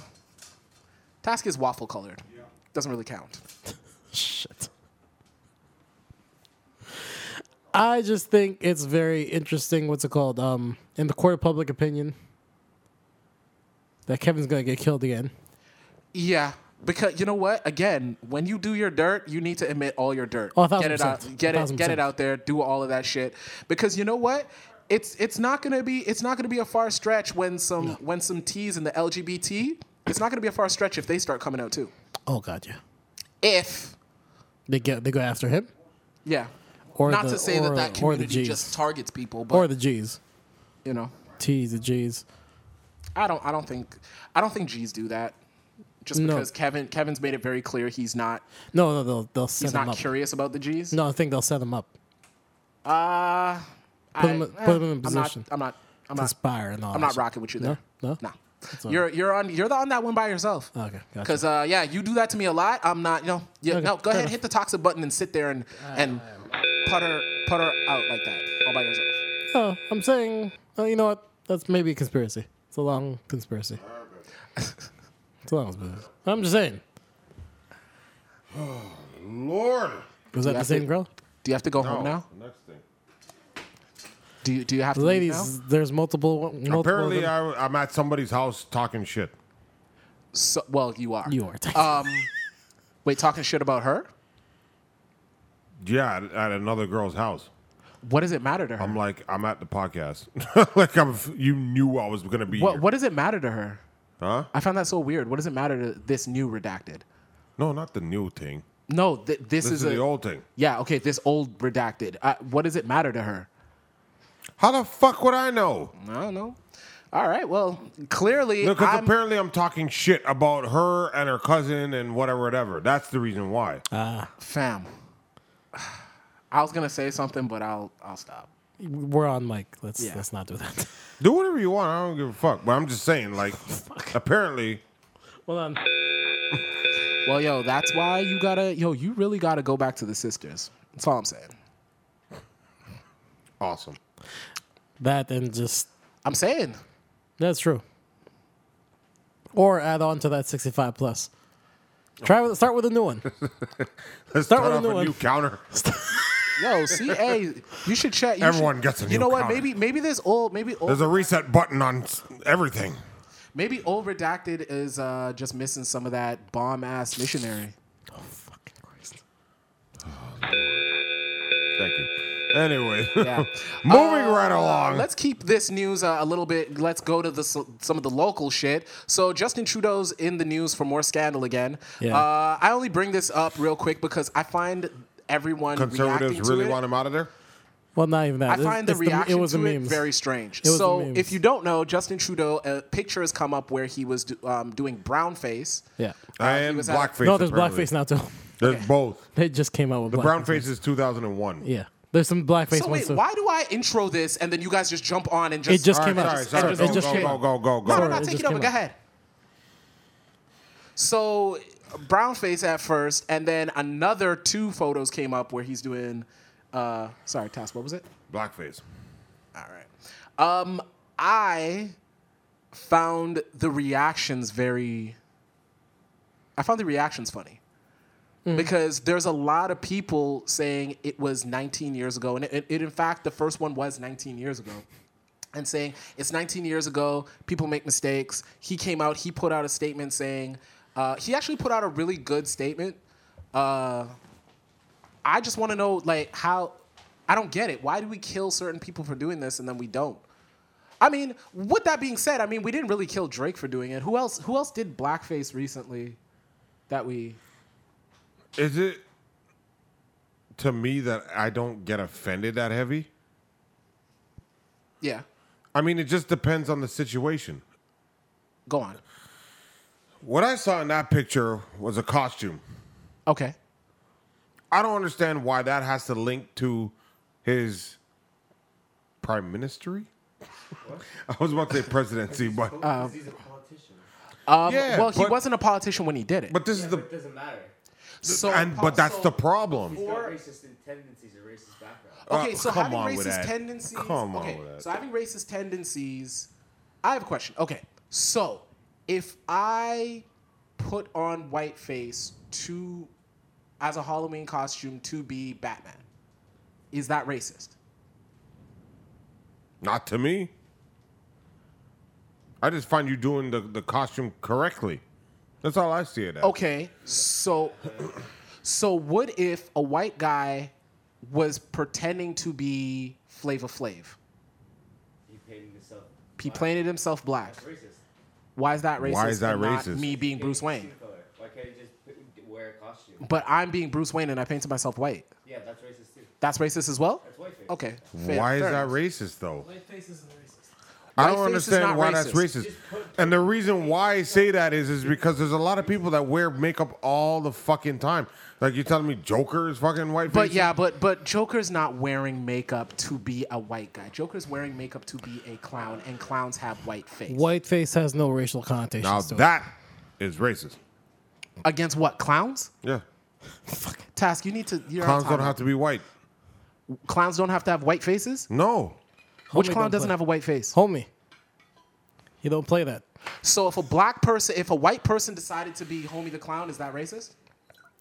Speaker 1: Task is waffle colored. Doesn't really count.
Speaker 2: Shit. I just think it's very interesting. What's it called? Um, in the court of public opinion, that Kevin's gonna get killed again.
Speaker 1: Yeah, because you know what? Again, when you do your dirt, you need to admit all your dirt.
Speaker 2: Oh, a thousand
Speaker 1: get it out,
Speaker 2: percent.
Speaker 1: get
Speaker 2: A
Speaker 1: it,
Speaker 2: thousand
Speaker 1: get it
Speaker 2: percent.
Speaker 1: out there. Do all of that shit. Because you know what? It's it's not gonna be it's not gonna be a far stretch when some when some T's in the LGBT. It's not gonna be a far stretch if they start coming out too.
Speaker 2: Oh God, yeah.
Speaker 1: If
Speaker 2: They get they go after him
Speaker 1: yeah,
Speaker 2: Or
Speaker 1: not
Speaker 2: the-
Speaker 1: to say
Speaker 2: or-
Speaker 1: that
Speaker 2: or
Speaker 1: that
Speaker 2: the
Speaker 1: community
Speaker 2: Gs.
Speaker 1: just targets people, but
Speaker 2: or the G's,
Speaker 1: you know,
Speaker 2: T's, the G's.
Speaker 1: I don't I don't think I don't think G's do that. Just
Speaker 2: No.
Speaker 1: because Kevin Kevin's made it very clear he's not
Speaker 2: No, no, they'll they'll set
Speaker 1: he's
Speaker 2: him
Speaker 1: not
Speaker 2: up.
Speaker 1: curious about the G's.
Speaker 2: No, I think they'll set him up.
Speaker 1: Uh, eh,
Speaker 2: Put him- put him in a position.
Speaker 1: I'm not. I'm not. I'm not,
Speaker 2: Conspire and all.
Speaker 1: I'm
Speaker 2: that
Speaker 1: not
Speaker 2: shit.
Speaker 1: rocking with you there.
Speaker 2: No?
Speaker 1: No.
Speaker 2: No?
Speaker 1: You're you're on you're the, on that one by yourself.
Speaker 2: Okay, Ah, gotcha.
Speaker 1: Because uh, yeah, you do that to me a lot. I'm not. You know. Yeah.
Speaker 2: Okay,
Speaker 1: no. Go
Speaker 2: fair
Speaker 1: ahead.
Speaker 2: enough.
Speaker 1: Hit the toxic button and sit there and and putter putter out like that all by yourself.
Speaker 2: No, Oh, I'm saying, uh, you know what? That's maybe a conspiracy. It's a long conspiracy. it's a long conspiracy. I'm just saying.
Speaker 3: Lord.
Speaker 2: Was that
Speaker 1: Yeah, I
Speaker 2: the same
Speaker 1: think-
Speaker 2: girl?
Speaker 1: Do you have to go
Speaker 3: Oh,
Speaker 1: home now?
Speaker 3: next thing.
Speaker 1: Do you do you have to leave now?
Speaker 2: Ladies, there's multiple. multiple
Speaker 3: Apparently,
Speaker 2: of
Speaker 1: uh,
Speaker 2: them.
Speaker 3: I, I'm at somebody's house talking shit.
Speaker 1: So, well, you are.
Speaker 2: you are.
Speaker 1: Um, wait, talking shit about her.
Speaker 3: Yeah, at, at another girl's house.
Speaker 1: What does it matter to her?
Speaker 3: I'm like, I'm at the podcast. like, I'm. You knew I was gonna be.
Speaker 1: what
Speaker 3: here.
Speaker 1: What does it matter to her?
Speaker 3: Huh?
Speaker 1: I found that so weird. What does it matter to this new redacted?
Speaker 3: No, not the new thing.
Speaker 1: No, th- this,
Speaker 3: This,
Speaker 1: is,
Speaker 3: is,
Speaker 1: a,
Speaker 3: the old thing.
Speaker 1: Yeah, okay, this old redacted. Uh, what does it matter to her?
Speaker 3: How the fuck would I know?
Speaker 1: I don't know. All right, well, clearly,
Speaker 3: No, because
Speaker 1: I'm-
Speaker 3: apparently I'm talking shit about her and her cousin and whatever, whatever. That's the reason why.
Speaker 1: fam. I was gonna say something, but I'll I'll stop.
Speaker 2: We're on mic. Let's
Speaker 1: Yeah.
Speaker 2: let's not do that.
Speaker 3: Do whatever you want. I don't give a fuck. But I'm just saying, like, apparently,
Speaker 2: Hold on.
Speaker 1: Well, yo, that's why you gotta, yo, you really gotta go back to the sisters. That's all I'm saying.
Speaker 3: awesome.
Speaker 2: That and just
Speaker 1: I'm saying,
Speaker 2: that's true. Or add on to that 65 plus. Try with, start with a new one. Start
Speaker 3: Let's start
Speaker 2: with
Speaker 3: off
Speaker 2: a new
Speaker 3: a new
Speaker 2: one.
Speaker 3: counter.
Speaker 1: yo, CA, you should check. you
Speaker 3: Everyone
Speaker 1: should-
Speaker 3: gets a
Speaker 1: You
Speaker 3: new
Speaker 1: know what?
Speaker 3: counter.
Speaker 1: Maybe maybe this old, maybe old,
Speaker 3: There's a reset button on s- everything.
Speaker 1: maybe old redacted is uh, just missing some of that bomb ass missionary.
Speaker 2: Fucking Christ.
Speaker 3: Thank you. Anyway,
Speaker 1: Yeah.
Speaker 3: moving right
Speaker 1: Uh,
Speaker 3: along.
Speaker 1: Let's keep this news uh, a little bit. Let's go to the some of the local shit. So Justin Trudeau's in the news for more scandal again.
Speaker 2: Yeah.
Speaker 1: Uh, I only bring this up real quick because I find everyone
Speaker 3: Conservatives
Speaker 1: reacting to
Speaker 3: really
Speaker 1: it-
Speaker 3: want him out of there.
Speaker 2: Well, not even that.
Speaker 1: I
Speaker 2: It's-
Speaker 1: find the
Speaker 2: it's m-
Speaker 1: reaction
Speaker 2: it was
Speaker 1: to
Speaker 2: the
Speaker 1: it
Speaker 2: memes.
Speaker 1: very strange.
Speaker 2: was the
Speaker 1: so,
Speaker 2: memes.
Speaker 1: if you don't know, Justin Trudeau, a picture has come up where he was do, um, doing brown face.
Speaker 2: Yeah.
Speaker 3: and
Speaker 1: was at a-
Speaker 3: blackface.
Speaker 2: No, there's
Speaker 3: apparently.
Speaker 2: blackface now too.
Speaker 3: There's both.
Speaker 2: They just came out with
Speaker 3: The
Speaker 2: blackface.
Speaker 3: brown face is 2001.
Speaker 2: Yeah. There's some blackface
Speaker 1: So
Speaker 2: ones
Speaker 1: wait,
Speaker 2: too.
Speaker 1: why do I intro this and then you guys just jump on and just?
Speaker 2: It just
Speaker 3: All right,
Speaker 2: came out.
Speaker 3: sorry, sorry.
Speaker 2: It
Speaker 3: Go,
Speaker 2: just
Speaker 3: go,
Speaker 2: came
Speaker 3: go,
Speaker 2: out.
Speaker 3: go, go,
Speaker 1: No,
Speaker 3: go.
Speaker 1: no,
Speaker 2: Sorry,
Speaker 1: no,
Speaker 2: it
Speaker 1: take
Speaker 2: just
Speaker 1: it over.
Speaker 2: came
Speaker 1: Go
Speaker 2: up.
Speaker 1: ahead. So, brownface at first, and then another two photos came up where he's doing. Uh, sorry, Task, what was it?
Speaker 3: Blackface.
Speaker 1: All right. Um, I found the reactions very. I found the reactions funny. Because there's a lot of people saying it was 19 years ago, and it, it, in fact, the first one was 19 years ago, and saying it's 19 years ago. People make mistakes. He came out. He put out a statement saying uh, he actually put out a really good statement. Uh, I just want to know like how I don't get it. Why do we kill certain people for doing this and then we don't? I mean, with that being said, I mean we didn't really kill Drake for doing it. Who else? Who else did blackface recently? That we
Speaker 3: Is it to me that I don't get offended that heavy?
Speaker 1: yeah.
Speaker 3: I mean, it just depends on the situation.
Speaker 1: Go on.
Speaker 3: What I saw in that picture was a costume.
Speaker 1: Okay.
Speaker 3: I don't understand why that has to link to his prime ministry. I was about to say presidency, but
Speaker 4: he's a politician.
Speaker 1: Um,
Speaker 3: Yeah,
Speaker 1: well, he
Speaker 3: but-
Speaker 1: wasn't a politician when he did it.
Speaker 3: but this
Speaker 4: Yeah,
Speaker 3: is
Speaker 4: but
Speaker 3: the
Speaker 4: it doesn't matter.
Speaker 1: so,
Speaker 3: and but that's
Speaker 1: so-
Speaker 3: the problem.
Speaker 4: He's got
Speaker 1: Or-
Speaker 4: racist tendencies or racist background.
Speaker 1: Okay,
Speaker 3: Uh,
Speaker 1: so
Speaker 3: come
Speaker 1: having
Speaker 3: on with
Speaker 1: racist
Speaker 3: that.
Speaker 1: tendencies.
Speaker 3: Come on
Speaker 1: okay,
Speaker 3: with that.
Speaker 1: so having racist tendencies. I have a question. Okay, so if I put on whiteface to as a Halloween costume to be Batman, is that racist?
Speaker 3: Not to me. I just find you doing the, the costume correctly. That's all I see it as.
Speaker 1: Okay, so so what if a white guy was pretending to be Flava Flav?
Speaker 4: He painted himself.
Speaker 1: He painted himself black.
Speaker 4: It's racist.
Speaker 1: Why is that racist?
Speaker 3: Why is that
Speaker 1: and not
Speaker 3: racist?
Speaker 1: Me being
Speaker 4: Can't
Speaker 1: Bruce
Speaker 4: you see
Speaker 1: Wayne,
Speaker 4: the color? Why can't you just p- wear a costume?
Speaker 1: but I'm being Bruce Wayne and I painted myself white.
Speaker 4: Yeah, that's racist too.
Speaker 1: That's racist as well.
Speaker 4: That's whiteface.
Speaker 1: Okay. fair-
Speaker 3: Why is
Speaker 1: fair
Speaker 3: that
Speaker 1: enough.
Speaker 3: racist though?
Speaker 2: Whiteface isn't racist.
Speaker 3: I
Speaker 1: Whiteface
Speaker 3: don't
Speaker 1: is
Speaker 3: understand
Speaker 1: not
Speaker 3: why that's
Speaker 1: racist.
Speaker 3: racist. And the reason why I say that is is because there's a lot of people that wear makeup all the fucking time. Like you're telling me Joker is fucking white.
Speaker 1: But yeah, but but Joker's not wearing makeup to be a white guy. Joker's wearing makeup to be a clown, and clowns have white face.
Speaker 2: Whiteface has no racial connotations.
Speaker 3: Now
Speaker 2: to it.
Speaker 3: that is racist.
Speaker 1: Against what? Clowns?
Speaker 3: Yeah.
Speaker 1: Task, you need to. You're
Speaker 3: Clowns don't have to be white.
Speaker 1: Clowns don't have to have white faces.
Speaker 3: No.
Speaker 1: Which
Speaker 2: Homie
Speaker 1: clown
Speaker 2: don't
Speaker 1: doesn't
Speaker 2: play-
Speaker 1: have a white face?
Speaker 2: homie? You don't play that.
Speaker 1: So if a black person, if a white person decided to be homie the clown, is that racist?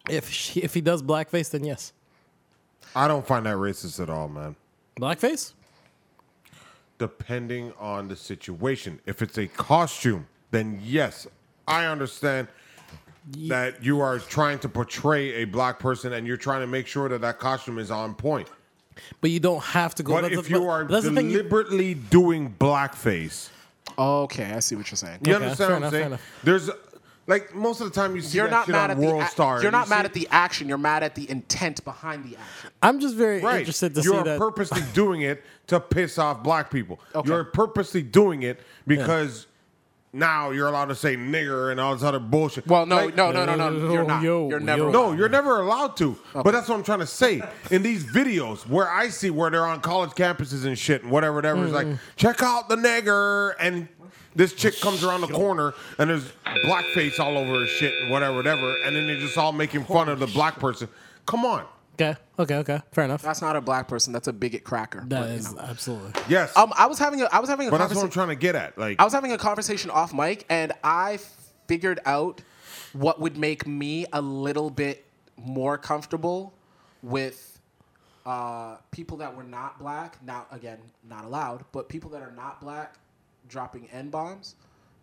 Speaker 2: If she, if he does blackface, then yes.
Speaker 3: I don't find that racist at all, man.
Speaker 2: Blackface?
Speaker 3: depending on the situation. If it's a costume, then yes, I understand that you are trying to portray a black person and you're trying to make sure that that costume is on point.
Speaker 2: But you don't have to go.
Speaker 3: But
Speaker 2: that's-
Speaker 3: if you
Speaker 2: but
Speaker 3: are
Speaker 2: that's the thing. You,
Speaker 3: deliberately doing blackface,
Speaker 1: Okay, I see what you're saying.
Speaker 3: you
Speaker 2: Okay, fair
Speaker 3: understand what I'm
Speaker 2: enough, fair
Speaker 3: saying?
Speaker 2: enough.
Speaker 3: There's like most of the time you see
Speaker 1: You're not
Speaker 3: that shit
Speaker 1: mad
Speaker 3: on
Speaker 1: at the.
Speaker 3: World
Speaker 1: ac-
Speaker 3: Star.
Speaker 1: You're
Speaker 3: and
Speaker 1: not
Speaker 3: you
Speaker 1: mad
Speaker 3: see-
Speaker 1: at the action. You're mad at the intent behind the action.
Speaker 2: I'm just very
Speaker 3: Right.
Speaker 2: interested to
Speaker 3: You're
Speaker 2: see that.
Speaker 3: purposely doing it to piss off black people.
Speaker 1: Okay.
Speaker 3: You're purposely doing it because now you're allowed to say nigger and all this other bullshit.
Speaker 1: Well, no,
Speaker 3: Like-
Speaker 1: no, no, no, no.
Speaker 2: Yo,
Speaker 1: You're not.
Speaker 2: yo,
Speaker 1: You're never.
Speaker 2: yo.
Speaker 1: allowed.
Speaker 3: No, you're never allowed to. But that's what I'm trying to say. In these videos where I see where they're on college campuses and shit and whatever, whatever, it's
Speaker 2: Mm.
Speaker 3: like, check out the nigger. And this chick comes around the corner and there's blackface all over her shit and whatever, whatever. And then they're just all making fun of the black person. Come on.
Speaker 2: okay, okay, okay. Fair enough.
Speaker 1: That's not a black person. That's a bigot cracker.
Speaker 2: That
Speaker 1: but, you
Speaker 2: is
Speaker 1: know.
Speaker 2: absolutely.
Speaker 3: Yes.
Speaker 1: Um, I was having a I was having a
Speaker 3: but that's what I'm
Speaker 1: conversation.
Speaker 3: trying to get at. Like,
Speaker 1: I was having a conversation off mic, and I figured out what would make me a little bit more comfortable with uh, people that were not black. Now, again, not allowed, but people that are not black dropping n bombs.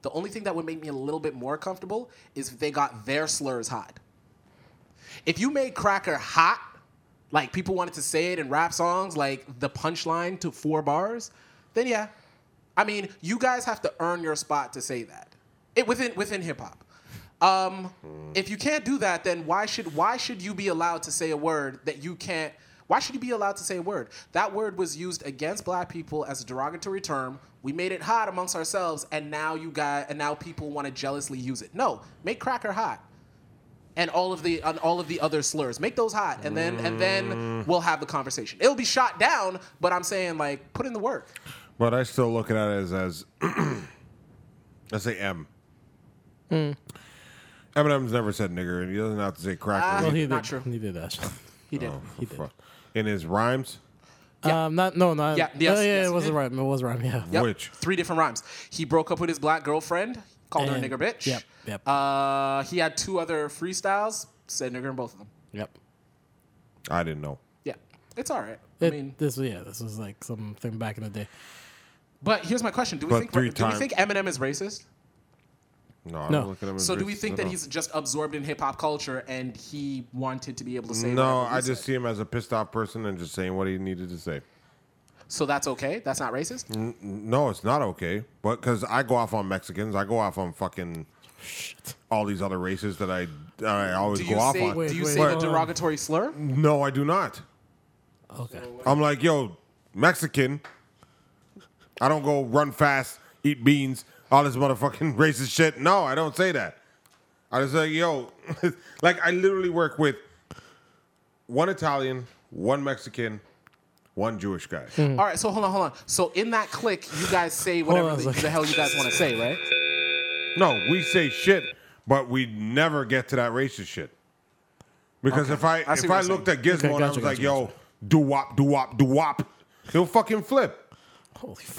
Speaker 1: The only thing that would make me a little bit more comfortable is if they got their slurs hot. If you made cracker hot, like people wanted to say it in rap songs, like the punchline to four bars, then yeah. I mean, you guys have to earn your spot to say that. It within within hip hop. Um, if you can't do that, then why should why should you be allowed to say a word that you can't? Why should you be allowed to say a word? That word was used against black people as a derogatory term. We made it hot amongst ourselves, and now you guys and now people want to jealously use it. No, make cracker hot and all of the on all of the other slurs. Make those hot, and then and then we'll have the conversation. It'll be shot down, but I'm saying like put in the work.
Speaker 3: But I still look at it as as let's say M. Eminem's never said nigger, and he doesn't have to say cracker.
Speaker 1: Ah.
Speaker 2: Well,
Speaker 3: He-
Speaker 2: he
Speaker 1: Not
Speaker 2: did,
Speaker 1: true.
Speaker 2: He did that.
Speaker 1: He did.
Speaker 3: for fuck. in his rhymes,
Speaker 1: Yeah.
Speaker 2: Um, not no, not
Speaker 1: Yeah,
Speaker 2: yeah,
Speaker 1: yes,
Speaker 2: yeah,
Speaker 1: yes,
Speaker 2: it
Speaker 1: it
Speaker 2: was
Speaker 1: did.
Speaker 2: a rhyme. It was a rhyme. Yeah.
Speaker 1: Yep.
Speaker 3: which
Speaker 1: Three different rhymes. He broke up with his black girlfriend, called her
Speaker 2: And-
Speaker 1: a nigger bitch.
Speaker 2: yep, yep.
Speaker 1: Uh, he had two other freestyles, said nigger in both of them.
Speaker 2: Yep.
Speaker 3: I didn't know.
Speaker 1: Yeah, it's all right. I
Speaker 2: It,
Speaker 1: mean,
Speaker 2: this yeah, this was like something back in the day.
Speaker 1: but here's my question: Do we
Speaker 3: But
Speaker 1: think
Speaker 3: three
Speaker 1: do we
Speaker 3: times.
Speaker 1: think Eminem is racist?
Speaker 3: No, I
Speaker 2: No.
Speaker 3: don't look at him. As
Speaker 1: So do
Speaker 3: racist
Speaker 1: we think
Speaker 3: at
Speaker 1: that
Speaker 3: all.
Speaker 1: he's just absorbed in hip hop culture and he wanted to be able to say?
Speaker 3: No,
Speaker 1: whatever he
Speaker 3: I just
Speaker 1: said?
Speaker 3: see him as a pissed off person and just saying what he needed to say.
Speaker 1: So that's okay. That's not racist.
Speaker 3: No, it's not okay. But because I go off on Mexicans, I go off on fucking all these other races that I that I always
Speaker 1: Do
Speaker 3: go
Speaker 1: you
Speaker 3: off
Speaker 1: say
Speaker 3: on. Mm.
Speaker 2: Wait,
Speaker 1: do you
Speaker 2: wait,
Speaker 1: say
Speaker 2: wait.
Speaker 1: the derogatory slur?
Speaker 3: No, I do not.
Speaker 2: Okay.
Speaker 3: I'm like, yo, Mexican. I don't go run fast, eat beans, all this motherfucking racist shit. No, I don't say that. I just say, yo, like I literally work with one Italian, one Mexican, one Jewish guy.
Speaker 1: All right, so hold on, hold on. So in that click, you guys say
Speaker 2: on
Speaker 1: whatever
Speaker 2: a
Speaker 1: the,
Speaker 2: second.
Speaker 1: the hell you guys want to say, right?
Speaker 3: No, we say shit, but we never get to that racist shit. Because if I,
Speaker 1: I see
Speaker 3: if
Speaker 1: what
Speaker 3: I
Speaker 1: you're
Speaker 3: looked at Gizmo
Speaker 2: Okay,
Speaker 3: and I
Speaker 2: gotcha,
Speaker 3: was like,
Speaker 2: gotcha,
Speaker 3: yo, do wop, do wop, do wop, he'll fucking flip.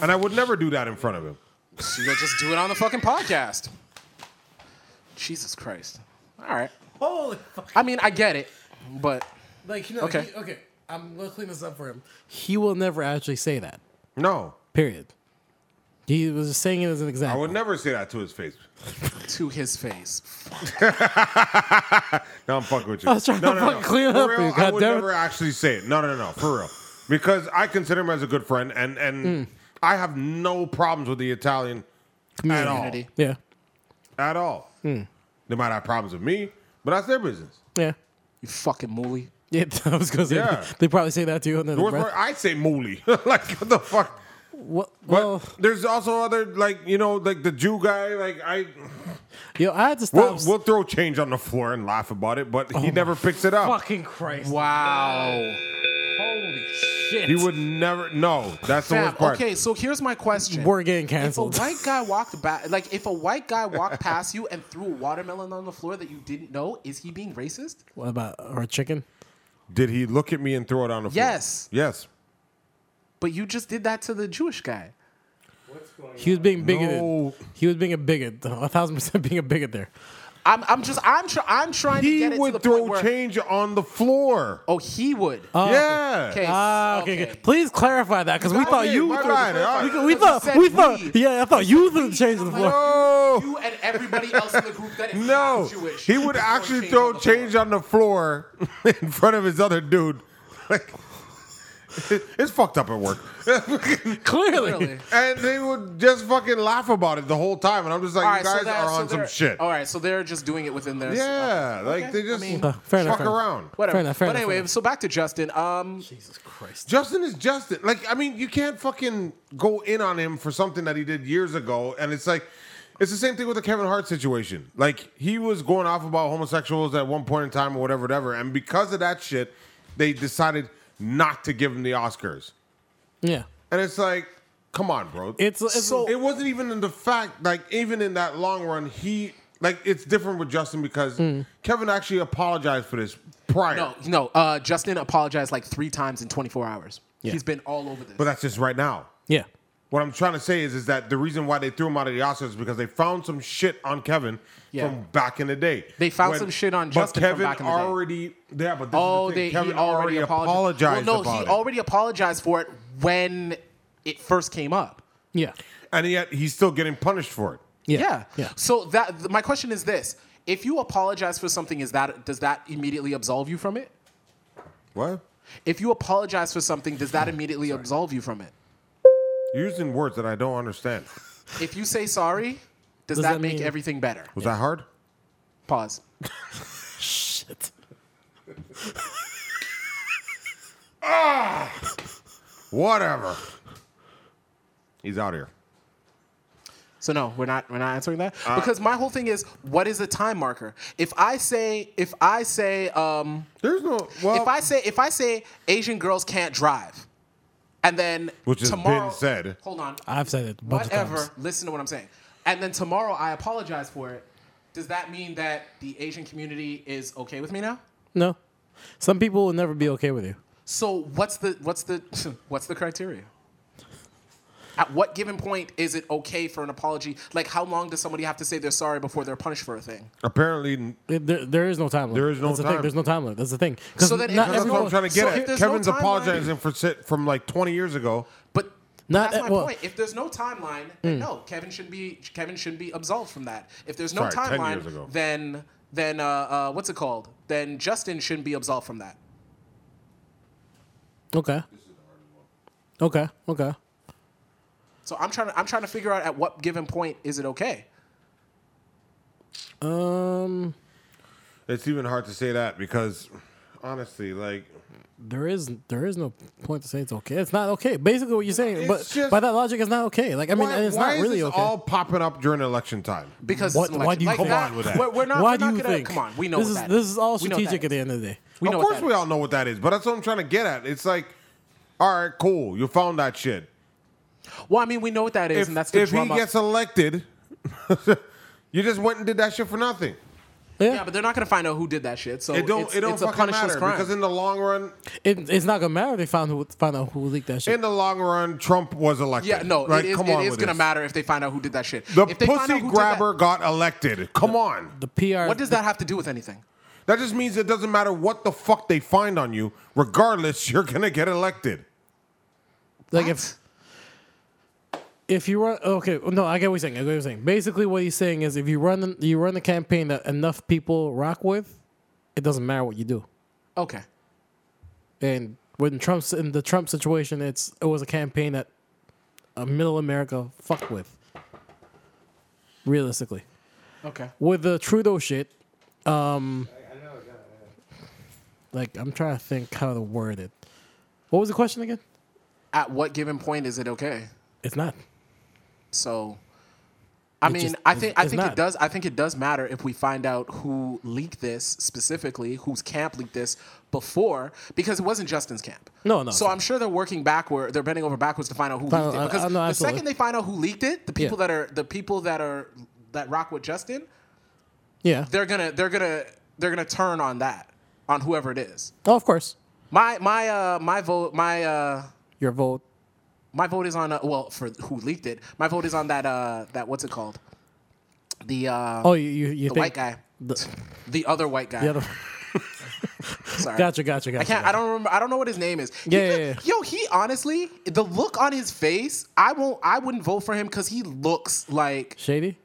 Speaker 3: and I would never do that in front of him.
Speaker 1: So you gotta just do it on the fucking podcast. Jesus Christ. All right.
Speaker 2: Holy fuck!
Speaker 1: I mean, I get it, but
Speaker 2: Like you know,
Speaker 1: Okay.
Speaker 2: he- okay. I'm gonna clean this up for him. He will never actually say that.
Speaker 3: No,
Speaker 2: Period. He was just saying it as an
Speaker 3: I
Speaker 2: example.
Speaker 3: would never say that to his face.
Speaker 1: to his face.
Speaker 3: No, I'm fucking with you.
Speaker 2: I was trying
Speaker 3: no,
Speaker 2: to
Speaker 3: no, no.
Speaker 2: fucking clean it
Speaker 3: For
Speaker 2: up,
Speaker 3: real,
Speaker 2: you
Speaker 3: I would
Speaker 2: goddamn it.
Speaker 3: never actually say it. No, no, no, no, for real. Because I consider him as a good friend, and
Speaker 2: Mm.
Speaker 3: and I have no problems with the Italian at all.
Speaker 1: Community.
Speaker 2: Yeah.
Speaker 3: At all.
Speaker 2: Mm.
Speaker 3: They might have problems with me, but that's their business.
Speaker 2: Yeah.
Speaker 1: You fucking mooly.
Speaker 2: Yeah, I was gonna say
Speaker 3: Yeah.
Speaker 2: they probably say that to you. And then
Speaker 3: The worst part, I say mooly. like what the fuck?
Speaker 2: well,
Speaker 3: But
Speaker 2: well,
Speaker 3: there's also other like you know like the Jew guy. Like I,
Speaker 2: yo, I had to stop.
Speaker 3: we'll, we'll throw change on the floor and laugh about it, but he never picks it up.
Speaker 2: Oh fucking Christ!
Speaker 1: Wow.
Speaker 2: Holy shit!
Speaker 3: He would never. No, that's the
Speaker 1: Fam,
Speaker 3: worst part.
Speaker 1: okay, so here's my question.
Speaker 2: We're getting
Speaker 1: if a
Speaker 2: canceled.
Speaker 1: white guy walked back, like if a white guy walked past you and threw a watermelon on the floor that you didn't know, is he being racist?
Speaker 2: What about or chicken?
Speaker 3: Did he look at me and throw it on the floor?
Speaker 1: Yes.
Speaker 3: Yes.
Speaker 1: But you just did that to the Jewish guy.
Speaker 4: What's going
Speaker 2: He was being bigoted.
Speaker 3: No.
Speaker 2: He was being a bigot. A thousand percent being a bigot there.
Speaker 1: I'm, I'm just, I'm, tr- I'm trying to
Speaker 3: He
Speaker 1: get it to the
Speaker 3: would
Speaker 1: point
Speaker 3: throw Uh,
Speaker 1: where.
Speaker 3: change on the floor.
Speaker 1: oh, he would.
Speaker 3: yeah.
Speaker 1: okay.
Speaker 2: Ah, okay, okay. Please clarify that because we
Speaker 3: Got
Speaker 2: thought
Speaker 3: it.
Speaker 2: you.
Speaker 3: My
Speaker 2: threw-
Speaker 3: bad. All
Speaker 2: we-
Speaker 3: right.
Speaker 2: We
Speaker 1: Because you
Speaker 2: thought.
Speaker 1: said
Speaker 2: We thought.
Speaker 1: we.
Speaker 2: Yeah, I thought you threw the change to the
Speaker 1: I'm
Speaker 2: floor.
Speaker 3: No.
Speaker 1: you and everybody else in the group that is
Speaker 3: No,
Speaker 1: not Jewish.
Speaker 3: he would
Speaker 1: Throw
Speaker 3: actually
Speaker 1: change
Speaker 3: throw
Speaker 1: on the floor.
Speaker 3: change on the floor in front of his other dude. Like, it's fucked up at work,
Speaker 2: Clearly.
Speaker 1: Really?
Speaker 3: and they would just fucking laugh about it the whole time. And I'm just like,
Speaker 1: All right,
Speaker 3: you guys
Speaker 1: so that-
Speaker 3: are
Speaker 1: so
Speaker 3: on some
Speaker 1: they're-
Speaker 3: shit.
Speaker 1: All right, so they're just doing it within their.
Speaker 3: Yeah, like they just
Speaker 1: mean-
Speaker 2: Uh, fair enough,
Speaker 3: fuck
Speaker 2: fair enough.
Speaker 3: around.
Speaker 1: Whatever.
Speaker 2: Fair enough, fair
Speaker 1: but
Speaker 2: enough,
Speaker 1: anyway,
Speaker 2: fair enough.
Speaker 1: so back to Justin. Um,
Speaker 2: Jesus Christ.
Speaker 3: Justin is Justin. Like, I mean, you can't fucking go in on him for something that he did years ago. And it's like, it's the same thing with the Kevin Hart situation. Like, he was going off about homosexuals at one point in time or whatever, whatever. And because of that shit, they decided not to give him the Oscars.
Speaker 2: Yeah.
Speaker 3: And it's like, come on, bro.
Speaker 2: It's, it's
Speaker 1: So-
Speaker 3: it wasn't even in the fact, like, even in that long run, he, like, it's different with Justin because
Speaker 2: Mm.
Speaker 3: Kevin actually apologized for this prior.
Speaker 1: no, no. Uh, Justin apologized like three times in 24 hours. He's been all over this.
Speaker 3: But that's just right now.
Speaker 2: yeah.
Speaker 3: What I'm trying to say is, is that the reason why they threw him out of the Oscars is because they found some shit on Kevin
Speaker 1: Yeah.
Speaker 3: from back in the day.
Speaker 1: They found some shit on Justin
Speaker 3: but
Speaker 1: from
Speaker 3: Kevin
Speaker 1: back in the day.
Speaker 3: already, day. Yeah, but this
Speaker 1: oh,
Speaker 3: is the
Speaker 1: they,
Speaker 3: thing.
Speaker 1: he
Speaker 3: Kevin
Speaker 1: already, apologized.
Speaker 3: apologized
Speaker 1: Well, no,
Speaker 3: about
Speaker 1: he
Speaker 3: it.
Speaker 1: already apologized for it when it first came up.
Speaker 2: Yeah.
Speaker 3: and yet he's still getting punished for it.
Speaker 2: Yeah.
Speaker 1: Yeah.
Speaker 2: Yeah.
Speaker 1: So that th- my question is this: If you apologize for something, is that does that immediately absolve you from it?
Speaker 3: What?
Speaker 1: If you apologize for something, does that immediately absolve you from it?
Speaker 3: You're using words that I don't understand.
Speaker 1: If you say sorry, does,
Speaker 2: Does
Speaker 1: that,
Speaker 2: that
Speaker 1: make
Speaker 2: mean-
Speaker 1: everything better?
Speaker 3: Was that hard?
Speaker 1: Pause.
Speaker 2: Shit.
Speaker 3: Whatever. He's out here.
Speaker 1: So no, we're not we're not answering that
Speaker 3: Uh,
Speaker 1: because my whole thing is what is the time marker? If I say if I say um,
Speaker 3: There's no. Well,
Speaker 1: if I say if I say Asian girls can't drive, and then
Speaker 3: Which has been
Speaker 1: tomorrow
Speaker 3: said.
Speaker 1: Hold on.
Speaker 2: I've said it. A bunch Of times.
Speaker 1: whatever. Listen to what I'm saying. And then tomorrow I apologize for it. Does that mean that the Asian community is okay with me now?
Speaker 2: No. Some people will never be okay with you.
Speaker 1: So what's the what's the what's the criteria? At what given point is it okay for an apology? Like how long does somebody have to say they're sorry before they're punished for a thing?
Speaker 3: apparently,
Speaker 2: It- There, there is no time limit.
Speaker 3: There is no
Speaker 2: That's the
Speaker 3: time.
Speaker 2: Thing. There's no time limit. That's the thing.
Speaker 1: So
Speaker 2: So
Speaker 1: then
Speaker 2: that
Speaker 1: if
Speaker 2: not
Speaker 1: there's
Speaker 3: that's what I'm
Speaker 2: everyone,
Speaker 3: trying to
Speaker 1: so
Speaker 3: get
Speaker 1: if
Speaker 3: at.
Speaker 1: there's no
Speaker 3: Kevin's
Speaker 1: timeline-
Speaker 3: apologizing for shit from like 20 years ago.
Speaker 1: But
Speaker 2: Not
Speaker 1: that's
Speaker 2: at-
Speaker 1: my
Speaker 2: well- Mm.
Speaker 1: point. If there's no timeline, then no, Kevin should be Kevin should be absolved from that. If there's no
Speaker 3: Sorry, 10 years ago.
Speaker 1: timeline, then then uh, uh, what's it called? Then Justin shouldn't be absolved from that.
Speaker 2: Okay. Okay. Okay.
Speaker 1: So I'm trying to I'm trying to figure out at what given point is it okay?
Speaker 2: Um.
Speaker 3: It's even hard to say that because Honestly, like
Speaker 2: There is there is no point to say it's okay. It's not okay. Basically, what you're saying,
Speaker 3: It's
Speaker 2: but
Speaker 3: just-
Speaker 2: by that logic, it's not okay. Like I mean,
Speaker 3: why,
Speaker 2: and it's
Speaker 3: why
Speaker 2: not
Speaker 3: is
Speaker 2: really
Speaker 3: this
Speaker 2: okay.
Speaker 3: all popping up during election time?
Speaker 1: Because
Speaker 2: What-
Speaker 1: it's an
Speaker 2: why do you
Speaker 1: election.
Speaker 2: think?
Speaker 1: Like
Speaker 2: Come
Speaker 3: on with that.
Speaker 1: We're, we're not.
Speaker 2: Why
Speaker 1: we're
Speaker 2: do
Speaker 1: not
Speaker 2: you
Speaker 1: gonna,
Speaker 2: think?
Speaker 1: Come on, we know
Speaker 2: this
Speaker 1: what
Speaker 2: is
Speaker 1: that
Speaker 2: this is all
Speaker 1: We know what
Speaker 2: strategic
Speaker 1: that
Speaker 2: at the
Speaker 1: is.
Speaker 2: end of the day.
Speaker 1: We know
Speaker 3: of
Speaker 1: what
Speaker 3: course,
Speaker 1: that
Speaker 3: we
Speaker 1: is.
Speaker 3: all know what that is, but that's what I'm trying to get at. It's like, all right, cool, you found that shit.
Speaker 1: Well, I mean, we know what that is,
Speaker 3: If,
Speaker 1: and that's the
Speaker 3: if he
Speaker 1: drama.
Speaker 3: gets elected, you just went and did that shit for nothing.
Speaker 1: yeah, but they're not gonna find out who did that shit. So
Speaker 3: It don't.
Speaker 1: Oh, It's,
Speaker 3: it don't
Speaker 1: it's a
Speaker 3: fucking
Speaker 1: punishless
Speaker 3: matter
Speaker 1: crime.
Speaker 3: because in the long run,
Speaker 2: It, it's not gonna matter. If they found who find out who leaked that shit.
Speaker 3: in the long run, Trump was elected.
Speaker 1: yeah, no,
Speaker 3: right?
Speaker 1: it is,
Speaker 3: Come
Speaker 1: it
Speaker 3: on
Speaker 1: is
Speaker 3: with
Speaker 1: gonna
Speaker 3: this.
Speaker 1: matter if they find out who did that shit.
Speaker 3: The
Speaker 1: if they find out
Speaker 3: pussy
Speaker 1: who did
Speaker 3: grabber got elected. Come on.
Speaker 2: the PR.
Speaker 1: that, what does that have to do with anything?
Speaker 3: That just means it doesn't matter what the fuck they find on you. Regardless, you're gonna get elected.
Speaker 2: like if if you run okay no i get what he's saying i get what he's saying basically what he's saying is if you run the, you run the campaign that enough people rock with it doesn't matter what you do
Speaker 1: Okay,
Speaker 2: and when trump's in the trump situation it's it was a campaign that uh, middle america fucked with realistically
Speaker 1: okay.
Speaker 2: with the trudeau shit um,
Speaker 4: I, I know. I got- I-
Speaker 2: like i'm trying to think how to word it what was the question again
Speaker 1: At what given point is it okay?
Speaker 2: it's not
Speaker 1: So, I
Speaker 2: It
Speaker 1: mean,
Speaker 2: just-
Speaker 1: I
Speaker 2: it's-
Speaker 1: think I
Speaker 2: it's
Speaker 1: think
Speaker 2: not.
Speaker 1: it does. I think it does matter if we find out who leaked this specifically, whose camp leaked this before, because it wasn't Justin's camp.
Speaker 2: No, no,
Speaker 1: So
Speaker 2: it's-
Speaker 1: I'm sure they're working backward. They're bending over backwards to find out who
Speaker 2: Find
Speaker 1: leaked
Speaker 2: out-
Speaker 1: it. Because
Speaker 2: I- I know,
Speaker 1: the
Speaker 2: absolutely.
Speaker 1: second they find out who leaked it, the people
Speaker 2: Yeah.
Speaker 1: that are the people that are that rock with Justin,
Speaker 2: yeah
Speaker 1: they're gonna they're gonna they're gonna turn on that on whoever it is.
Speaker 2: oh of course
Speaker 1: My my uh my vote my uh
Speaker 2: your vote
Speaker 1: my vote is on uh, well for who leaked it. My vote is on that uh that what's it called? The uh
Speaker 2: oh you you, you
Speaker 1: the
Speaker 2: think
Speaker 1: white guy.
Speaker 2: the,
Speaker 1: The other white guy.
Speaker 2: the other
Speaker 1: Sorry.
Speaker 2: Gotcha, gotcha, gotcha.
Speaker 1: I can't. I don't remember. I don't know what his name is. He
Speaker 2: Yeah,
Speaker 1: could-
Speaker 2: yeah,
Speaker 1: Yo, he honestly, the look on his face, I won't. I wouldn't vote for him because he looks like.
Speaker 2: Shady?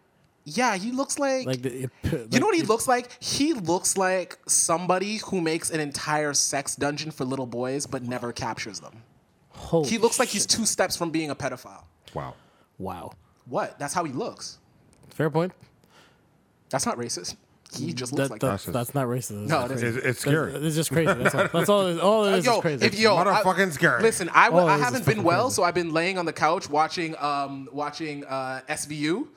Speaker 1: Yeah, he looks like.
Speaker 2: Like, the,
Speaker 1: you know what he looks like? He looks like somebody who makes an entire sex dungeon for little boys but never captures them.
Speaker 2: Holy
Speaker 1: He looks like he's
Speaker 2: shit.
Speaker 1: two steps from being a pedophile.
Speaker 3: Wow.
Speaker 2: wow.
Speaker 1: What? That's how he looks.
Speaker 2: Fair point.
Speaker 1: That's not racist. He just looks
Speaker 2: Mm, That,
Speaker 1: like that.
Speaker 2: that's,
Speaker 3: that.
Speaker 2: that's not racist. That's
Speaker 1: No,
Speaker 2: not
Speaker 1: it
Speaker 2: crazy.
Speaker 1: isn't.
Speaker 3: It's, it's
Speaker 2: That's-
Speaker 3: scary.
Speaker 2: That's just crazy. That's all. That's all. It is. All it is
Speaker 1: yo,
Speaker 2: is crazy.
Speaker 1: if yo, I-
Speaker 3: Motherfucking scary.
Speaker 1: Listen, I, w-
Speaker 2: Oh,
Speaker 1: I
Speaker 2: this is
Speaker 1: haven't been
Speaker 2: fucking
Speaker 1: well,
Speaker 2: crazy.
Speaker 1: so I've been laying on the couch watching um watching uh SVU.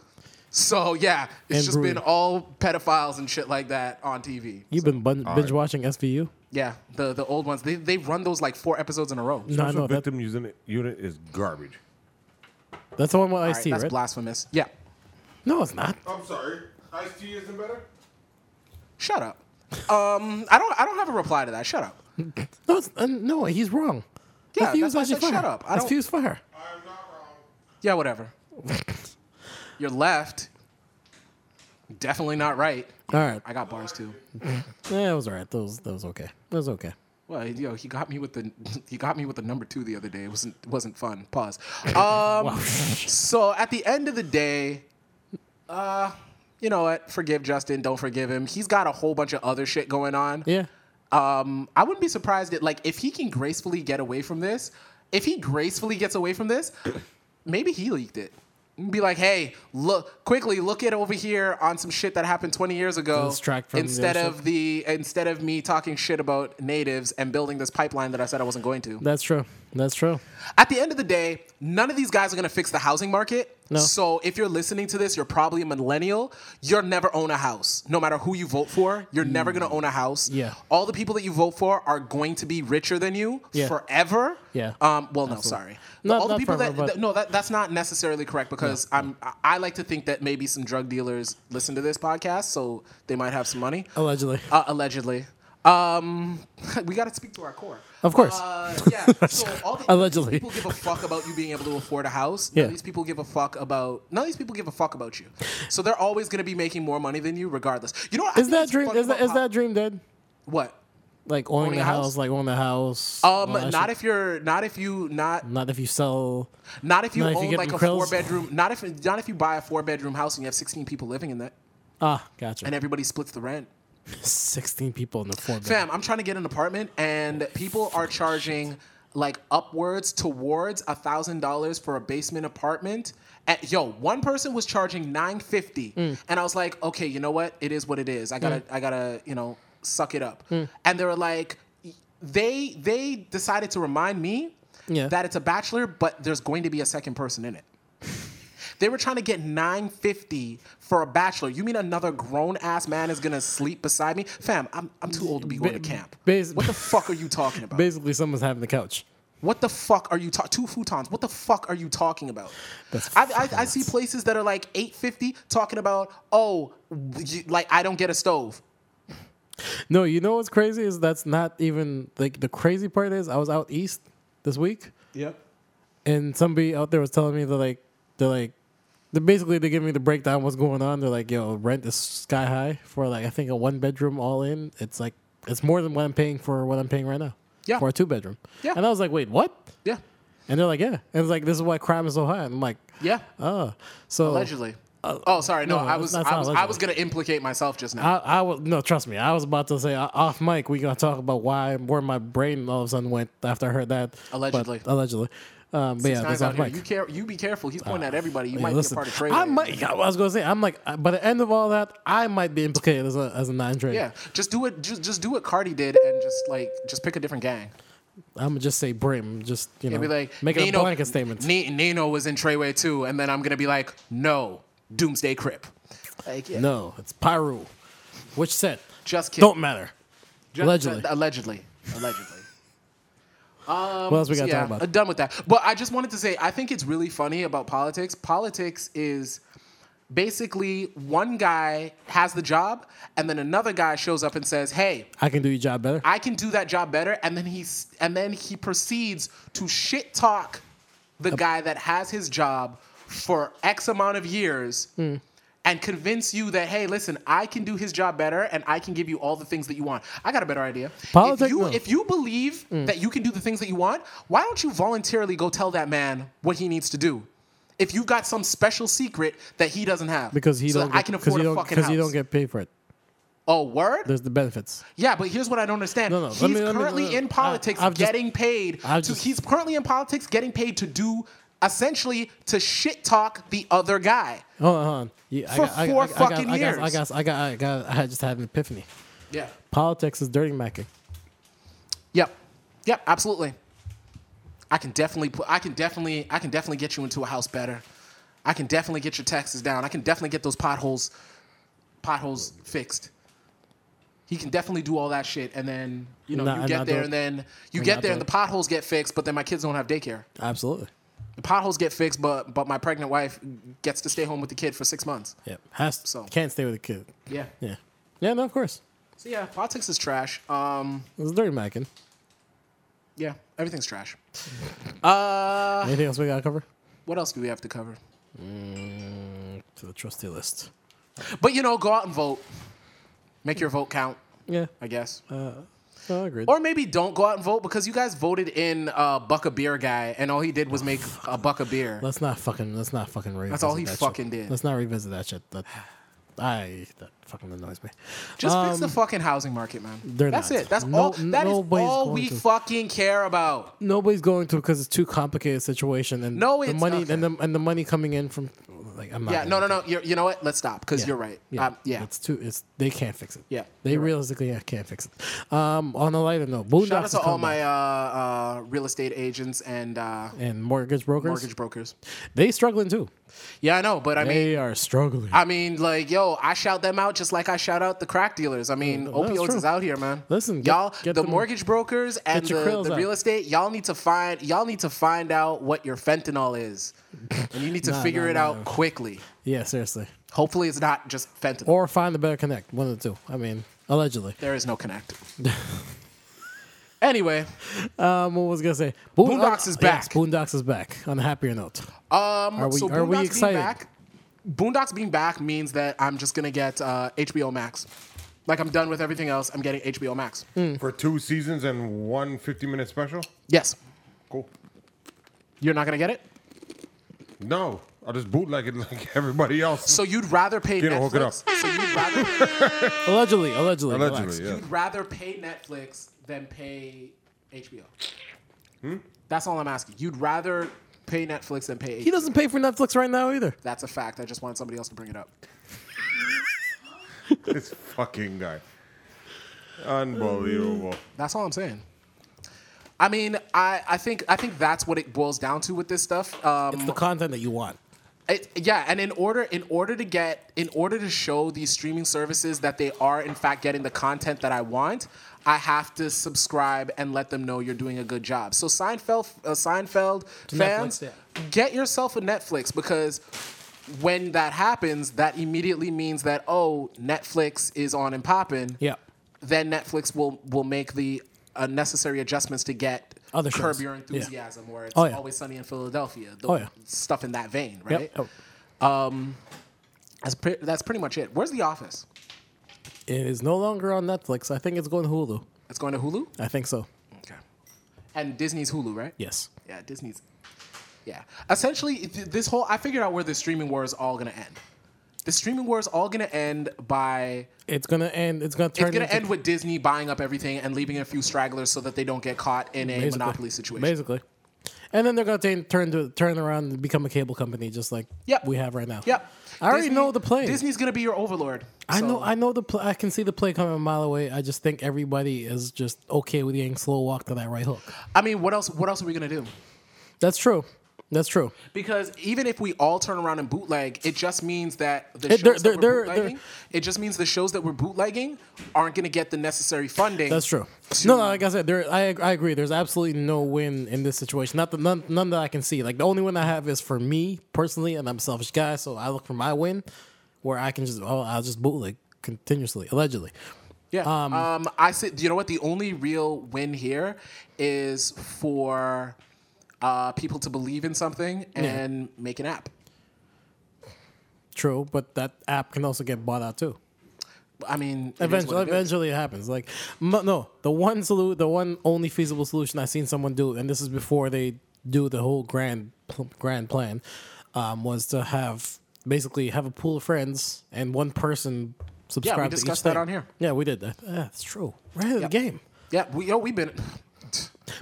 Speaker 1: So yeah, it's
Speaker 2: And
Speaker 1: just
Speaker 2: Brood.
Speaker 1: been all pedophiles and shit like that on TV.
Speaker 2: You've been bun- binge
Speaker 3: right.
Speaker 2: watching SVU.
Speaker 1: Yeah, the the old ones. They they run those like four episodes in a row.
Speaker 2: No, I
Speaker 3: Social
Speaker 2: know that,
Speaker 3: victim unit, unit is garbage.
Speaker 2: that's the one with
Speaker 1: All
Speaker 2: Ice
Speaker 1: right,
Speaker 2: T,
Speaker 1: that's
Speaker 2: right?
Speaker 1: blasphemous. Yeah,
Speaker 2: No, it's not.
Speaker 3: I'm sorry. Ice tea isn't better.
Speaker 1: shut up. Um, I don't I don't have a reply to that. Shut up.
Speaker 2: No, it's, uh, no, he's wrong.
Speaker 1: Yeah,
Speaker 2: SVU
Speaker 1: that's
Speaker 2: is
Speaker 1: why I
Speaker 2: actually
Speaker 1: said
Speaker 2: fire.
Speaker 1: shut up. I don't-
Speaker 2: SVU is fire.
Speaker 3: I'm not wrong.
Speaker 1: Yeah, whatever. You're left. Definitely not right.
Speaker 2: All right.
Speaker 1: I got bars too.
Speaker 2: Yeah, it was all right. That was that was okay. That was okay.
Speaker 1: Well, yo, he got me with the he got me with the number two the other day. It wasn't it wasn't fun. Pause. Um, so at the end of the day, uh, you know what? Forgive Justin. Don't forgive him. He's got a whole bunch of other shit going on.
Speaker 2: Yeah.
Speaker 1: Um, I wouldn't be surprised that like if he can gracefully get away from this, if he gracefully gets away from this, maybe he leaked it. And Be like, hey, look quickly, look it over here on some shit that happened 20 years ago.
Speaker 2: Distract from the
Speaker 1: Instead
Speaker 2: other
Speaker 1: of the instead of me talking shit about natives and building this pipeline that I said I wasn't going to.
Speaker 2: That's true. That's true.
Speaker 1: At the end of the day, none of these guys are going to fix the housing market.
Speaker 2: No.
Speaker 1: So if you're listening to this, you're probably a millennial. You'll never own a house. No matter who you vote for, you're never going to own a house.
Speaker 2: Mm. Yeah.
Speaker 1: All the people that you vote for are going to be richer than you
Speaker 2: Yeah.
Speaker 1: forever.
Speaker 2: Yeah.
Speaker 1: Um, well, no, sorry.
Speaker 2: Not-
Speaker 1: All the
Speaker 2: not
Speaker 1: people
Speaker 2: forever,
Speaker 1: that,
Speaker 2: but-
Speaker 1: that- no, that, that's not necessarily correct because I'm I- I like to think that maybe some drug dealers listen to this podcast, so they might have some money.
Speaker 2: Allegedly.
Speaker 1: Uh, allegedly. Um, we got to speak to our core.
Speaker 2: Of course.
Speaker 1: Uh, yeah. So all the, these
Speaker 2: Allegedly.
Speaker 1: people give a fuck about you being able to afford a house. None
Speaker 2: Yeah.
Speaker 1: of these people give a fuck about. None of these people give a fuck about you. So they're always going to be making more money than you, regardless. You know what? I
Speaker 2: Is
Speaker 1: think
Speaker 2: that
Speaker 1: it's
Speaker 2: dream?
Speaker 1: fucked
Speaker 2: Is that
Speaker 1: up
Speaker 2: is
Speaker 1: how-
Speaker 2: that dream dead?
Speaker 1: what?
Speaker 2: Like owning,
Speaker 1: Owning
Speaker 2: the
Speaker 1: a
Speaker 2: house,
Speaker 1: house?
Speaker 2: like owning the house.
Speaker 1: Um, not if you're, not if you, not,
Speaker 2: not if you sell.
Speaker 1: not if you
Speaker 2: Not if you
Speaker 1: own
Speaker 2: get
Speaker 1: like
Speaker 2: them
Speaker 1: a
Speaker 2: krills.
Speaker 1: four bedroom, not if, not if you buy a four bedroom house and you have 16 people living in that
Speaker 2: Ah, gotcha.
Speaker 1: and everybody splits the rent.
Speaker 2: 16 people in the four bedroom.
Speaker 1: Fam, I'm trying to get an apartment, and people are charging like upwards towards a thousand dollars for a basement apartment. At, yo, one person was charging nine fifty, and I was like, okay, you know what? It is what it is. I gotta, I gotta, you know, suck it up. And they were like, they they decided to remind me
Speaker 2: Yeah.
Speaker 1: that it's a bachelor, but there's going to be a second person in it. They were trying to get 950 for a bachelor. You mean another grown ass man is gonna sleep beside me? Fam, I'm, I'm too old to be going to camp.
Speaker 2: bas-
Speaker 1: what the fuck are you talking about?
Speaker 2: Basically, someone's having the couch.
Speaker 1: What the fuck are you talking? Two futons. What the fuck are you talking about? I, I, I see places that are like eight fifty talking about oh, you, like I don't get a stove.
Speaker 2: No, you know what's crazy is that's not even like the crazy part is I was out east this week
Speaker 1: Yep.
Speaker 2: and somebody out there was telling me that like they're like they basically they give me the breakdown of what's going on. They're like, yo, rent is sky high for like I think a one bedroom all in. It's like it's more than what I'm paying for what I'm paying right now.
Speaker 1: Yeah.
Speaker 2: For a two bedroom.
Speaker 1: Yeah.
Speaker 2: And I was like, wait, what?
Speaker 1: Yeah.
Speaker 2: And they're like, yeah. And it's like this is why crime is so high. And I'm like,
Speaker 1: Yeah.
Speaker 2: oh. So
Speaker 1: Allegedly. oh, sorry. No,
Speaker 2: no,
Speaker 1: I was
Speaker 2: that's
Speaker 1: I
Speaker 2: not
Speaker 1: was, I
Speaker 2: allegedly. Ah,
Speaker 1: was gonna implicate myself just now.
Speaker 2: I, I was no, trust me. I was about to say uh, off mic. We gonna talk about why where my brain all of a sudden went after I heard that.
Speaker 1: Allegedly.
Speaker 2: but, allegedly. Um, but yeah,
Speaker 1: Times
Speaker 2: that's
Speaker 1: out
Speaker 2: off
Speaker 1: here.
Speaker 2: mic.
Speaker 1: You care. You be careful. He's pointing at everybody. You
Speaker 2: Yeah,
Speaker 1: might
Speaker 2: listen,
Speaker 1: be a part of trade.
Speaker 2: I might. I was gonna say I'm like uh, by the end of all that, I might be implicated as a as a nine trade.
Speaker 1: Yeah. Just do it. Just, just do what Cardi did, and just like just pick a different gang.
Speaker 2: I'm gonna just say brim. Just you know,
Speaker 1: It'd be like
Speaker 2: make it a
Speaker 1: Nino,
Speaker 2: blanket statement.
Speaker 1: Ni- Nino was in Treyway too, and then I'm gonna be like, no, Doomsday Crip. Like, yeah.
Speaker 2: no, it's Pyru. Which set?
Speaker 1: Just kidding. uh,
Speaker 2: Don't matter. Allegedly.
Speaker 1: allegedly. Allegedly.
Speaker 2: what else we gotta
Speaker 1: yeah,
Speaker 2: talk about?
Speaker 1: uh, done with that. But I just wanted to say, I think it's really funny about politics. Politics is basically one guy has the job, and then another guy shows up and says, "Hey,
Speaker 2: I can do your job better.
Speaker 1: I can do that job better," and then he's and then he proceeds to shit talk the guy that has his job for X amount of years.
Speaker 2: Hmm.
Speaker 1: And convince you that hey, listen, I can do his job better, and I can give you all the things that you want. I got a better idea.
Speaker 2: Politic-
Speaker 1: if you,
Speaker 2: no. Hmm.
Speaker 1: if you believe that you can do the things that you want, why don't you voluntarily go tell that man what he needs to do? If you've got some special secret that he doesn't have,
Speaker 2: because he
Speaker 1: so
Speaker 2: don't.
Speaker 1: that
Speaker 2: Get,
Speaker 1: I can
Speaker 2: 'cause
Speaker 1: afford a
Speaker 2: you don't,
Speaker 1: fucking
Speaker 2: Because
Speaker 1: house.
Speaker 2: you don't get paid for it.
Speaker 1: oh, word.
Speaker 2: There's the benefits.
Speaker 1: Yeah, but here's what I don't understand.
Speaker 2: No, no, let
Speaker 1: he's
Speaker 2: me- let me-
Speaker 1: currently
Speaker 2: let me-
Speaker 1: in politics
Speaker 2: I- I've just-
Speaker 1: getting paid.
Speaker 2: I've
Speaker 1: to,
Speaker 2: just-
Speaker 1: he's currently in politics getting paid to do essentially to shit talk the other guy.
Speaker 2: Hold on, hold on. Oh, uh, Yeah,
Speaker 1: For
Speaker 2: I got, I,
Speaker 1: four
Speaker 2: I, I,
Speaker 1: fucking
Speaker 2: got,
Speaker 1: years.
Speaker 2: I got, I got, I got, I got, I just had an epiphany.
Speaker 1: Yeah.
Speaker 2: Politics is dirty macking.
Speaker 1: Yep. Yep, absolutely. I can definitely put I can definitely I can definitely get you into a house better. I can definitely get your taxes down. I can definitely get those potholes potholes fixed. He can definitely do all that shit and then you know
Speaker 2: Nah,
Speaker 1: you
Speaker 2: and I
Speaker 1: get there
Speaker 2: don't-
Speaker 1: and then you
Speaker 2: and I
Speaker 1: get there and the
Speaker 2: don't-
Speaker 1: potholes get fixed, but then my kids don't have daycare.
Speaker 2: Absolutely.
Speaker 1: The potholes get fixed, but but my pregnant wife gets to stay home with the kid for six months.
Speaker 2: Yeah. Has
Speaker 1: So-
Speaker 2: can't stay with a kid.
Speaker 1: Yeah.
Speaker 2: Yeah. Yeah. No, of course.
Speaker 1: So yeah, politics is trash. Um,
Speaker 2: It's dirty macking.
Speaker 1: yeah, everything's trash. Uh,
Speaker 2: Anything else we gotta cover?
Speaker 1: What else do we have to cover?
Speaker 2: To the trustee list.
Speaker 1: But you know, go out and vote. Make your vote count,
Speaker 2: Yeah.
Speaker 1: I guess.
Speaker 2: Uh. No, agreed.
Speaker 1: Or maybe don't go out and vote because you guys voted in a buck a beer guy, and all he did was make a buck a beer.
Speaker 2: let's not fucking. Let's not fucking revisit.
Speaker 1: all he
Speaker 2: that shit.
Speaker 1: fucking did.
Speaker 2: Let's not revisit that shit. That I that fucking annoys me.
Speaker 1: Just fix the fucking housing market, man.
Speaker 2: Um, they're
Speaker 1: That's
Speaker 2: not.
Speaker 1: it. That's
Speaker 2: No-
Speaker 1: all. That is
Speaker 2: nobody's
Speaker 1: all
Speaker 2: going
Speaker 1: we
Speaker 2: to.
Speaker 1: fucking care about.
Speaker 2: Nobody's going to because it's too complicated situation and
Speaker 1: No,
Speaker 2: the
Speaker 1: it's
Speaker 2: money
Speaker 1: okay.
Speaker 2: and the and the money coming in from like I'm not.
Speaker 1: Yeah. No.
Speaker 2: gonna
Speaker 1: No.
Speaker 2: look
Speaker 1: No. You're, you know what? Let's stop because
Speaker 2: Yeah.
Speaker 1: you're right.
Speaker 2: Yeah.
Speaker 1: Um, yeah.
Speaker 2: It's too. It's they can't fix it.
Speaker 1: Yeah,
Speaker 2: They realistically can't fix it. Um, on a lighter note, Boondocks
Speaker 1: Shout out
Speaker 2: is
Speaker 1: to all
Speaker 2: coming
Speaker 1: my
Speaker 2: back.
Speaker 1: uh, uh, real estate agents and uh,
Speaker 2: and mortgage brokers.
Speaker 1: mortgage brokers.
Speaker 2: They struggling too.
Speaker 1: Yeah, I know, but I mean,
Speaker 2: They are struggling.
Speaker 1: I mean, like, yo, I shout them out just like I shout out the crack dealers. I mean,
Speaker 2: no, that's
Speaker 1: opioids
Speaker 2: true.
Speaker 1: is out here, man.
Speaker 2: Listen, get-
Speaker 1: y'all,
Speaker 2: get
Speaker 1: the
Speaker 2: them-
Speaker 1: mortgage brokers and
Speaker 2: your
Speaker 1: the,
Speaker 2: krills
Speaker 1: the
Speaker 2: out.
Speaker 1: real estate, y'all need to find y'all need to find out what your fentanyl is, and you need to
Speaker 2: Nah,
Speaker 1: figure
Speaker 2: nah,
Speaker 1: it
Speaker 2: nah,
Speaker 1: out
Speaker 2: nah.
Speaker 1: quickly.
Speaker 2: yeah, seriously.
Speaker 1: Hopefully, it's not just fentanyl.
Speaker 2: Or find a better connect. One of the two. I mean, allegedly.
Speaker 1: there is no connect. anyway,
Speaker 2: Um, what was I gonna say? Boon-
Speaker 1: Boondocks
Speaker 2: uh,
Speaker 1: is
Speaker 2: yes,
Speaker 1: back.
Speaker 2: Boondocks is back. On a happier note.
Speaker 1: um,
Speaker 2: Are we-
Speaker 1: so
Speaker 2: are we
Speaker 1: Boondocks
Speaker 2: excited?
Speaker 1: being back, Boondocks being back means that I'm just gonna get uh, HBO Max. Like I'm done with everything else. I'm getting HBO Max.
Speaker 2: Hmm.
Speaker 3: For two seasons and one 50 minute special?
Speaker 1: Yes,
Speaker 3: Cool.
Speaker 1: you're not gonna get it.
Speaker 3: No, I'll just bootleg it like everybody else.
Speaker 1: So you'd rather pay
Speaker 3: You know, hook it
Speaker 1: Netflix. So you'd rather
Speaker 2: Allegedly, allegedly. relax.
Speaker 3: Allegedly, yeah.
Speaker 1: you'd rather pay Netflix than pay HBO.
Speaker 3: Hmm?
Speaker 1: That's all I'm asking. You'd rather pay Netflix than pay.
Speaker 2: He
Speaker 1: HBO.
Speaker 2: doesn't pay for Netflix right now either.
Speaker 1: That's a fact. I just wanted somebody else to bring it up.
Speaker 3: This fucking guy. Unbelievable.
Speaker 1: That's all I'm saying. I mean, I, I think I think that's what it boils down to with this stuff. Um,
Speaker 2: It's the content that you want.
Speaker 1: it, yeah, and in order in order to get in order to show these streaming services that they are in fact getting the content that I want, I have to subscribe and let them know you're doing a good job. So Seinfeld uh, Seinfeld fans,
Speaker 2: Netflix,
Speaker 1: get yourself a Netflix because when that happens, that immediately means that oh, Netflix is on and popping.
Speaker 2: Yeah.
Speaker 1: Then Netflix will will make the uh, necessary adjustments to get
Speaker 2: Other shows.
Speaker 1: curb your
Speaker 2: Yeah.
Speaker 1: enthusiasm, where it's
Speaker 2: Oh, yeah.
Speaker 1: always sunny in Philadelphia. The
Speaker 2: Oh, yeah.
Speaker 1: stuff in that vein,
Speaker 2: Yep.
Speaker 1: right? Um,
Speaker 2: Oh,
Speaker 1: That's pre- that's pretty much it. Where's The Office?
Speaker 2: It is no longer on Netflix. I think it's going to Hulu.
Speaker 1: It's going to Hulu.
Speaker 2: I think so.
Speaker 1: Okay. And Disney's Hulu, right?
Speaker 2: Yes.
Speaker 1: Yeah, Disney's. Yeah. Essentially, th- this whole I figured out where the streaming war is all gonna end. The streaming war is all gonna end by
Speaker 2: It's gonna end. It's gonna turn.
Speaker 1: it's gonna
Speaker 2: into-
Speaker 1: end with Disney buying up everything and leaving a few stragglers so that they don't get caught in a
Speaker 2: basically.
Speaker 1: monopoly situation.
Speaker 2: Basically. And then they're gonna turn turn to turn around and become a cable company, just like
Speaker 1: Yep.
Speaker 2: we have right now.
Speaker 1: Yep.
Speaker 2: I already know the play.
Speaker 1: Disney's gonna be your overlord.
Speaker 2: I
Speaker 1: so-
Speaker 2: know, I know the play. I can see the play coming a mile away. I just think everybody is just okay with getting slow walk to that right hook.
Speaker 1: I mean, what else? What else are we gonna do?
Speaker 2: That's true. That's true.
Speaker 1: Because even if we all turn around and bootleg, it just means that the
Speaker 2: It-
Speaker 1: shows
Speaker 2: they're-
Speaker 1: that
Speaker 2: they're-
Speaker 1: we're
Speaker 2: they're-
Speaker 1: bootlegging, it just means the shows that we're bootlegging aren't going to get the necessary funding.
Speaker 2: That's true. No, no, like I said, there. I, I agree. There's absolutely no win in this situation. Not the none, none that I can see. Like the only win I have is for me personally, and I'm a selfish guy, so I look for my win, where I can just oh, I'll just bootleg continuously, allegedly.
Speaker 1: Yeah. Um, I said, you know what? The only real win here is for uh, people to believe in something and make an app.
Speaker 2: True, but that app can also get bought out too.
Speaker 1: I mean, it is
Speaker 2: Eventually,
Speaker 1: what it is.
Speaker 2: eventually it happens. Like, mo- no, the one solu the one only feasible solution I've seen someone do, and this is before they do the whole grand pl- grand plan, um, was to have basically have a pool of friends and one person subscribe. to each
Speaker 1: discussed that
Speaker 2: thing.
Speaker 1: on here.
Speaker 2: Yeah, we did that. Yeah, that's true. Right out of the game.
Speaker 1: Yeah. We, yo, we've been.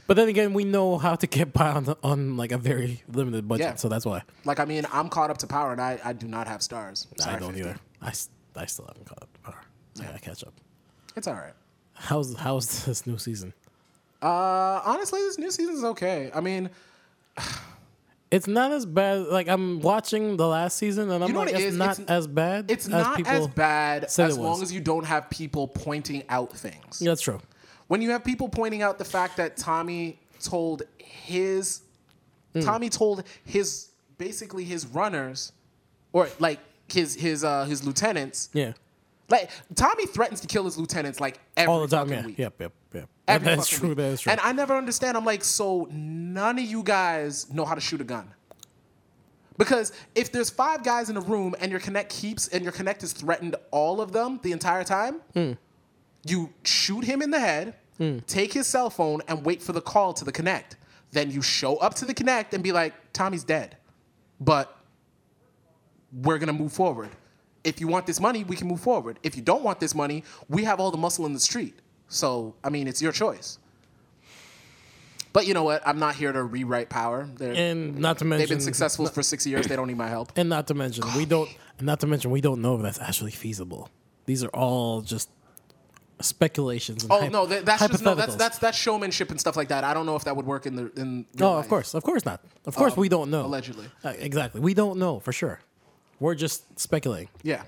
Speaker 2: But then again, we know how to get by on, on like a very limited budget,
Speaker 1: Yeah.
Speaker 2: so that's why
Speaker 1: Like, I mean, I'm caught up to power and I, I do not have stars. Sorry,
Speaker 2: I don't
Speaker 1: 50.
Speaker 2: either. I, s- I still haven't caught up. to power. I gotta catch up.
Speaker 1: It's all right.
Speaker 2: How's how's this new season?
Speaker 1: Uh, honestly, this new season's okay. I mean,
Speaker 2: It's not as bad. Like I'm watching the last season, and I'm
Speaker 1: know
Speaker 2: like,
Speaker 1: what it
Speaker 2: it's
Speaker 1: is?
Speaker 2: not
Speaker 1: It's-
Speaker 2: as bad.
Speaker 1: It's
Speaker 2: as
Speaker 1: not
Speaker 2: people
Speaker 1: as bad
Speaker 2: said
Speaker 1: as
Speaker 2: it
Speaker 1: long
Speaker 2: was.
Speaker 1: as you don't have people pointing out things.
Speaker 2: Yeah, that's true.
Speaker 1: When you have people pointing out the fact that Tommy told his
Speaker 2: Hmm.
Speaker 1: Tommy told his basically his runners or like his his uh his lieutenants
Speaker 2: Yeah,
Speaker 1: like Tommy threatens to kill his lieutenants like every
Speaker 2: all the time.
Speaker 1: fucking
Speaker 2: Yeah,
Speaker 1: week.
Speaker 2: yep, yep, yep.
Speaker 1: Every
Speaker 2: that's
Speaker 1: fucking
Speaker 2: true.
Speaker 1: week.
Speaker 2: That is true.
Speaker 1: And I never understand. I'm like, so none of you guys know how to shoot a gun. Because if there's five guys in a room and your connect keeps and your connect is threatened all of them the entire time,
Speaker 2: Hmm.
Speaker 1: you shoot him in the head, take his cell phone, and wait for the call to the connect. Then you show up to the connect and be like, Tommy's dead. But we're gonna move forward. If you want this money, we can move forward. If you don't want this money, we have all the muscle in the street. So, I mean, it's your choice. But you know what? I'm not here to rewrite power. They're,
Speaker 2: And not to mention,
Speaker 1: they've been successful for six years. They don't need my help.
Speaker 2: And not to mention, we don't. Not to mention, we don't know if that's actually feasible. These are all just speculations. And
Speaker 1: Oh
Speaker 2: hype-
Speaker 1: no, that, that's just no. That's
Speaker 2: hypotheticals.
Speaker 1: that's that's showmanship and stuff like that. I don't know if that would work in the in.
Speaker 2: No,
Speaker 1: real
Speaker 2: of
Speaker 1: life.
Speaker 2: course, of course not. Of course, we don't know.
Speaker 1: allegedly.
Speaker 2: Uh, exactly, we don't know for sure. We're just speculating.
Speaker 1: Yeah,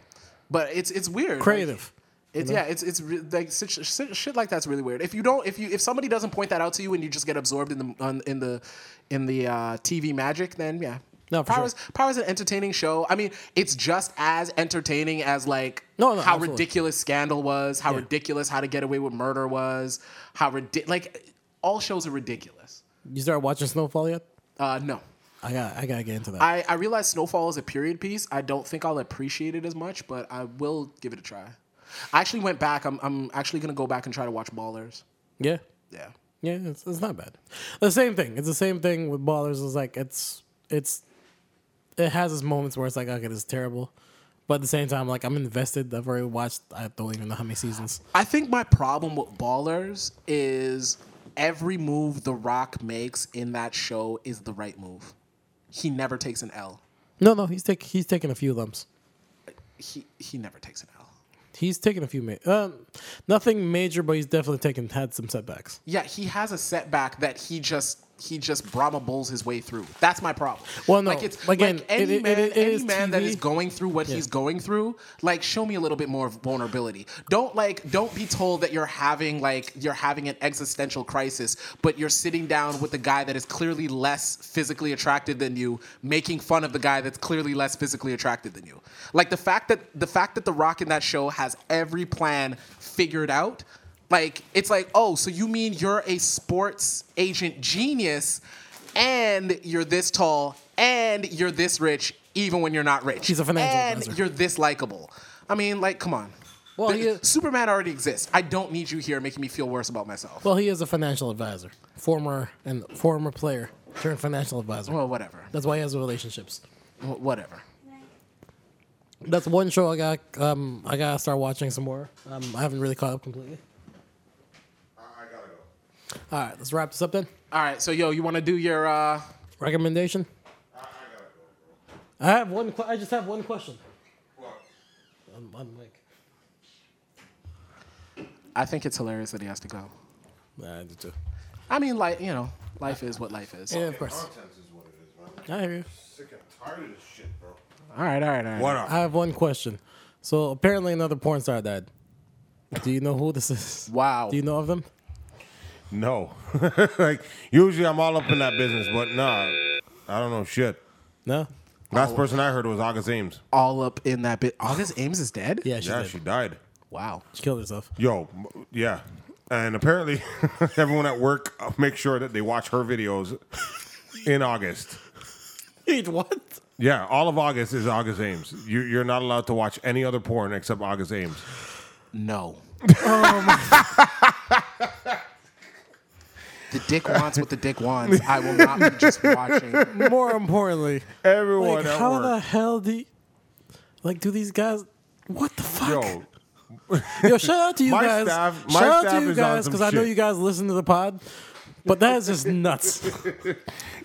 Speaker 1: but it's it's weird. Like,
Speaker 2: Creative.
Speaker 1: It's yeah, it's it's re- like sit- sit- shit like that's really weird. If you don't, if you if somebody doesn't point that out to you and you just get absorbed in the on, in the in the uh, TV magic, then yeah,
Speaker 2: No, for sure.
Speaker 1: Power's Power's an entertaining show. I mean, it's just as entertaining as like
Speaker 2: No, no,
Speaker 1: how
Speaker 2: absolutely.
Speaker 1: ridiculous Scandal was, how ridiculous How to Get Away with Murder was, how ridiculous like all shows are ridiculous.
Speaker 2: You start watching Snowfall yet?
Speaker 1: Uh, no.
Speaker 2: I got. I gotta get into that.
Speaker 1: I, I realize Snowfall is a period piece. I don't think I'll appreciate it as much, but I will give it a try. I actually went back. I'm, I'm actually going to go back and try to watch Ballers.
Speaker 2: yeah.
Speaker 1: Yeah.
Speaker 2: Yeah, it's, it's not bad. The same thing. It's the same thing with ballers. It's like it's it's it has its moments where it's like okay, this is terrible, but at the same time, like I'm invested. I've already watched. I don't even know how many seasons.
Speaker 1: I think my problem with Ballers is every move The Rock makes in that show is the right move. He never takes an L.
Speaker 2: No, no, he's take he's taking a few lumps.
Speaker 1: He, he never takes an L.
Speaker 2: he's taken a few ma- um, nothing major, but he's definitely taken had some setbacks.
Speaker 1: Yeah, he has a setback that he just he just Brahma bulls his way through. That's my problem.
Speaker 2: Well, no,
Speaker 1: like it's
Speaker 2: again,
Speaker 1: like any
Speaker 2: it- it-
Speaker 1: man,
Speaker 2: it- it
Speaker 1: any
Speaker 2: is
Speaker 1: man that
Speaker 2: TV.
Speaker 1: is going through what he's going through, like show me a little bit more of vulnerability. Don't like don't be told that you're having like you're having an existential crisis, but you're sitting down with the guy that is clearly less physically attracted than you, making fun of the guy that's clearly less physically attracted than you. Like the fact that the fact that The Rock in that show has every plan figured out. Like it's like, oh, so you mean you're a sports agent genius and you're this tall and you're this rich even when you're not rich.
Speaker 2: He's a financial
Speaker 1: and
Speaker 2: advisor.
Speaker 1: you're this likable. I mean, like, come on.
Speaker 2: Well,
Speaker 1: The-
Speaker 2: he-
Speaker 1: Superman already exists. I don't need you here making me feel worse about myself.
Speaker 2: Well, he is a financial advisor, former and former player turned financial advisor.
Speaker 1: Well, whatever.
Speaker 2: That's why he has the relationships.
Speaker 1: Wh- Whatever.
Speaker 2: That's one show I got. Um, I gotta start watching some more. Um, I haven't really caught up completely.
Speaker 3: I gotta go.
Speaker 2: All right, let's wrap this up then.
Speaker 1: All right, so yo, you want to do your uh
Speaker 2: Recommendation. I have one. que- I just have one question. I'm, I'm like,
Speaker 1: I think it's hilarious that he has to go.
Speaker 2: nah, I do too.
Speaker 1: I mean, like, you know, life is what life is.
Speaker 2: Yeah, of course.
Speaker 3: Content is what it is, man.
Speaker 2: I hear you.
Speaker 3: Sick and tired of this shit, bro.
Speaker 1: All right, all right, all right.
Speaker 3: What
Speaker 2: I
Speaker 3: up?
Speaker 2: have one question. So apparently another porn star died. Do you know who this is?
Speaker 1: Wow.
Speaker 2: Do you know of them?
Speaker 3: No. like usually I'm all up in that business, but nah, I don't know shit.
Speaker 2: No. Oh.
Speaker 3: Last person I heard was August Ames.
Speaker 1: All up in that bit. August Ames is dead?
Speaker 2: Yeah, she
Speaker 3: yeah,
Speaker 2: did.
Speaker 3: she died.
Speaker 1: Wow.
Speaker 2: She killed herself.
Speaker 3: Yo, m- yeah. And apparently, everyone at work uh, make sure that they watch her videos in August.
Speaker 2: Wait, what?
Speaker 3: Yeah, all of August is August Ames. You, you're not allowed to watch any other porn except August Ames.
Speaker 1: No. the dick wants what the dick wants. I will not be just watching.
Speaker 2: More importantly,
Speaker 3: Everyone
Speaker 2: like
Speaker 3: at
Speaker 2: how the
Speaker 3: work.
Speaker 2: hell do, you, like, do these guys? What the fuck?
Speaker 3: Yo,
Speaker 2: Yo, shout out to you
Speaker 3: My
Speaker 2: guys.
Speaker 3: staff- my
Speaker 2: shout out
Speaker 3: staff
Speaker 2: to you
Speaker 3: is on
Speaker 2: guys
Speaker 3: some
Speaker 2: because I know
Speaker 3: shit.
Speaker 2: you guys listen to the pod. But that is just nuts.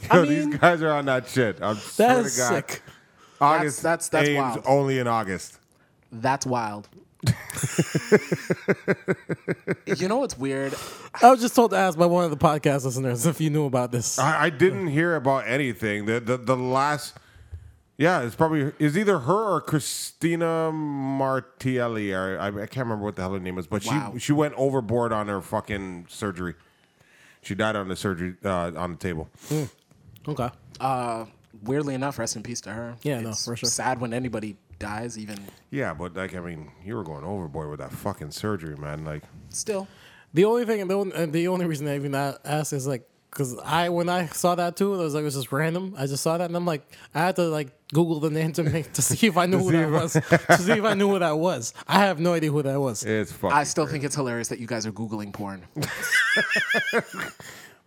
Speaker 3: yo,
Speaker 2: mean-
Speaker 3: these guys are on that shit. I'm
Speaker 2: That
Speaker 3: swear
Speaker 2: is
Speaker 3: to God.
Speaker 2: sick.
Speaker 3: August
Speaker 1: That's- that's- that's
Speaker 3: Ames
Speaker 1: wild.
Speaker 3: only in August.
Speaker 1: That's wild. you know what's weird?
Speaker 2: I was just told to ask by one of the podcast listeners if you knew about this.
Speaker 3: I, I didn't hear about anything. The, the the last, yeah, it's probably is either her or Christina Martelli. Or I, I can't remember what the hell her name is, but
Speaker 1: Wow.
Speaker 3: she she went overboard on her fucking surgery. She died on the surgery uh, on the table.
Speaker 2: Okay.
Speaker 1: Uh, weirdly enough, rest in peace to her.
Speaker 2: Yeah,
Speaker 1: it's
Speaker 2: no, for sure.
Speaker 1: Sad when anybody dies, even
Speaker 3: Yeah, but like I mean, you were going overboard with that fucking surgery, man. Like,
Speaker 1: still.
Speaker 2: The only thing, the only, the only reason I even a- asked is like, because I when I saw that too, it was like it was just random. I just saw that and I'm like, I had to like Google the name to make to see if I knew who
Speaker 3: see
Speaker 2: that was, to see if I knew who that was. I have no idea who that was.
Speaker 3: it's fucking.
Speaker 1: I still think it's hilarious that you guys are Googling porn.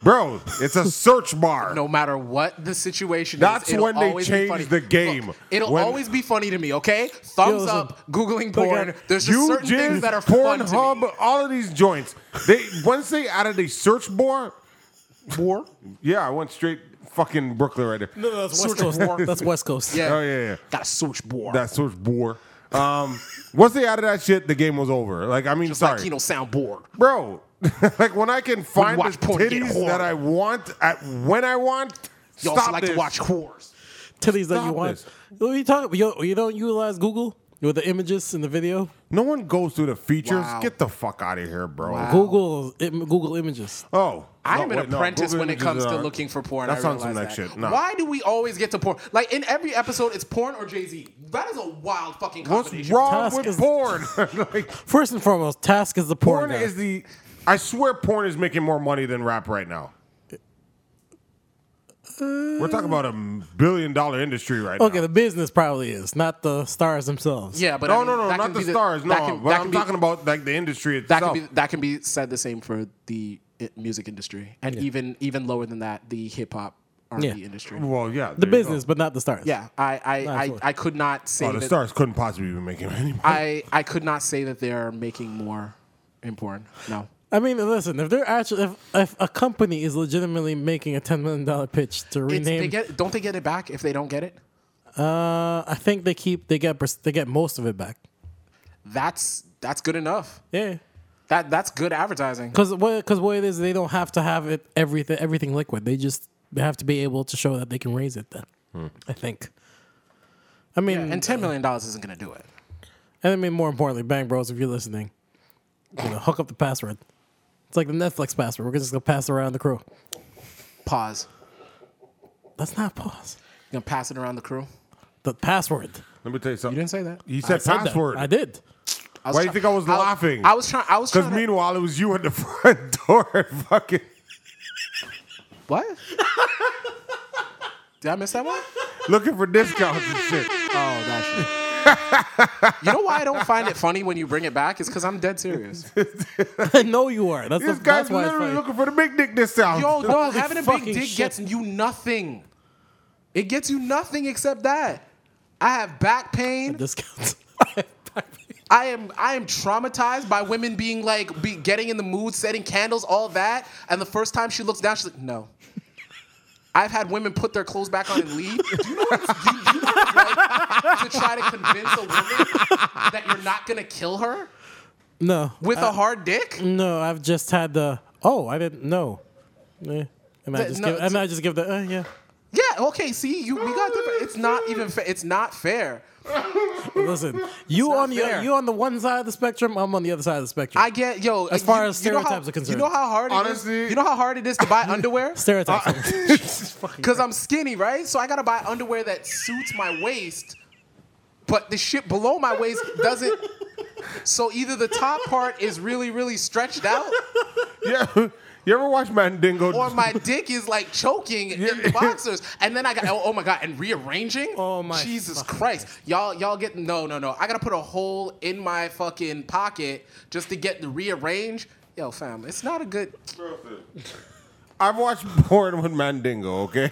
Speaker 3: Bro, it's a search bar.
Speaker 1: No matter what the situation
Speaker 3: That's
Speaker 1: is, it'll
Speaker 3: when they
Speaker 1: always be
Speaker 3: changed
Speaker 1: funny.
Speaker 3: the game.
Speaker 1: Look, it'll
Speaker 3: When-
Speaker 1: always be funny to me, okay? Thumbs
Speaker 2: listen.
Speaker 1: up, Googling porn.
Speaker 2: at-
Speaker 1: There's just
Speaker 3: you
Speaker 1: certain things
Speaker 3: jizz,
Speaker 1: that are fun
Speaker 3: Pornhub,
Speaker 1: to me.
Speaker 3: all of these joints. They once they added a search bar.
Speaker 1: War?
Speaker 3: Yeah, I went straight fucking Brooklyn right there.
Speaker 2: No, no, that's West Coast. that's West Coast.
Speaker 1: Yeah.
Speaker 3: Oh yeah, yeah.
Speaker 1: Got a switch war.
Speaker 3: That search bore. Um, once they added that shit, the game was over. Like I mean, sorry,
Speaker 1: Latino sound board.
Speaker 3: bro. like when I can find
Speaker 1: watch
Speaker 3: the
Speaker 1: porn, get
Speaker 3: titties
Speaker 1: horny.
Speaker 3: that I want at when I want.
Speaker 1: You
Speaker 3: stop
Speaker 1: also like
Speaker 3: this.
Speaker 1: to watch whores.
Speaker 2: titties that you
Speaker 3: Stop
Speaker 2: want.
Speaker 3: this.
Speaker 2: What are you talking about? You, you don't utilize Google with the images in the video?
Speaker 3: No one goes through the features.
Speaker 1: Wow.
Speaker 3: Get the fuck out of here, bro.
Speaker 1: Wow.
Speaker 2: Google im, Google images.
Speaker 3: Oh,
Speaker 1: I
Speaker 3: no,
Speaker 1: am an
Speaker 3: wait, no,
Speaker 1: apprentice
Speaker 3: Google
Speaker 1: when it
Speaker 3: Images
Speaker 1: comes to
Speaker 3: are-
Speaker 1: looking for porn.
Speaker 3: That's
Speaker 1: I
Speaker 3: on some
Speaker 1: realize
Speaker 3: that
Speaker 1: that.
Speaker 3: shit. No.
Speaker 1: Why do we always get to porn? Like in every episode, it's porn or Jay Z. That is a wild fucking
Speaker 3: What's
Speaker 1: combination.
Speaker 3: wrong
Speaker 2: Task
Speaker 3: with
Speaker 2: is-
Speaker 3: porn? like,
Speaker 2: First and foremost, Task is the porn,
Speaker 3: porn
Speaker 2: guy.
Speaker 3: is the. I swear, porn is making more money than rap right now. We're talking about a billion dollar industry right
Speaker 2: okay,
Speaker 3: now.
Speaker 2: the business probably is, not the stars themselves.
Speaker 1: Yeah, but
Speaker 3: no,
Speaker 1: I mean,
Speaker 3: no, no,
Speaker 1: that
Speaker 3: not
Speaker 1: can
Speaker 3: the
Speaker 1: be
Speaker 3: stars. No,
Speaker 1: that can,
Speaker 3: but
Speaker 1: that
Speaker 3: I'm
Speaker 1: can be,
Speaker 3: talking about like the industry
Speaker 1: that
Speaker 3: itself.
Speaker 1: can be that can be said the same for the i- music industry, and even even lower than that, the hip hop R&B
Speaker 2: Yeah.
Speaker 1: industry.
Speaker 3: well, yeah,
Speaker 2: The business, but not the stars.
Speaker 1: Yeah, I I, I,
Speaker 2: Absolutely.
Speaker 1: I could not say
Speaker 3: Oh, the
Speaker 1: that
Speaker 3: stars couldn't possibly be making any money.
Speaker 1: I I could not say that they are making more in porn. No.
Speaker 2: I mean, listen, if they're actually, if, if a company is legitimately making a $10 million pitch to
Speaker 1: It's,
Speaker 2: rename,
Speaker 1: they get don't they get it back if they don't get it?
Speaker 2: uh, I think they keep, they get, pers- they get most of it back.
Speaker 1: That's that's good enough.
Speaker 2: Yeah.
Speaker 1: That that's good advertising.
Speaker 2: Because what, cause what it is, they don't have to have it everything everything liquid. They just they have to be able to show that they can raise it. Then I think. I mean,
Speaker 1: Hmm. And ten million dollars isn't gonna do it.
Speaker 2: and I mean more importantly, Bang Bros, if you're listening, you know, hook up the password. It's like the Netflix password. We're just gonna pass it around the crew.
Speaker 1: Pause.
Speaker 2: That's not pause.
Speaker 1: You gonna pass it around the crew?
Speaker 2: The password.
Speaker 3: Let me tell you
Speaker 1: You
Speaker 3: something.
Speaker 1: didn't say that.
Speaker 3: You said,
Speaker 2: I said that.
Speaker 3: password.
Speaker 2: I did.
Speaker 1: I was
Speaker 3: Why do
Speaker 1: try-
Speaker 3: you think I was laughing?
Speaker 1: I was trying. I was
Speaker 3: Because
Speaker 1: trying. to-
Speaker 3: meanwhile, it was you at the front door. Fucking.
Speaker 1: What? Did I miss that one?
Speaker 3: Looking for discounts and shit.
Speaker 1: Oh, that shit. you know why I don't find it funny when you bring it back? Is because I'm dead serious.
Speaker 2: I know you are. That's, the,
Speaker 3: This guy's
Speaker 2: that's why it's
Speaker 3: literally
Speaker 2: funny.
Speaker 3: looking for the big dick this time.
Speaker 1: Yo, no, having a big
Speaker 2: fucking
Speaker 1: dick
Speaker 2: shit.
Speaker 1: gets you nothing. It gets you nothing except that. I have back pain.
Speaker 2: discounts.
Speaker 1: I am I am traumatized by women being like be getting in the mood, setting candles, all that. And the first time she looks down, she's like, no. I've had women put their clothes back on and leave. Do you know what it's, do you, do you know what it's like to try to convince a woman that you're not gonna kill her
Speaker 2: no,
Speaker 1: with a hard dick?
Speaker 2: no. I've just had the. Oh, I didn't know. Eh. And I
Speaker 1: That-
Speaker 2: just
Speaker 1: no,
Speaker 2: give. And
Speaker 1: it's-
Speaker 2: I just give the. Uh, yeah.
Speaker 1: Yeah. Okay. See, you we got different. It's not even. Fa- it's not fair.
Speaker 2: Listen, you
Speaker 1: not
Speaker 2: on the
Speaker 1: fair.
Speaker 2: you on the one side of the spectrum. I'm on the other side of the spectrum.
Speaker 1: I get yo.
Speaker 2: As far
Speaker 1: you-
Speaker 2: as
Speaker 1: you know how-
Speaker 2: stereotypes are concerned.
Speaker 1: you know how hard it is-
Speaker 3: Honestly-
Speaker 1: You know how hard it is to buy underwear.
Speaker 2: Stereotypes.
Speaker 1: Because I'm skinny, right? So I gotta buy underwear that suits my waist, but the shit below my waist doesn't. So either the top part is really, really stretched out,
Speaker 3: Yeah. You ever watch Mandingo?
Speaker 1: or my dick is like choking in the boxers. And then I got oh, oh my god, and rearranging.
Speaker 2: Oh my
Speaker 1: Jesus Christ, y'all, y'all get no, no, no. I gotta put a hole in my fucking pocket just to get the rearrange. Yo, fam, it's not a good.
Speaker 3: I've watched porn with Mandingo, okay?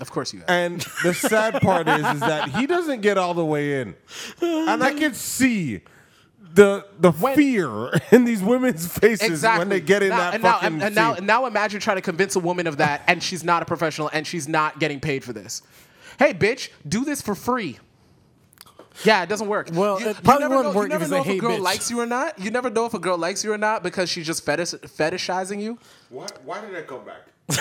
Speaker 1: Of course you. Have.
Speaker 3: And the sad part is, is that he doesn't get all the way in. And I can see the the fear in these women's faces
Speaker 1: Exactly.
Speaker 3: when they get in
Speaker 1: now,
Speaker 3: that
Speaker 1: and now,
Speaker 3: fucking
Speaker 1: and, and now,
Speaker 3: scene.
Speaker 1: and now imagine trying to convince a woman of that, and she's not a professional, and she's not getting paid for this. Hey, bitch, do this for free. Yeah, it doesn't work.
Speaker 2: Well,
Speaker 1: you,
Speaker 2: it probably
Speaker 1: you never
Speaker 2: wouldn't
Speaker 1: know,
Speaker 2: work
Speaker 1: you
Speaker 2: if
Speaker 1: never
Speaker 2: it's
Speaker 1: know
Speaker 2: a
Speaker 1: if
Speaker 2: hey,
Speaker 1: a girl
Speaker 2: bitch.
Speaker 1: likes you or not. You never know if a girl likes you or not because she's just fetish, fetishizing you.
Speaker 3: What? Why did I come back?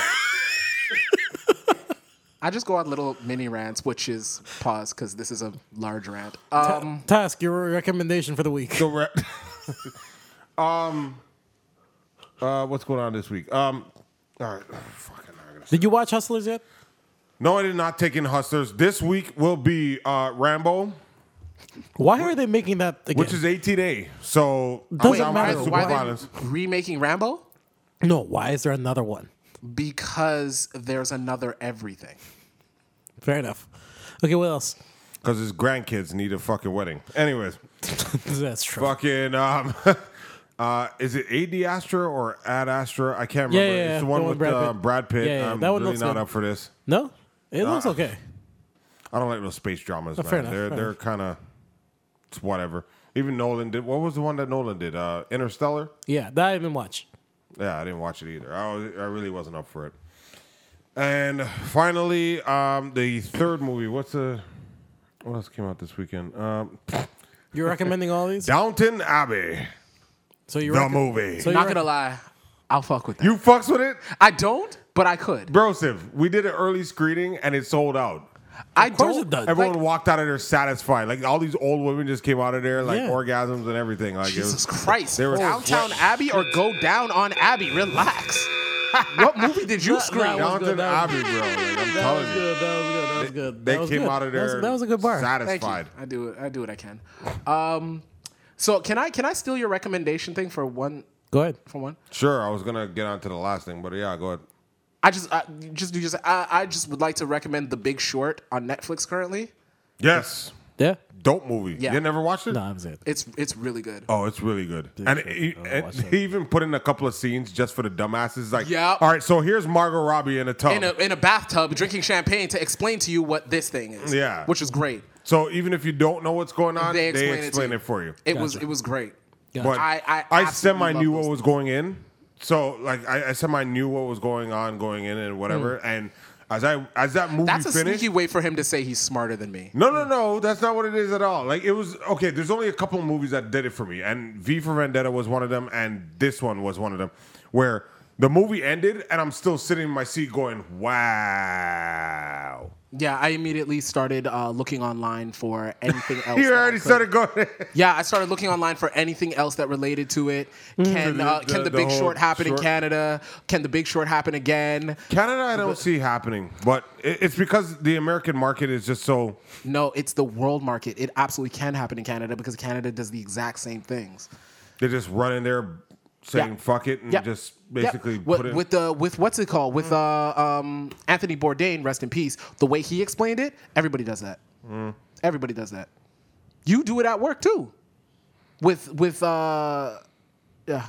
Speaker 1: I just go on little mini rants, which is pause because this is a large rant. Um,
Speaker 2: Task your recommendation for the week.
Speaker 3: The re- um, uh, what's going on this week? Um, all right, fucking. I gotta-
Speaker 2: Did you watch Hustlers yet?
Speaker 3: No, I did not take in hustlers. This week will be uh, Rambo,
Speaker 2: Why are they making that again?
Speaker 3: which is 18A. So I'm
Speaker 2: Doesn't
Speaker 3: down with
Speaker 2: matter.
Speaker 1: Um,
Speaker 3: the
Speaker 1: why
Speaker 3: super
Speaker 1: why are
Speaker 3: violence.
Speaker 1: they remaking Rambo?
Speaker 2: no. Why is there another one?
Speaker 1: Because there's another everything.
Speaker 2: Fair enough. Okay, what else?
Speaker 3: Because his grandkids need a fucking wedding. Anyways,
Speaker 2: That's true.
Speaker 3: fucking. Um, uh, is it AD Astra or Ad Astra? I can't
Speaker 2: Yeah,
Speaker 3: remember.
Speaker 2: yeah,
Speaker 3: it's the
Speaker 2: yeah.
Speaker 3: one
Speaker 2: The one
Speaker 3: with
Speaker 2: Brad
Speaker 3: uh,
Speaker 2: Pitt.
Speaker 3: Brad Pitt.
Speaker 2: Yeah, yeah,
Speaker 3: I'm
Speaker 2: that one
Speaker 3: really
Speaker 2: looks
Speaker 3: not
Speaker 2: good.
Speaker 3: up for this.
Speaker 2: No, it looks okay.
Speaker 3: I don't like those space dramas, man.
Speaker 2: Oh, fair enough,
Speaker 3: they're
Speaker 2: fair
Speaker 3: they're kind of it's whatever. Even Nolan did. What was the one that Nolan did? Uh, Interstellar.
Speaker 2: Yeah, that I didn't watch.
Speaker 3: Yeah, I didn't watch it either. I, was, I really wasn't up for it. And finally, um, the third movie. What's the what else came out this weekend? Um,
Speaker 2: You're recommending all these?
Speaker 3: Downton Abbey,
Speaker 2: So you
Speaker 3: the
Speaker 2: rec-
Speaker 3: movie.
Speaker 2: So you
Speaker 1: Not
Speaker 2: rec-
Speaker 1: gonna lie, I'll fuck with that.
Speaker 3: you fucks with it,
Speaker 1: I don't, but I could.
Speaker 3: bro. Siv, we did an early screening and it sold out.
Speaker 1: I
Speaker 2: course
Speaker 1: don't.
Speaker 2: it does.
Speaker 3: Everyone
Speaker 1: Like-
Speaker 3: walked out of there satisfied. Like all these old women just came out of there, like
Speaker 2: Yeah.
Speaker 3: orgasms and everything. Like it
Speaker 1: Jesus
Speaker 3: was,
Speaker 1: Christ.
Speaker 3: They were
Speaker 1: Downtown Abbey or go down on Abbey. Relax. what movie did you
Speaker 2: That-
Speaker 1: screen?
Speaker 2: that was-
Speaker 3: Downton
Speaker 2: good, was
Speaker 3: Abbey, bro. Like, I'm
Speaker 2: That
Speaker 3: telling
Speaker 2: was
Speaker 3: you.
Speaker 2: good. That was good. That was good.
Speaker 3: They
Speaker 2: that was
Speaker 3: came
Speaker 2: good.
Speaker 3: out of
Speaker 2: That was-
Speaker 3: there.
Speaker 2: That was, a good bar.
Speaker 1: Thank you.
Speaker 3: Satisfied.
Speaker 1: I do it. I do what I can. Um, so can I can I steal your recommendation thing for one
Speaker 2: Go ahead.
Speaker 1: for one?
Speaker 3: Sure, I was gonna get on to the last thing, but yeah, go ahead.
Speaker 1: I just I, just do just I, I just would like to recommend The Big Short on Netflix currently.
Speaker 3: Yes,
Speaker 2: Yeah.
Speaker 3: dope movie.
Speaker 1: Yeah.
Speaker 3: You never watched it?
Speaker 2: No, I'm saying.
Speaker 1: It's it's really good.
Speaker 3: Oh, it's really good. And, he,
Speaker 2: I'll
Speaker 3: and
Speaker 2: watch that.
Speaker 3: he even put in a couple of scenes just for the dumbasses. Like,
Speaker 1: Yeah.
Speaker 3: all right, so here's Margot Robbie in a tub.
Speaker 1: In a in a bathtub drinking champagne to explain to you what this thing is.
Speaker 3: Yeah.
Speaker 1: which is great.
Speaker 3: so even if you don't know what's going on,
Speaker 1: They
Speaker 3: they
Speaker 1: explain
Speaker 3: explain,
Speaker 1: it to
Speaker 3: it,
Speaker 1: you.
Speaker 3: for you.
Speaker 1: It was it was great.
Speaker 3: But
Speaker 1: I- I absolutely
Speaker 3: semi knew
Speaker 1: love
Speaker 3: what
Speaker 1: those
Speaker 3: was going in. So like I, I semi knew what was going on going in and whatever. And As I as that movie
Speaker 1: Hmm. That's a
Speaker 3: finished,
Speaker 1: sneaky way for him to say he's smarter than me.
Speaker 3: no, no, no, that's not what it is at all. Like it was okay. There's only a couple of movies that did it for me, and V for Vendetta was one of them, and this one was one of them, where the movie ended, and I'm still sitting in my seat going, "Wow."
Speaker 1: Yeah, I immediately started uh, looking online for anything else.
Speaker 3: You
Speaker 1: that I
Speaker 3: already
Speaker 1: could.
Speaker 3: started going.
Speaker 1: Yeah, I started looking online for anything else that related to it. Can uh,
Speaker 3: Hmm. The-
Speaker 1: can the,
Speaker 3: the- the
Speaker 1: Big
Speaker 3: whole
Speaker 1: Short happen
Speaker 3: short-
Speaker 1: in Canada? Can the Big Short happen again?
Speaker 3: Canada, I don't see happening, but it- it's because the American market is just so.
Speaker 1: No, it's the world market. It absolutely can happen in Canada because Canada does the exact same things.
Speaker 3: They just run in there saying
Speaker 1: Yeah.
Speaker 3: "fuck it" and
Speaker 1: Yeah.
Speaker 3: just
Speaker 1: Yeah.
Speaker 3: basically
Speaker 1: With-
Speaker 3: put Mm. it.
Speaker 1: with the with what's it called with uh, um, Anthony Bourdain, rest in peace. The way he explained it, everybody does that.
Speaker 3: Mm.
Speaker 1: Everybody does that. You do it at work too. With with uh, yeah.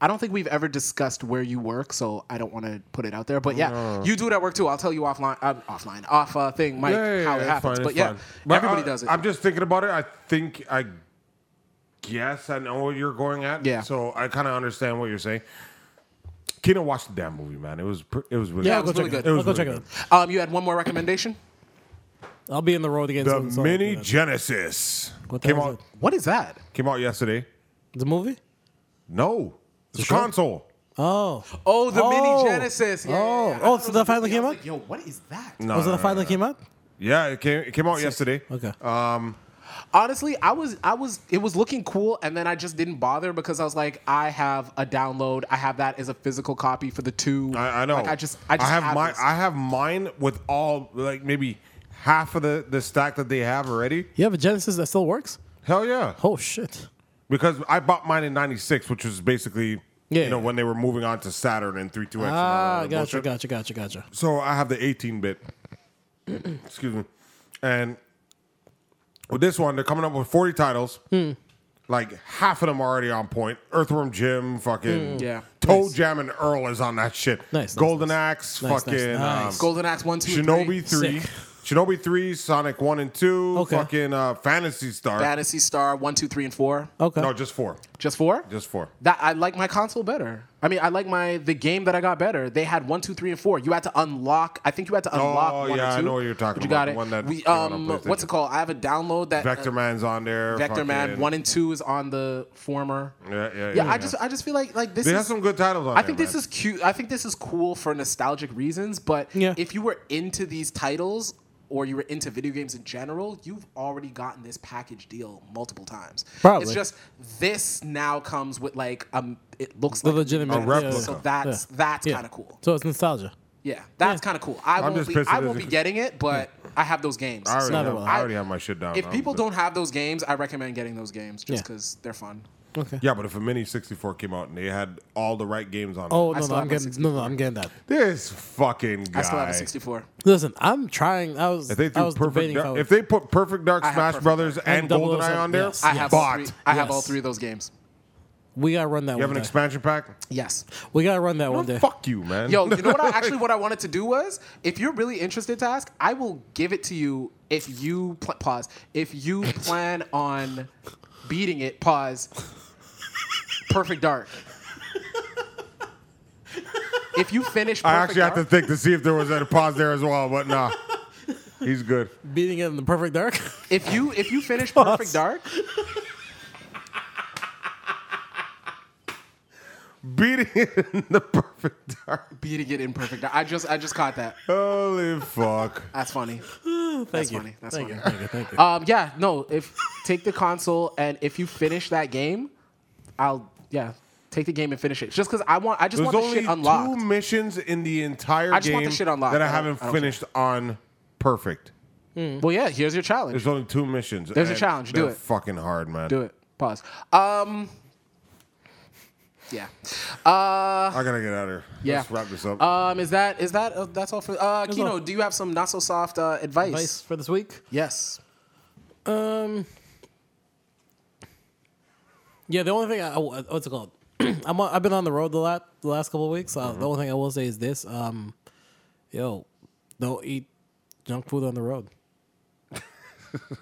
Speaker 1: I don't think we've ever discussed where you work, so I don't want to put it out there. But yeah, you do it at work too. I'll tell you offline, uh, offline, off uh, thing, Mike, how it
Speaker 3: it's
Speaker 1: happens.
Speaker 3: fine,
Speaker 1: but
Speaker 3: it's
Speaker 1: yeah,
Speaker 3: fine. But
Speaker 1: everybody
Speaker 3: I-
Speaker 1: does it.
Speaker 3: I'm just thinking about it. I think I guess I know what you're going at.
Speaker 1: Yeah.
Speaker 3: So I kind of understand what you're saying. Keenan watched the damn movie, man. It was pr- it was really
Speaker 1: Yeah,
Speaker 2: I'll
Speaker 1: it was
Speaker 2: go check
Speaker 1: really
Speaker 2: it.
Speaker 1: good.
Speaker 2: I'll go
Speaker 3: It was
Speaker 2: check it.
Speaker 3: really
Speaker 2: out.
Speaker 1: um, you had one more recommendation.
Speaker 2: I'll be in the road again.
Speaker 3: the
Speaker 2: soon, so I'll do
Speaker 3: Mini
Speaker 2: that.
Speaker 3: Genesis
Speaker 2: What the
Speaker 3: came
Speaker 2: hell is
Speaker 3: out
Speaker 1: What is that?
Speaker 3: came out yesterday.
Speaker 2: the movie?
Speaker 3: No, it's a
Speaker 2: show?
Speaker 3: console.
Speaker 2: Oh,
Speaker 1: Oh, the
Speaker 2: Oh.
Speaker 1: Mini Genesis. Yeah,
Speaker 2: Oh.
Speaker 1: yeah, yeah. I thought
Speaker 2: Oh, so
Speaker 1: it was
Speaker 2: that
Speaker 1: a
Speaker 2: finally
Speaker 1: movie. I
Speaker 2: came
Speaker 1: was
Speaker 2: out?
Speaker 1: like, Yo, what is that?
Speaker 3: No,
Speaker 2: was it
Speaker 3: no,
Speaker 2: the
Speaker 3: no,
Speaker 2: fight
Speaker 3: no.
Speaker 2: that came out?
Speaker 3: Yeah, it came it came out yesterday.
Speaker 2: Okay.
Speaker 1: Honestly, I was, I was, it was looking cool, and then I just didn't bother because I was like, I have a download. I have that as a physical copy for the two.
Speaker 3: I, I know.
Speaker 1: Like, I just, I just
Speaker 3: have, mine.
Speaker 1: this.
Speaker 3: I have mine with all like maybe half of the the stack that they have already.
Speaker 2: You have a Genesis that still works?
Speaker 3: Hell yeah.
Speaker 2: Oh shit!
Speaker 3: Because I bought mine in '96, which was basically
Speaker 2: Yeah.
Speaker 3: you know when they were moving on to Saturn and 32X. and all
Speaker 2: Ah,
Speaker 3: that
Speaker 2: gotcha,
Speaker 3: bullshit.
Speaker 2: gotcha, gotcha, gotcha.
Speaker 3: So I have the 18-bit. Excuse me. And with this one, they're coming up with 40 titles.
Speaker 2: Hmm.
Speaker 3: Like half of them are already on point. Earthworm Jim, fucking
Speaker 1: Yeah.
Speaker 3: Toe Jam and Earl is on that shit.
Speaker 2: Hmm. Nice, nice,
Speaker 3: Golden
Speaker 2: nice.
Speaker 3: Axe,
Speaker 2: Nice, nice,
Speaker 3: fucking
Speaker 2: nice.
Speaker 3: um,
Speaker 1: Golden Axe one, two, and
Speaker 3: Shinobi
Speaker 1: three.
Speaker 3: three,
Speaker 2: Sick.
Speaker 3: Shinobi three, Sonic one and two,
Speaker 2: Okay.
Speaker 3: fucking uh, Fantasy Star.
Speaker 1: Fantasy Star one, two, three, and four.
Speaker 2: Okay.
Speaker 3: No, just four,
Speaker 1: Just four.
Speaker 3: just four.
Speaker 1: that I like my console better. I mean, I like my the game that I got better. They had one, two, three, and four. You had to unlock. I think you had to unlock.
Speaker 3: Oh,
Speaker 1: one
Speaker 3: yeah,
Speaker 1: or
Speaker 3: I
Speaker 1: two,
Speaker 3: know what you're talking
Speaker 1: but you Got
Speaker 3: about, the
Speaker 1: it.
Speaker 3: one that
Speaker 1: we
Speaker 3: came out on
Speaker 1: um, what's
Speaker 3: PlayStation.
Speaker 1: it called? I have a download that
Speaker 3: Vector Man's on there.
Speaker 1: Uh, Vector Man
Speaker 3: fucking-
Speaker 1: one and two is on the former.
Speaker 3: Yeah, yeah, yeah.
Speaker 1: Yeah, I just I just feel like like this.
Speaker 3: They
Speaker 1: is,
Speaker 3: have some good titles on
Speaker 1: I think
Speaker 3: there,
Speaker 1: this
Speaker 3: man.
Speaker 1: is cute. I think this is cool for nostalgic reasons. But
Speaker 2: Yeah.
Speaker 1: if you were into these titles or you were into video games in general, you've already gotten this package deal multiple times.
Speaker 2: Probably.
Speaker 1: It's just this now comes with like um, it looks
Speaker 2: the
Speaker 1: like
Speaker 2: legitimate
Speaker 3: A replica.
Speaker 2: yeah,
Speaker 1: So
Speaker 2: yeah.
Speaker 1: that's
Speaker 2: Yeah.
Speaker 1: that's
Speaker 2: Yeah.
Speaker 1: kind of cool.
Speaker 2: So it's nostalgia.
Speaker 1: Yeah, that's kind of cool. I won't
Speaker 3: just
Speaker 1: be
Speaker 3: pissed
Speaker 1: I
Speaker 3: it
Speaker 1: won't be
Speaker 3: isn't-
Speaker 1: getting it, but I have those games.
Speaker 3: I already,
Speaker 1: So
Speaker 2: not
Speaker 3: have,
Speaker 2: a-
Speaker 3: I already have my shit down.
Speaker 1: if
Speaker 3: I'm
Speaker 1: people
Speaker 3: good.
Speaker 1: don't have those games, I recommend getting those games just
Speaker 2: Yeah.
Speaker 1: because they're fun.
Speaker 2: Okay.
Speaker 3: Yeah, but if a Mini 64 came out and they had all the right games on
Speaker 2: Oh
Speaker 3: it,
Speaker 2: no,
Speaker 1: still
Speaker 2: no,
Speaker 1: have
Speaker 2: I'm
Speaker 1: my
Speaker 2: getting no, no, I'm getting that.
Speaker 3: this fucking guy.
Speaker 1: I still have a 64.
Speaker 2: Listen, I'm trying. I was.
Speaker 3: If they
Speaker 2: I
Speaker 3: threw
Speaker 2: was
Speaker 3: perfect,
Speaker 2: debating
Speaker 3: Dark-
Speaker 2: if, I would-
Speaker 3: if they put Perfect Dark
Speaker 1: have
Speaker 3: Smash
Speaker 1: Perfect
Speaker 3: Brothers and
Speaker 2: And 007,
Speaker 3: GoldenEye on there,
Speaker 2: yes.
Speaker 1: I have all
Speaker 3: bought.
Speaker 1: three, I have all
Speaker 2: Yes.
Speaker 1: three of those games.
Speaker 2: we gotta run that
Speaker 3: You have
Speaker 2: one
Speaker 3: an
Speaker 2: day.
Speaker 3: expansion pack?
Speaker 1: Yes.
Speaker 2: we gotta run that one day.
Speaker 3: Fuck you, man.
Speaker 1: Yo, you know what? I, actually, what I wanted to do was, if you're really interested, Task, I will give it to you if you pl- pause. If you plan on beating it, pause. Perfect Dark. If you finish, Perfect
Speaker 3: I actually
Speaker 1: Dark,
Speaker 3: have to think to see if there was a pause there as well, but nah. He's good.
Speaker 2: Beating it in the perfect dark.
Speaker 1: If you if you finish Perfect Dark,
Speaker 3: Beating it in the perfect dark.
Speaker 1: beating it in Perfect Dark, I just I just caught that.
Speaker 3: Holy fuck.
Speaker 1: That's funny.
Speaker 2: Thank you.
Speaker 1: funny, that's
Speaker 2: Thank you.
Speaker 1: funny.
Speaker 2: Thank you. Thank you.
Speaker 1: Um, yeah, no. If take the console and if you finish that game, I'll yeah take the game and finish it. Just because I want, I just
Speaker 3: There's
Speaker 1: want the
Speaker 3: only
Speaker 1: shit unlocked.
Speaker 3: two missions in the entire
Speaker 1: I just want
Speaker 3: game
Speaker 1: the shit unlocked.
Speaker 3: that I
Speaker 1: I don't-
Speaker 3: haven't
Speaker 1: I don't
Speaker 3: finished on perfect.
Speaker 1: Well, yeah, here's your challenge.
Speaker 3: There's only two missions.
Speaker 1: There's a
Speaker 3: and
Speaker 1: challenge. Do
Speaker 3: they're
Speaker 1: it.
Speaker 3: Fucking hard, man.
Speaker 1: Do it. Pause. Um. Yeah. Uh.
Speaker 3: I gotta get out of here.
Speaker 1: Yeah.
Speaker 3: Let's wrap this up.
Speaker 1: Um. Is that is that uh, that's all for uh Kino?
Speaker 2: all.
Speaker 1: Do you have some not so soft uh, advice?
Speaker 2: Advice for this week.
Speaker 1: Yes.
Speaker 2: Yeah, the only thing I, I- what's it called? I'm on, I've been on the road the last the last couple of weeks. Uh, The only thing I will say is this: um, yo, don't eat junk food on the road.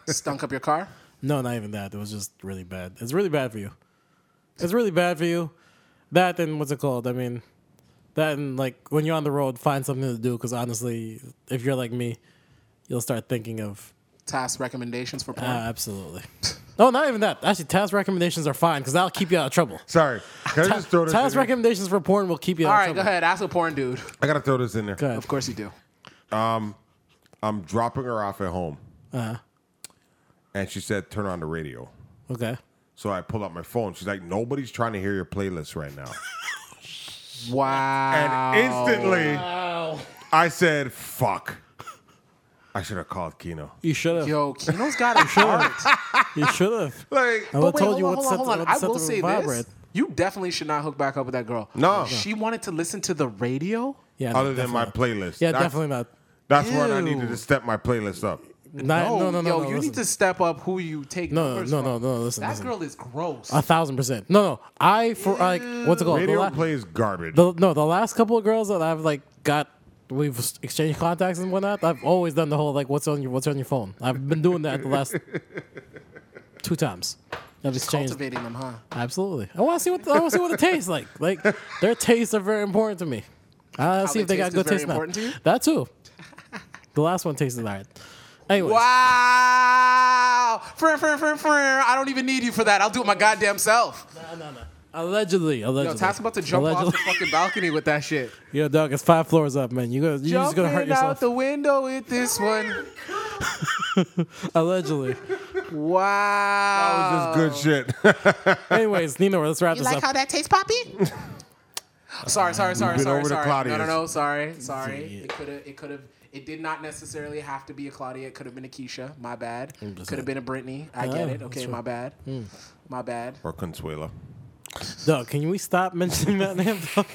Speaker 1: Stunk up your car.
Speaker 2: No, not even that. It was just really bad. It's really bad for you. It's really bad for you. That and what's it called? I mean, That and like when you're on the road, find something to do because honestly, if you're like me, you'll start thinking of
Speaker 1: Task recommendations for porn.
Speaker 2: ah, absolutely. No, not even that. Actually, task recommendations are fine because that'll keep you out of trouble.
Speaker 3: Sorry. Can I just throw this
Speaker 2: Task
Speaker 3: in here?
Speaker 2: recommendations for porn will keep you out
Speaker 1: All
Speaker 2: of
Speaker 1: right,
Speaker 2: trouble.
Speaker 1: go ahead. Ask a porn dude.
Speaker 3: I gotta throw this in there.
Speaker 2: Go ahead.
Speaker 1: Of course you do.
Speaker 3: I'm dropping her off at home.
Speaker 1: Uh-huh.
Speaker 3: And she said, turn on the radio.
Speaker 2: Okay.
Speaker 3: So I pull out my phone. She's like, nobody's trying to hear your playlist right now. and
Speaker 1: Wow.
Speaker 3: instantly, I said, fuck. I should have called Kino.
Speaker 2: You should have.
Speaker 1: Yo, Kino's got a heart.
Speaker 2: You should have.
Speaker 3: Like,
Speaker 2: I
Speaker 1: But
Speaker 2: would
Speaker 1: wait,
Speaker 2: told
Speaker 1: hold
Speaker 2: you
Speaker 1: on, hold on,
Speaker 2: what set
Speaker 1: hold
Speaker 2: the-
Speaker 1: on.
Speaker 2: what
Speaker 1: I
Speaker 2: set
Speaker 1: will
Speaker 2: the
Speaker 1: say
Speaker 2: vibe
Speaker 1: this.
Speaker 2: at.
Speaker 1: You definitely should not hook back up with that girl.
Speaker 3: No.
Speaker 1: She wanted to listen to the radio?
Speaker 2: Yeah. no,
Speaker 3: other than my
Speaker 2: definitely.
Speaker 3: playlist.
Speaker 2: Yeah,
Speaker 3: that's,
Speaker 2: definitely not.
Speaker 3: That's when I
Speaker 1: Ew.
Speaker 3: needed to step my playlist up.
Speaker 2: Not- Uh, no, no, no,
Speaker 1: Yo,
Speaker 2: no.
Speaker 1: you
Speaker 2: listen.
Speaker 1: need to step up who you take
Speaker 2: No, no,
Speaker 1: numbers
Speaker 2: no, no,
Speaker 1: from.
Speaker 2: no, listen,
Speaker 1: That
Speaker 2: listen.
Speaker 1: girl is gross.
Speaker 2: A thousand percent. No, no. I for like what's it called? Oh, The,
Speaker 3: Radio
Speaker 2: la-
Speaker 3: plays garbage.
Speaker 2: the no, the last couple of girls that I've like got, we've exchanged contacts and whatnot. I've always done the whole like, what's on your what's on your phone. I've been doing that the last two times. I've exchanged.
Speaker 1: Cultivating them, huh?
Speaker 2: Absolutely. I want to see what the, I want to see what it tastes like. Like their tastes are very important to me. I want to see
Speaker 1: they
Speaker 2: if they got
Speaker 1: taste is
Speaker 2: good
Speaker 1: very
Speaker 2: taste. or not.
Speaker 1: important to you?
Speaker 2: That too. The last one tasted alright. Anyways,
Speaker 1: Wow. Fr- fr- fr- fr- I don't even need you for that. I'll do it my goddamn self.
Speaker 2: allegedly,
Speaker 1: Yo,
Speaker 2: allegedly.
Speaker 1: Tass about to jump off the
Speaker 2: Allegedly.
Speaker 1: fucking balcony with that shit.
Speaker 2: Yo, dog, it's five floors up, man. You go, you're just gonna hurt
Speaker 1: Jumping out
Speaker 2: yourself.
Speaker 1: the window with this one.
Speaker 2: allegedly.
Speaker 1: Wow.
Speaker 3: that was just good shit.
Speaker 2: Anyways, Nino, let's wrap this up.
Speaker 1: that tastes, Poppy? sorry, sorry, sorry,
Speaker 3: been
Speaker 1: sorry, sorry.
Speaker 3: over to
Speaker 1: No, no,
Speaker 3: Claudia's.
Speaker 1: no, sorry, sorry. It could have, it could have, it did not necessarily have to be a Claudia. It could have been a Keisha. My bad. Could have been a Brittany. I get
Speaker 2: Oh,
Speaker 1: it. Okay,
Speaker 2: that's
Speaker 1: my bad.
Speaker 3: Hmm.
Speaker 1: My bad.
Speaker 3: or Consuela.
Speaker 2: dog, can we stop mentioning that name? dog?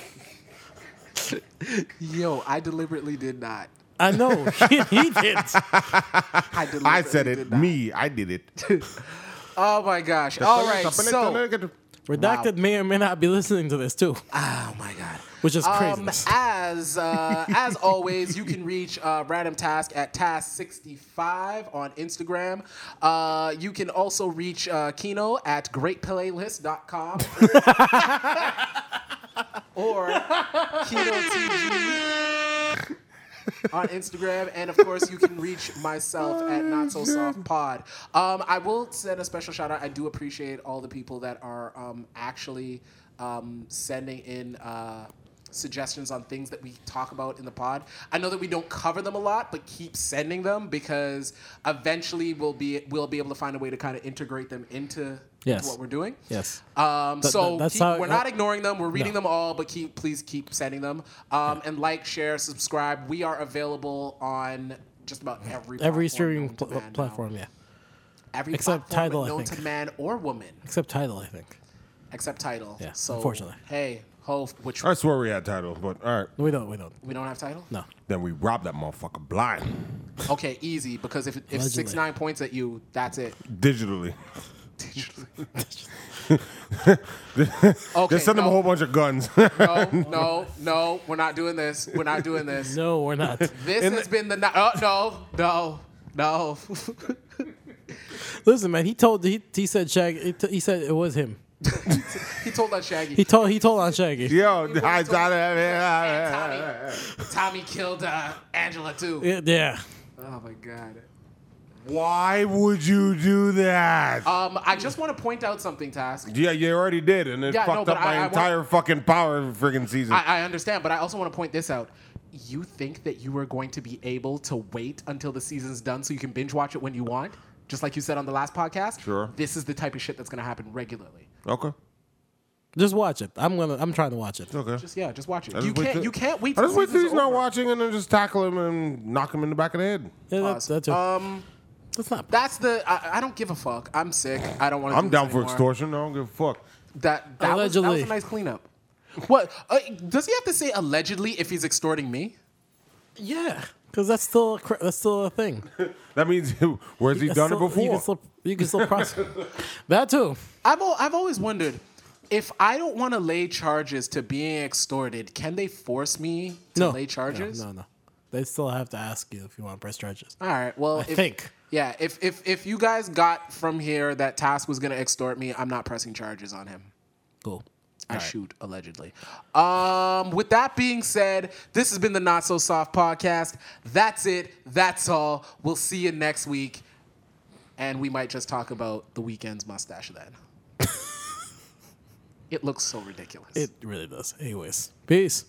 Speaker 1: Yo, I deliberately did not.
Speaker 2: I know he, he did.
Speaker 1: I deliberately
Speaker 3: I said it.
Speaker 1: did not.
Speaker 3: Me, I did it.
Speaker 1: Oh my gosh. All right. So.
Speaker 2: Redacted may or may not be listening to this too,
Speaker 1: Oh my god.
Speaker 2: which is
Speaker 1: Um,
Speaker 2: craziness.
Speaker 1: as uh, as always, you can reach uh, Random Task at Task65 on Instagram. Uh, you can also reach uh, Kino at GreatPlaylist.com or Kino TG on Instagram, and of course, you can reach myself at Not So Soft Pod. Um, I will send a special shout out. I do appreciate all the people that are um, actually um, sending in. Uh, Suggestions on things that we talk about in the pod. I know that we don't cover them a lot, but keep sending them because eventually we'll be we'll be able to find a way to kind of integrate them into
Speaker 2: Yes.
Speaker 1: what we're doing.
Speaker 2: yes.
Speaker 1: Um,
Speaker 2: Th-
Speaker 1: so
Speaker 2: th- that's
Speaker 1: keep-
Speaker 2: how-
Speaker 1: we're
Speaker 2: that-
Speaker 1: not ignoring them. We're reading them all, but keep please keep sending them. Um, and like, share, subscribe. We are available on just about every
Speaker 2: Every
Speaker 1: platform
Speaker 2: streaming
Speaker 1: known to
Speaker 2: pl-
Speaker 1: man now.
Speaker 2: platform, yeah.
Speaker 1: every
Speaker 2: except
Speaker 1: platform
Speaker 2: Tidal, I
Speaker 1: known
Speaker 2: think.
Speaker 1: to man or woman,
Speaker 2: Except title, I think.
Speaker 1: except title.
Speaker 2: Yeah,
Speaker 1: So
Speaker 2: unfortunately.
Speaker 1: hey, ho, which
Speaker 3: I swear we had titles, but all right.
Speaker 2: We don't. We don't.
Speaker 1: we don't have title.
Speaker 2: No.
Speaker 3: Then we robbed that motherfucker blind,
Speaker 1: Okay, easy because if if six
Speaker 2: Allegedly.
Speaker 1: nine points at you, that's it.
Speaker 3: digitally.
Speaker 1: Okay,
Speaker 3: They sent him
Speaker 1: no,
Speaker 3: a whole bunch of guns.
Speaker 1: no, no, no, we're not doing this. We're not doing this.
Speaker 2: No, we're not.
Speaker 1: This has been the ni- oh no, no, no.
Speaker 2: Listen, man. He told. He, he said Shaggy. He, t- he said it was him.
Speaker 1: he told that Shaggy.
Speaker 2: He told. He told on Shaggy.
Speaker 3: Yo, I
Speaker 1: Tommy, Tommy killed uh, Angela too.
Speaker 2: Yeah. yeah.
Speaker 1: Oh my god.
Speaker 3: Why would you do that?
Speaker 1: Um, I just want to point out something, Task.
Speaker 3: yeah, you already did, and it
Speaker 1: Yeah, no,
Speaker 3: fucked
Speaker 1: but
Speaker 3: up my
Speaker 1: I- I want-
Speaker 3: entire fucking power freaking season.
Speaker 1: I, I understand, but I also want to point this out. You think that you are going to be able to wait until the season's done so you can binge watch it when you want? Just like you said on the last podcast.
Speaker 3: Sure.
Speaker 1: This is the type of shit that's going to happen regularly.
Speaker 3: okay.
Speaker 2: Just watch it. I'm gonna. I'm trying to watch it.
Speaker 3: Okay.
Speaker 1: Just yeah, just watch it.
Speaker 3: I
Speaker 1: you
Speaker 3: just wait
Speaker 1: can't.
Speaker 3: till-
Speaker 1: you can't wait.
Speaker 3: I
Speaker 1: till
Speaker 3: just wait till
Speaker 1: season's
Speaker 3: he's not
Speaker 1: over.
Speaker 3: watching and then just tackle him and knock him in the back of the head.
Speaker 2: Yeah, that,
Speaker 1: Pause.
Speaker 2: that's it.
Speaker 1: Um,
Speaker 2: that's not.
Speaker 1: that's the. I, I don't give a fuck. I'm sick. I don't want to.
Speaker 3: I'm down for
Speaker 1: anymore.
Speaker 3: extortion. I don't give a fuck.
Speaker 1: That that was, that was
Speaker 2: Allegedly.
Speaker 1: a nice cleanup. What uh, does he have to say allegedly if he's extorting me?
Speaker 2: yeah, because that's still a, cra- that's still a thing.
Speaker 3: That means where's he
Speaker 2: That's
Speaker 3: done it
Speaker 2: still- You
Speaker 3: before?
Speaker 2: can still, you can still prosecute. that too.
Speaker 1: I've al- I've always wondered if I don't want to lay charges to being extorted, can they force me to
Speaker 2: No
Speaker 1: lay charges?
Speaker 2: No, no, no. They still have to ask you if you want to press charges.
Speaker 1: All right. Well,
Speaker 2: I
Speaker 1: if,
Speaker 2: think.
Speaker 1: Yeah. If if if you guys got from here that Task was gonna extort me, I'm not pressing charges on him.
Speaker 2: Cool.
Speaker 1: I shoot allegedly. Um, with that being said, this has been the Not So Soft podcast. That's it. That's all. We'll see you next week, and we might just talk about the weekend's mustache then. it looks so ridiculous.
Speaker 2: It really does. Anyways, peace.